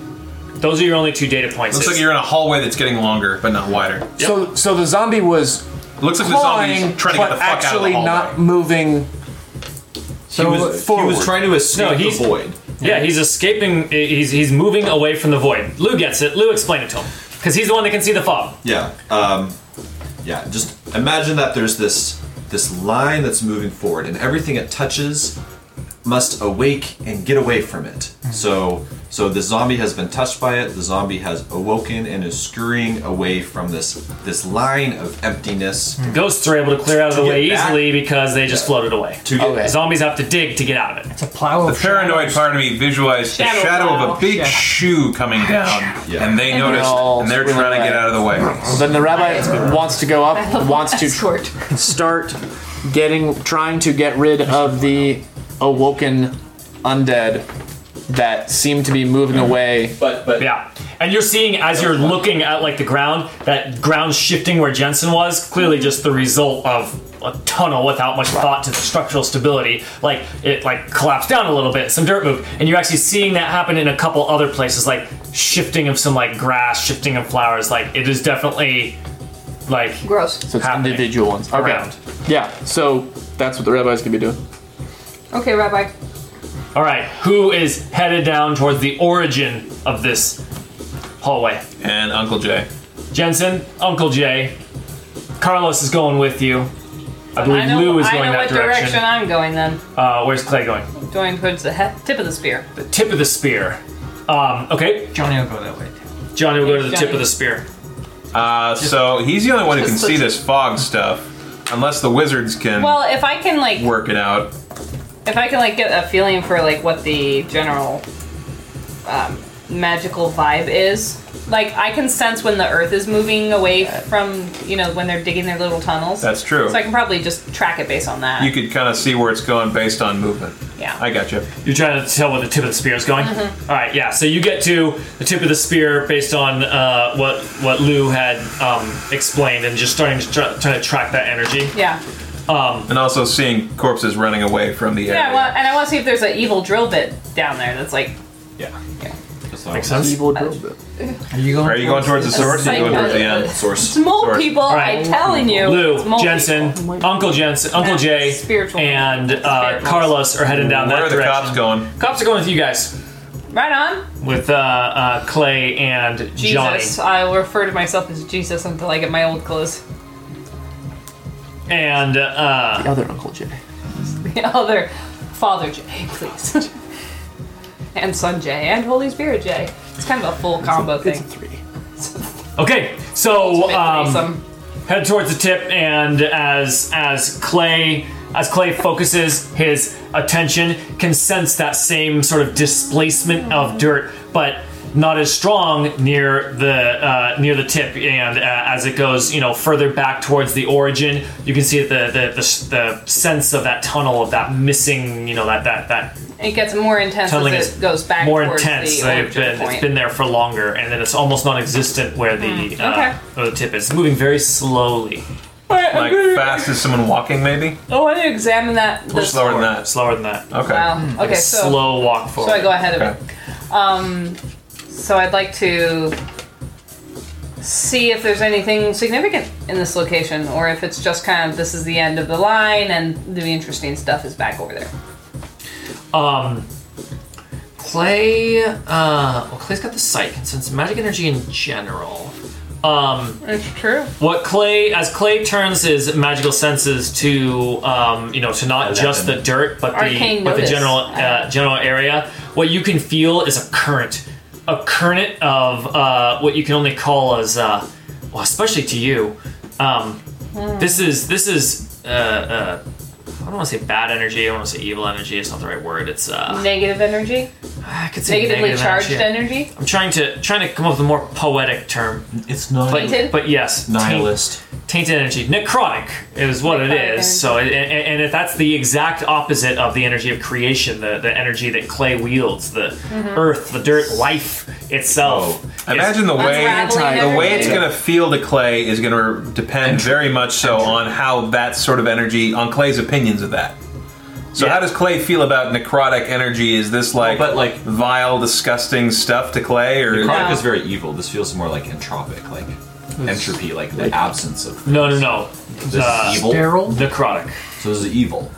[SPEAKER 7] Those are your only two data points.
[SPEAKER 3] Looks like
[SPEAKER 7] It's-
[SPEAKER 3] you're in a hallway that's getting longer, but not wider.
[SPEAKER 4] So so the zombie was
[SPEAKER 3] Looks like the
[SPEAKER 4] clawing,
[SPEAKER 3] zombie's trying to get
[SPEAKER 4] but
[SPEAKER 3] the fuck out of the
[SPEAKER 4] actually
[SPEAKER 3] hallway.
[SPEAKER 4] not moving.
[SPEAKER 6] So he was, he
[SPEAKER 4] forward.
[SPEAKER 6] was trying to escape
[SPEAKER 7] No, he's-
[SPEAKER 6] the void.
[SPEAKER 7] Yeah, he's escaping. He's he's moving away from the void. Lou gets it. Lou, explain it to him because he's the one that can see the fog.
[SPEAKER 6] Yeah. Um, yeah. Just imagine that there's this this line that's moving forward, and everything it touches must awake and get away from it.
[SPEAKER 7] Mm-hmm.
[SPEAKER 6] So so the zombie has been touched by it. The zombie has awoken and is scurrying away from this this line of emptiness
[SPEAKER 7] Ghosts are able to clear out of the
[SPEAKER 6] To
[SPEAKER 7] way
[SPEAKER 6] get back?
[SPEAKER 7] easily because they just
[SPEAKER 6] Yeah.
[SPEAKER 7] floated away.
[SPEAKER 6] to get
[SPEAKER 4] Okay.
[SPEAKER 7] Zombies have to dig to get out of it.
[SPEAKER 5] It's a plow
[SPEAKER 3] The
[SPEAKER 5] of
[SPEAKER 3] paranoid part of me visualized the
[SPEAKER 2] Shadow
[SPEAKER 3] shadow of
[SPEAKER 2] plow.
[SPEAKER 3] a big
[SPEAKER 5] Shadow.
[SPEAKER 3] shoe coming down,
[SPEAKER 6] Yeah.
[SPEAKER 3] and they noticed,
[SPEAKER 4] all
[SPEAKER 3] and they're
[SPEAKER 4] swim
[SPEAKER 3] trying to get
[SPEAKER 4] away.
[SPEAKER 3] out of the way.
[SPEAKER 4] Then the rabbi wants to go up, wants to
[SPEAKER 2] escort.
[SPEAKER 4] start getting trying to get rid of the awoken undead that seem to be moving away.
[SPEAKER 3] But but
[SPEAKER 7] Yeah. And you're seeing as you're looking at like the ground, that ground shifting where Jensen was, clearly just the result of a tunnel without much thought to the structural stability. Like it like collapsed down a little bit, some dirt moved. And you're actually seeing that happen in a couple other places, like shifting of some like grass, shifting of flowers. Like it is definitely like
[SPEAKER 2] Gross.
[SPEAKER 4] So it's
[SPEAKER 7] Happening.
[SPEAKER 4] individual ones. Okay.
[SPEAKER 7] around.
[SPEAKER 4] Yeah. So that's what the rabbi's gonna be doing.
[SPEAKER 2] Okay, Rabbi.
[SPEAKER 7] Alright, who is headed down towards the origin of this hallway?
[SPEAKER 3] and Uncle Jay.
[SPEAKER 7] Jensen, Uncle Jay, Carlos is going with you. I believe
[SPEAKER 2] I know,
[SPEAKER 7] Lou is
[SPEAKER 2] I
[SPEAKER 7] going
[SPEAKER 2] know
[SPEAKER 7] that
[SPEAKER 2] what direction. I'm going then.
[SPEAKER 7] Uh, where's Clay going?
[SPEAKER 2] Going towards the he- tip of the spear.
[SPEAKER 7] The tip of the spear. Um, okay,
[SPEAKER 5] Johnny will go that way. Too.
[SPEAKER 7] Johnny will go to the
[SPEAKER 2] Johnny.
[SPEAKER 7] tip of the spear.
[SPEAKER 3] Uh, so he's the only one who can
[SPEAKER 2] Just
[SPEAKER 3] see
[SPEAKER 2] the-
[SPEAKER 3] this fog stuff, unless the wizards can
[SPEAKER 2] Well, if I can like,
[SPEAKER 3] work it out.
[SPEAKER 2] if I can like get a feeling for like what the general um, magical vibe is, like I can sense when the earth is moving away from you know when they're digging their little tunnels.
[SPEAKER 3] That's true.
[SPEAKER 2] so I can probably just track it based on that.
[SPEAKER 3] you could kind of see where it's going based on movement.
[SPEAKER 2] Yeah.
[SPEAKER 3] I got you.
[SPEAKER 7] You're trying to tell where the tip of the spear is going.
[SPEAKER 2] Mm-hmm.
[SPEAKER 7] All right, yeah. So you get to the tip of the spear based on uh, what what Lou had um, explained, and just starting to try, trying to track that energy.
[SPEAKER 2] yeah.
[SPEAKER 3] And also seeing corpses running away from the
[SPEAKER 2] Yeah, I
[SPEAKER 3] area.
[SPEAKER 2] want, and I want to see if there's an evil drill bit down there that's like
[SPEAKER 6] Yeah.
[SPEAKER 2] Yeah.
[SPEAKER 6] That's all.
[SPEAKER 7] Makes sense.
[SPEAKER 4] Evil drill bit.
[SPEAKER 8] Are you going?
[SPEAKER 3] Are you going towards the source or are you going towards the end?
[SPEAKER 6] Source.
[SPEAKER 2] small
[SPEAKER 3] Sorry.
[SPEAKER 2] people.
[SPEAKER 7] right.
[SPEAKER 2] I'm telling you, it's
[SPEAKER 7] Lou,
[SPEAKER 2] mole
[SPEAKER 7] Jensen,
[SPEAKER 2] people.
[SPEAKER 7] Uncle Jensen, Uncle Jay,
[SPEAKER 2] Spiritual.
[SPEAKER 7] and uh,
[SPEAKER 2] Spiritual.
[SPEAKER 7] Carlos are heading down
[SPEAKER 3] Where
[SPEAKER 7] that
[SPEAKER 3] are the
[SPEAKER 7] direction.
[SPEAKER 3] cops going?
[SPEAKER 7] Cops are going with you guys,
[SPEAKER 2] right on.
[SPEAKER 7] with uh, uh, Clay and Johnny,
[SPEAKER 2] Jesus, I will refer to myself as Jesus until I get my old clothes.
[SPEAKER 7] and uh,
[SPEAKER 4] The other Uncle Jay.
[SPEAKER 2] The other Father Jay, please, and Son Jay, and Holy Spirit Jay. It's kind of a full combo
[SPEAKER 4] It's a
[SPEAKER 2] thing.
[SPEAKER 4] three.
[SPEAKER 7] okay. So
[SPEAKER 2] Ultimate
[SPEAKER 7] um,
[SPEAKER 2] threesome.
[SPEAKER 7] head towards the tip and as as clay as clay focuses his attention can sense that same sort of displacement
[SPEAKER 2] Mm-hmm.
[SPEAKER 7] of dirt but not as strong near the uh, near the tip and uh, as it goes you know further back towards the origin you can see the the, the the sense of that tunnel of that missing you know that that that
[SPEAKER 2] it gets more intense
[SPEAKER 7] tunneling
[SPEAKER 2] as
[SPEAKER 7] is
[SPEAKER 2] it goes back.
[SPEAKER 7] more
[SPEAKER 2] towards
[SPEAKER 7] intense
[SPEAKER 2] The
[SPEAKER 7] than it's
[SPEAKER 2] origin
[SPEAKER 7] been
[SPEAKER 2] Point. Hmm,
[SPEAKER 7] it's been there for longer and then it's almost non-existent where the uh,
[SPEAKER 2] okay.
[SPEAKER 7] where the tip is It's moving very slowly
[SPEAKER 3] Like fast as someone walking, maybe?
[SPEAKER 2] Oh, I want to examine that.
[SPEAKER 3] Or
[SPEAKER 2] This
[SPEAKER 3] slower than that?
[SPEAKER 7] slower than that
[SPEAKER 3] Okay.
[SPEAKER 2] Wow. Okay, so
[SPEAKER 7] slow walk forward.
[SPEAKER 2] So I go ahead of
[SPEAKER 3] Okay.
[SPEAKER 2] it. Um, so I'd like to see if there's anything significant in this location, or if it's just kind of this is the end of the line and the interesting stuff is back over there.
[SPEAKER 7] Um, Clay. Uh, well, Clay's got the sight and sense magic energy in general. Um,
[SPEAKER 2] It's true.
[SPEAKER 7] what Clay, as Clay turns his magical senses to, um, you know, to not just the dirt, but the
[SPEAKER 2] Arcane
[SPEAKER 7] but the
[SPEAKER 2] notice.
[SPEAKER 7] general uh, general area. What you can feel is a current, a current of uh, what you can only call as, uh, well, especially to you. Um,
[SPEAKER 2] Hmm.
[SPEAKER 7] This is this is. Uh, uh, I don't want to say bad energy. I don't want to say evil energy. It's not the right word. It's uh,
[SPEAKER 2] Negative energy,
[SPEAKER 7] I could say
[SPEAKER 2] negatively
[SPEAKER 7] negative
[SPEAKER 2] charged
[SPEAKER 7] energy.
[SPEAKER 2] energy.
[SPEAKER 7] I'm trying to trying to come up with a more poetic term,
[SPEAKER 6] It's not
[SPEAKER 7] but
[SPEAKER 2] Tainted?
[SPEAKER 7] but yes, taint-
[SPEAKER 6] nihilist.
[SPEAKER 7] tainted energy, necrotic is what
[SPEAKER 2] Necrotic
[SPEAKER 7] it
[SPEAKER 2] energy.
[SPEAKER 7] is. So, and, and if that's the exact opposite of the energy of creation, the the energy that clay wields, the
[SPEAKER 2] Mm-hmm.
[SPEAKER 7] earth, the dirt, life itself. is-
[SPEAKER 3] Oh. Imagine the way
[SPEAKER 2] Unraveling
[SPEAKER 3] the way it's
[SPEAKER 2] everything.
[SPEAKER 3] going to feel to Clay is going to depend very much so on how that sort of energy on Clay's opinions of that. So
[SPEAKER 7] Yeah.
[SPEAKER 3] how does Clay feel about necrotic energy? Is this like
[SPEAKER 6] Well, but, like-
[SPEAKER 3] vile, disgusting stuff to Clay, or
[SPEAKER 6] Chronic
[SPEAKER 2] No.
[SPEAKER 6] is very evil. This feels more like entropic, like entropy, like the absence of
[SPEAKER 7] no, no, no,
[SPEAKER 6] this
[SPEAKER 7] Uh,
[SPEAKER 6] is evil.
[SPEAKER 8] Daryl?
[SPEAKER 7] necrotic.
[SPEAKER 6] So this is evil.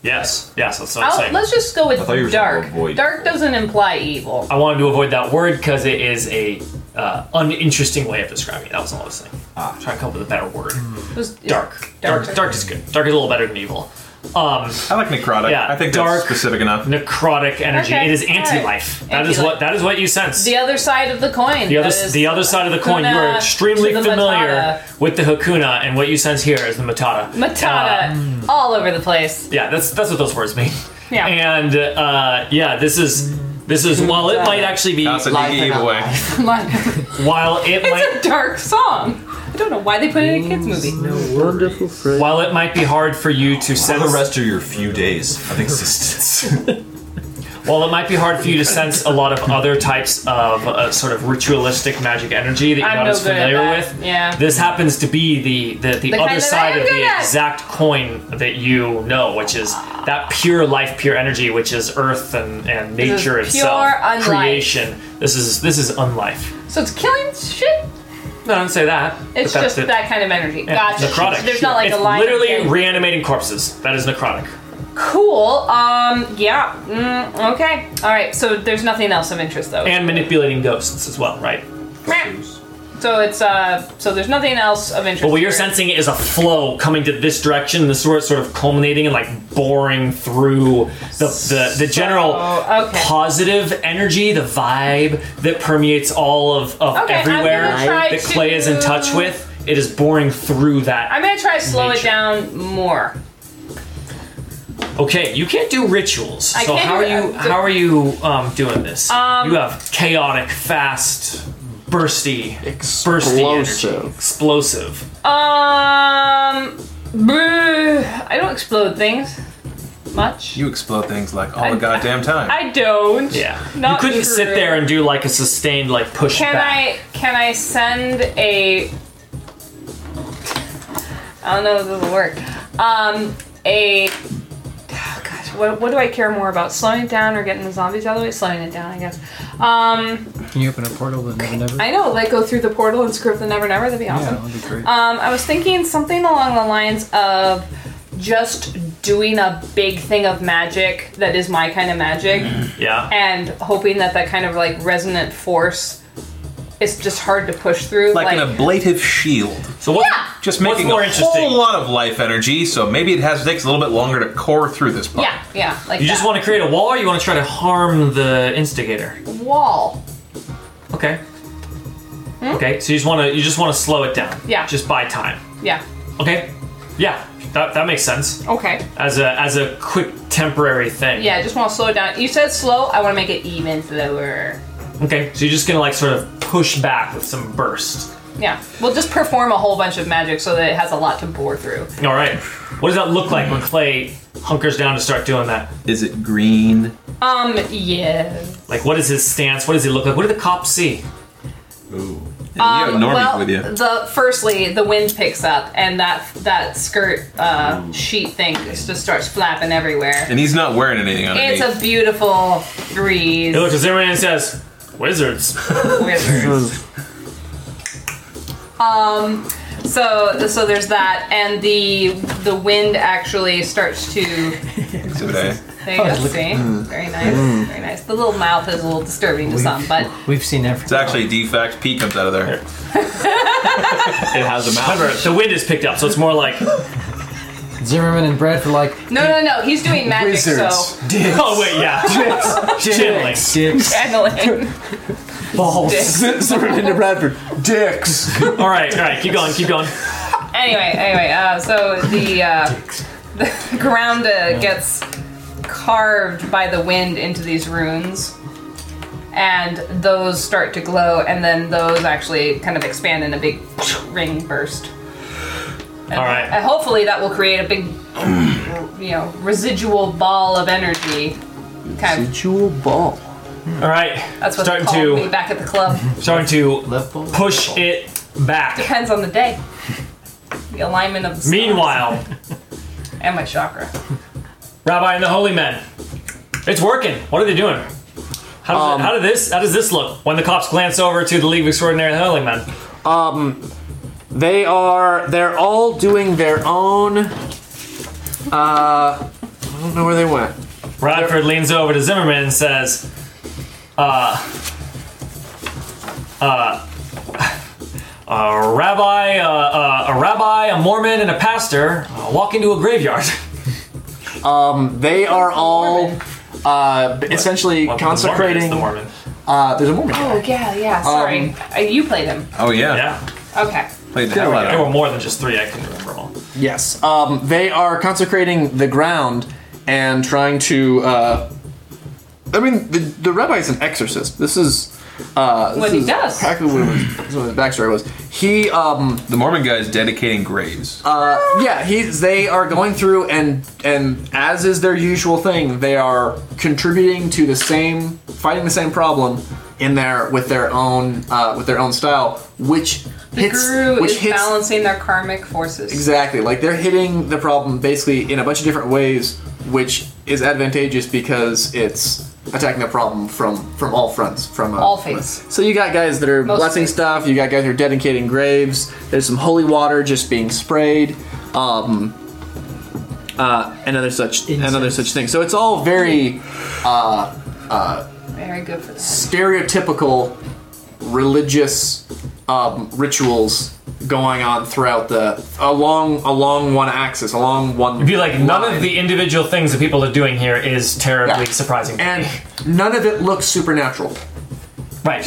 [SPEAKER 7] Yes, yes, that's what I'm
[SPEAKER 2] I'll,
[SPEAKER 7] saying.
[SPEAKER 2] let's just go
[SPEAKER 6] I thought you were
[SPEAKER 2] with
[SPEAKER 6] saying
[SPEAKER 2] dark.
[SPEAKER 6] avoid
[SPEAKER 2] Dark
[SPEAKER 6] evil.
[SPEAKER 2] doesn't imply evil.
[SPEAKER 7] I wanted to avoid that word because it is a uh, uninteresting way of describing it. That was all I was saying. Ah. Try to come up with a better word.
[SPEAKER 2] Just-
[SPEAKER 7] dark.
[SPEAKER 2] Mm. Dark.
[SPEAKER 7] Dark, dark is good. Dark is a little better than evil. Um,
[SPEAKER 3] I like necrotic.
[SPEAKER 7] Yeah,
[SPEAKER 3] I think that's
[SPEAKER 7] dark-
[SPEAKER 3] specific enough.
[SPEAKER 7] necrotic energy.
[SPEAKER 2] Okay,
[SPEAKER 7] It is
[SPEAKER 2] all right.
[SPEAKER 7] anti-life. That is what
[SPEAKER 2] Anti-life.
[SPEAKER 7] that is what you sense.
[SPEAKER 2] The other side of the coin.
[SPEAKER 7] The other,
[SPEAKER 2] that is
[SPEAKER 7] the other side of the coin, you
[SPEAKER 2] Hakuna
[SPEAKER 7] are extremely
[SPEAKER 2] to the
[SPEAKER 7] familiar with the Hakuna, and what you sense here is the Matata. Uh,
[SPEAKER 2] Matata. Matata. all over the place.
[SPEAKER 7] yeah, that's that's what those words mean.
[SPEAKER 2] Yeah.
[SPEAKER 7] And uh, yeah, this is this is while it might actually be
[SPEAKER 3] That's a
[SPEAKER 8] Life
[SPEAKER 3] Diggy
[SPEAKER 8] and
[SPEAKER 3] giveaway.
[SPEAKER 2] it's
[SPEAKER 7] while it might
[SPEAKER 2] a dark song. I don't know why they put it in a kids movie.
[SPEAKER 4] Wonderful friend.
[SPEAKER 7] while it might be hard for you to
[SPEAKER 6] Spend the
[SPEAKER 7] sense
[SPEAKER 6] rest of your few days of existence.
[SPEAKER 7] While it might be hard for you to sense a lot of other types of uh, sort of ritualistic magic energy that you're
[SPEAKER 2] I'm
[SPEAKER 7] not
[SPEAKER 2] no
[SPEAKER 7] as
[SPEAKER 2] good at
[SPEAKER 7] familiar
[SPEAKER 2] that.
[SPEAKER 7] with,
[SPEAKER 2] Yeah.
[SPEAKER 7] this happens to be the the,
[SPEAKER 2] The
[SPEAKER 7] the,
[SPEAKER 2] kind
[SPEAKER 7] other
[SPEAKER 2] that I
[SPEAKER 7] side
[SPEAKER 2] am
[SPEAKER 7] of
[SPEAKER 2] good
[SPEAKER 7] the
[SPEAKER 2] at.
[SPEAKER 7] exact coin that you know, which is that pure life, pure energy, which is earth and, and
[SPEAKER 2] This is
[SPEAKER 7] nature itself,
[SPEAKER 2] pure unlife.
[SPEAKER 7] creation. This is this is unlife.
[SPEAKER 2] So it's killing shit.
[SPEAKER 7] No, I don't say that.
[SPEAKER 2] It's
[SPEAKER 7] but that's
[SPEAKER 2] just
[SPEAKER 7] it.
[SPEAKER 2] that kind of energy.
[SPEAKER 7] Yeah,
[SPEAKER 2] Gotcha.
[SPEAKER 7] necrotic.
[SPEAKER 2] There's not like
[SPEAKER 7] it's
[SPEAKER 2] a line.
[SPEAKER 7] literally
[SPEAKER 2] thing.
[SPEAKER 7] reanimating corpses. That is necrotic.
[SPEAKER 2] cool. Um. Yeah. Mm, okay. All right. So there's nothing else of interest though.
[SPEAKER 7] And manipulating ghosts as well, right?
[SPEAKER 2] Meh. so it's uh. So there's nothing else of interest.
[SPEAKER 7] But what you're
[SPEAKER 2] here.
[SPEAKER 7] sensing is a flow coming to this direction, the sort sort of culminating and like boring through the the, the general
[SPEAKER 2] So, okay.
[SPEAKER 7] positive energy, the vibe that permeates all of, of
[SPEAKER 2] Okay, I'm gonna
[SPEAKER 7] everywhere
[SPEAKER 2] try
[SPEAKER 7] that Clay is in touch
[SPEAKER 2] to-
[SPEAKER 7] with. It is boring through that.
[SPEAKER 2] I'm gonna try to slow it
[SPEAKER 7] Nature.
[SPEAKER 2] down more.
[SPEAKER 7] okay, you can't do rituals.
[SPEAKER 2] I
[SPEAKER 7] so
[SPEAKER 2] can't
[SPEAKER 7] how
[SPEAKER 2] do
[SPEAKER 7] are you
[SPEAKER 2] that.
[SPEAKER 7] how are you um, doing this?
[SPEAKER 2] Um,
[SPEAKER 7] you have chaotic, fast, bursty, bursty energy,
[SPEAKER 4] Explosive.
[SPEAKER 7] explosive.
[SPEAKER 2] Um. bruh, I don't explode things. much.
[SPEAKER 3] You explode things like all
[SPEAKER 2] I-
[SPEAKER 3] the goddamn time.
[SPEAKER 2] I don't.
[SPEAKER 7] Yeah.
[SPEAKER 2] Not
[SPEAKER 7] you couldn't sit
[SPEAKER 2] true.
[SPEAKER 7] there and do like a sustained like push
[SPEAKER 2] Can
[SPEAKER 7] back.
[SPEAKER 2] I can I send a I don't know if this will work. Um a oh gosh, what, what do I care more about? Slowing it down or getting the zombies out of the way? Slowing it down, I guess. Um
[SPEAKER 8] Can you open a portal to Never Never?
[SPEAKER 2] I know, like go through the portal and screw up the never never, that'd be
[SPEAKER 8] yeah,
[SPEAKER 2] awesome.
[SPEAKER 8] that'd be great.
[SPEAKER 2] Um, I was thinking something along the lines of just doing a big thing of magic that is my kind of magic
[SPEAKER 7] Yeah.
[SPEAKER 2] and hoping that that kind of like resonant force is just hard to push through.
[SPEAKER 3] like, an ablative shield.
[SPEAKER 7] So what?
[SPEAKER 2] Yeah.
[SPEAKER 3] Just
[SPEAKER 7] What's
[SPEAKER 3] making
[SPEAKER 7] more
[SPEAKER 3] a
[SPEAKER 7] interesting?
[SPEAKER 3] whole lot of life energy, so maybe it has takes a little bit longer to core through this part.
[SPEAKER 2] yeah, yeah, like
[SPEAKER 7] You just want to create a wall, or you want to try to harm the instigator?
[SPEAKER 2] a wall.
[SPEAKER 7] Okay. Okay. So you just want to you just want to slow it down.
[SPEAKER 2] Hmm? Yeah.
[SPEAKER 7] Just buy time.
[SPEAKER 2] Yeah.
[SPEAKER 7] Okay. Yeah. That, that makes sense
[SPEAKER 2] Okay.
[SPEAKER 7] as a as a quick temporary thing.
[SPEAKER 2] Yeah, I just want to slow it down. You said slow. I want to make it even slower.
[SPEAKER 7] Okay. So you're just gonna like sort of push back with some burst.
[SPEAKER 2] Yeah. We'll just perform a whole bunch of magic so that it has a lot to bore through.
[SPEAKER 7] All right. What does that look like when Clay hunkers down to start doing that?
[SPEAKER 3] Is it green?
[SPEAKER 2] Um. Yeah.
[SPEAKER 7] Like, what is his stance? What does he look like? What do the cops see?
[SPEAKER 6] Ooh.
[SPEAKER 3] Yeah, you
[SPEAKER 2] Um,
[SPEAKER 3] have Normie
[SPEAKER 2] well,
[SPEAKER 3] with you.
[SPEAKER 2] the firstly, the wind picks up, and that that skirt uh, sheet thing just starts flapping everywhere.
[SPEAKER 3] And he's not wearing anything underneath.
[SPEAKER 2] It's a beautiful breeze.
[SPEAKER 7] He looks at Zimmerman and says, "Wizards."
[SPEAKER 2] wizards. um, so so there's that, and the the wind actually starts to.
[SPEAKER 3] Exhibit A.
[SPEAKER 2] There you go. See, very nice, very nice. The little mouth is a little disturbing to some, but
[SPEAKER 8] We've seen everything.
[SPEAKER 3] It's actually a defect. P comes out of there.
[SPEAKER 6] It has a mouth.
[SPEAKER 7] Remember, the wind is picked up, so it's more like,
[SPEAKER 8] Zimmerman and Bradford like
[SPEAKER 2] no, no, no. He's doing magic, so
[SPEAKER 4] Wizards.
[SPEAKER 7] oh wait, yeah, Channeling.
[SPEAKER 8] dicks, dicks,
[SPEAKER 2] channeling.
[SPEAKER 4] Balls.
[SPEAKER 2] Dicks.
[SPEAKER 4] Zimmerman to Bradford. Dicks.
[SPEAKER 7] All right, all right, keep going, keep going.
[SPEAKER 2] anyway, anyway, uh, so the uh, the ground uh, gets carved by the wind into these runes, and those start to glow, and then those actually kind of expand in a big ring burst. And,
[SPEAKER 7] All right.
[SPEAKER 2] and hopefully that will create a big, you know, residual ball of energy. Kind of,
[SPEAKER 4] Jewel ball.
[SPEAKER 7] All right,
[SPEAKER 2] that's what they
[SPEAKER 7] starting
[SPEAKER 2] call
[SPEAKER 7] to
[SPEAKER 2] me back at the club.
[SPEAKER 7] starting to
[SPEAKER 8] left ball.
[SPEAKER 7] push it back.
[SPEAKER 2] Depends on the day, the alignment of the stars
[SPEAKER 7] Meanwhile,
[SPEAKER 2] and my chakra.
[SPEAKER 7] Rabbi and the holy men, it's working. What are they doing? How does,
[SPEAKER 4] Um,
[SPEAKER 7] how did this how does this look when the cops glance over to the League of Extraordinary Holy Men?
[SPEAKER 4] Um, They are. They're all doing their own. Uh, I don't know where they went.
[SPEAKER 7] Radford leans over to Zimmerman and says, uh, uh, a rabbi, uh, uh, a rabbi, a Mormon, and a pastor uh, walk into a graveyard.
[SPEAKER 4] They are all
[SPEAKER 2] Mormon.
[SPEAKER 4] uh, essentially
[SPEAKER 7] Well, the Mormon is
[SPEAKER 4] consecrating.
[SPEAKER 7] the Mormon.
[SPEAKER 4] Uh, there's a Mormon. guy.
[SPEAKER 2] Oh yeah, yeah. Sorry, Uh, you played him.
[SPEAKER 3] Oh yeah.
[SPEAKER 7] Yeah,
[SPEAKER 2] Okay.
[SPEAKER 3] Played the hell out
[SPEAKER 7] there
[SPEAKER 3] of
[SPEAKER 7] were more than just three. I couldn't remember all.
[SPEAKER 4] Yes. Um, they are consecrating the ground and trying to. Uh, I mean, the, the rabbi is an exorcist. This is. Uh, this
[SPEAKER 2] What he
[SPEAKER 4] is
[SPEAKER 2] does.
[SPEAKER 4] Practically what his, what his backstory was. He, um,
[SPEAKER 3] it. The Mormon guy is dedicating graves.
[SPEAKER 4] yeah, he's. They are going through and and as is their usual thing, they are contributing to the same, fighting the same problem in their with their own uh, with their own style, which hits
[SPEAKER 2] Guru
[SPEAKER 4] which
[SPEAKER 2] is
[SPEAKER 4] hits
[SPEAKER 2] balancing their karmic forces.
[SPEAKER 4] Exactly. Like they're hitting the problem basically in a bunch of different ways, which is advantageous because it's attacking the problem from from all fronts. From uh,
[SPEAKER 2] All faiths.
[SPEAKER 4] So you got guys that are
[SPEAKER 2] Most
[SPEAKER 4] blessing
[SPEAKER 2] faiths.
[SPEAKER 4] stuff. You got guys who are dedicating graves. There's some holy water just being sprayed. Um, uh, and other such and other such things. So it's all very
[SPEAKER 2] Very good for this.
[SPEAKER 4] stereotypical religious um, rituals going on throughout the along along one axis along one
[SPEAKER 7] Be like, none of
[SPEAKER 4] line.
[SPEAKER 7] the individual things that people are doing here is terribly
[SPEAKER 4] Yeah.
[SPEAKER 7] surprising. to
[SPEAKER 4] and
[SPEAKER 7] me.
[SPEAKER 4] none of it looks supernatural
[SPEAKER 7] right,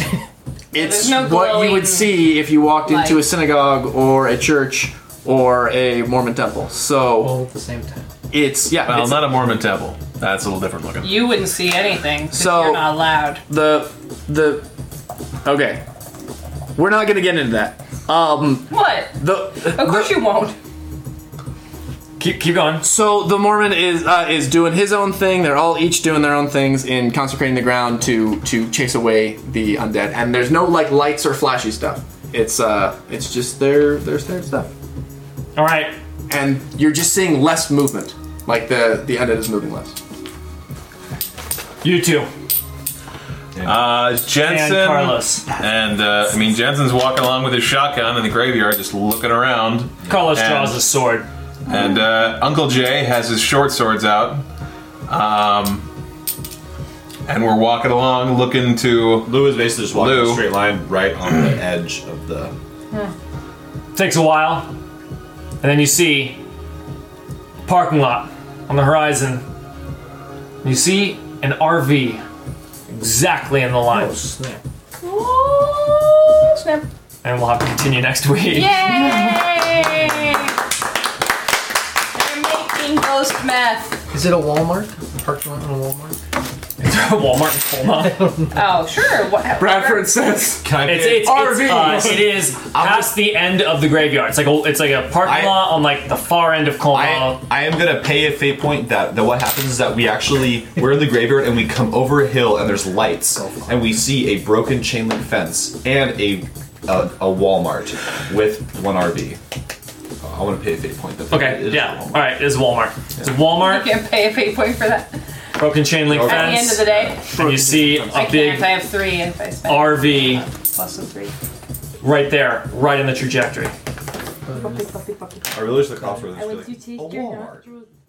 [SPEAKER 4] it's
[SPEAKER 2] There's no
[SPEAKER 4] what you
[SPEAKER 2] glowing
[SPEAKER 4] would see if you walked into a
[SPEAKER 2] light.
[SPEAKER 4] synagogue or a church or a mormon temple so
[SPEAKER 8] all at the same time.
[SPEAKER 4] it's yeah
[SPEAKER 3] well,
[SPEAKER 4] it's-
[SPEAKER 3] not a Mormon temple. That's a little different looking.
[SPEAKER 2] You wouldn't see anything. 'cause
[SPEAKER 4] So-
[SPEAKER 2] you're not allowed.
[SPEAKER 4] the the okay we're not gonna get into that um
[SPEAKER 2] What?
[SPEAKER 4] the
[SPEAKER 2] Of course you won't.
[SPEAKER 7] Keep keep going.
[SPEAKER 4] So the Mormon is uh, is doing his own thing. They're all each doing their own things in consecrating the ground to to chase away the undead. And there's no like lights or flashy stuff. It's uh it's just their their standard stuff.
[SPEAKER 7] All right.
[SPEAKER 4] And you're just seeing less movement. Like the the undead is moving less.
[SPEAKER 7] You two
[SPEAKER 3] Uh,
[SPEAKER 7] and
[SPEAKER 3] Jensen
[SPEAKER 7] Carlos.
[SPEAKER 3] and, uh, I mean Jensen's walking along with his shotgun in the graveyard, just looking around.
[SPEAKER 7] Carlos
[SPEAKER 3] And-
[SPEAKER 7] draws his sword.
[SPEAKER 3] And uh, Uncle Jay has his short swords out. Um, and we're walking along, looking to
[SPEAKER 6] Lou is basically just walking in
[SPEAKER 3] Lou.
[SPEAKER 6] a straight line right on the edge of the.
[SPEAKER 7] Takes a while, and then you see a parking lot on the horizon. You see an RV exactly in the line,
[SPEAKER 2] Ooh, snap.
[SPEAKER 7] and we'll have to continue next week.
[SPEAKER 2] Yay! They're making ghost meth.
[SPEAKER 8] Is it a Walmart? Parking lot in a Walmart?
[SPEAKER 7] Walmart in Colma.
[SPEAKER 2] Oh, sure. What,
[SPEAKER 4] Bradford says
[SPEAKER 3] Can I
[SPEAKER 7] It's it's,
[SPEAKER 4] RV.
[SPEAKER 7] it's, uh, it is past the end of the graveyard. It's like a, it's like a parking
[SPEAKER 6] I-
[SPEAKER 7] lot on like the far end of
[SPEAKER 6] I,
[SPEAKER 7] Colma.
[SPEAKER 6] I am gonna pay a fate point that, that what happens is that we actually we're in the graveyard and we come over a hill and there's lights and we see a broken chain link fence and a a, a Walmart with one RV. I want to pay a fate point. That it
[SPEAKER 7] Okay,
[SPEAKER 6] is
[SPEAKER 7] yeah.
[SPEAKER 6] a
[SPEAKER 7] All
[SPEAKER 6] Walmart.
[SPEAKER 7] right, it's Walmart. It's a
[SPEAKER 2] I
[SPEAKER 7] Walmart,
[SPEAKER 2] can't pay a pay point for that.
[SPEAKER 7] broken chain link
[SPEAKER 6] Okay.
[SPEAKER 2] At the end
[SPEAKER 7] fence,
[SPEAKER 2] of the day,
[SPEAKER 7] and you see
[SPEAKER 2] I
[SPEAKER 7] a
[SPEAKER 2] can't.
[SPEAKER 7] big
[SPEAKER 2] I have three if I spend
[SPEAKER 7] RV
[SPEAKER 2] plus the three.
[SPEAKER 7] right there, right in the trajectory.
[SPEAKER 2] Puppy, puppy, puppy.
[SPEAKER 6] I really wish the cops were there.
[SPEAKER 2] I would you take
[SPEAKER 6] A
[SPEAKER 2] your
[SPEAKER 6] Walmart.
[SPEAKER 2] nostrils.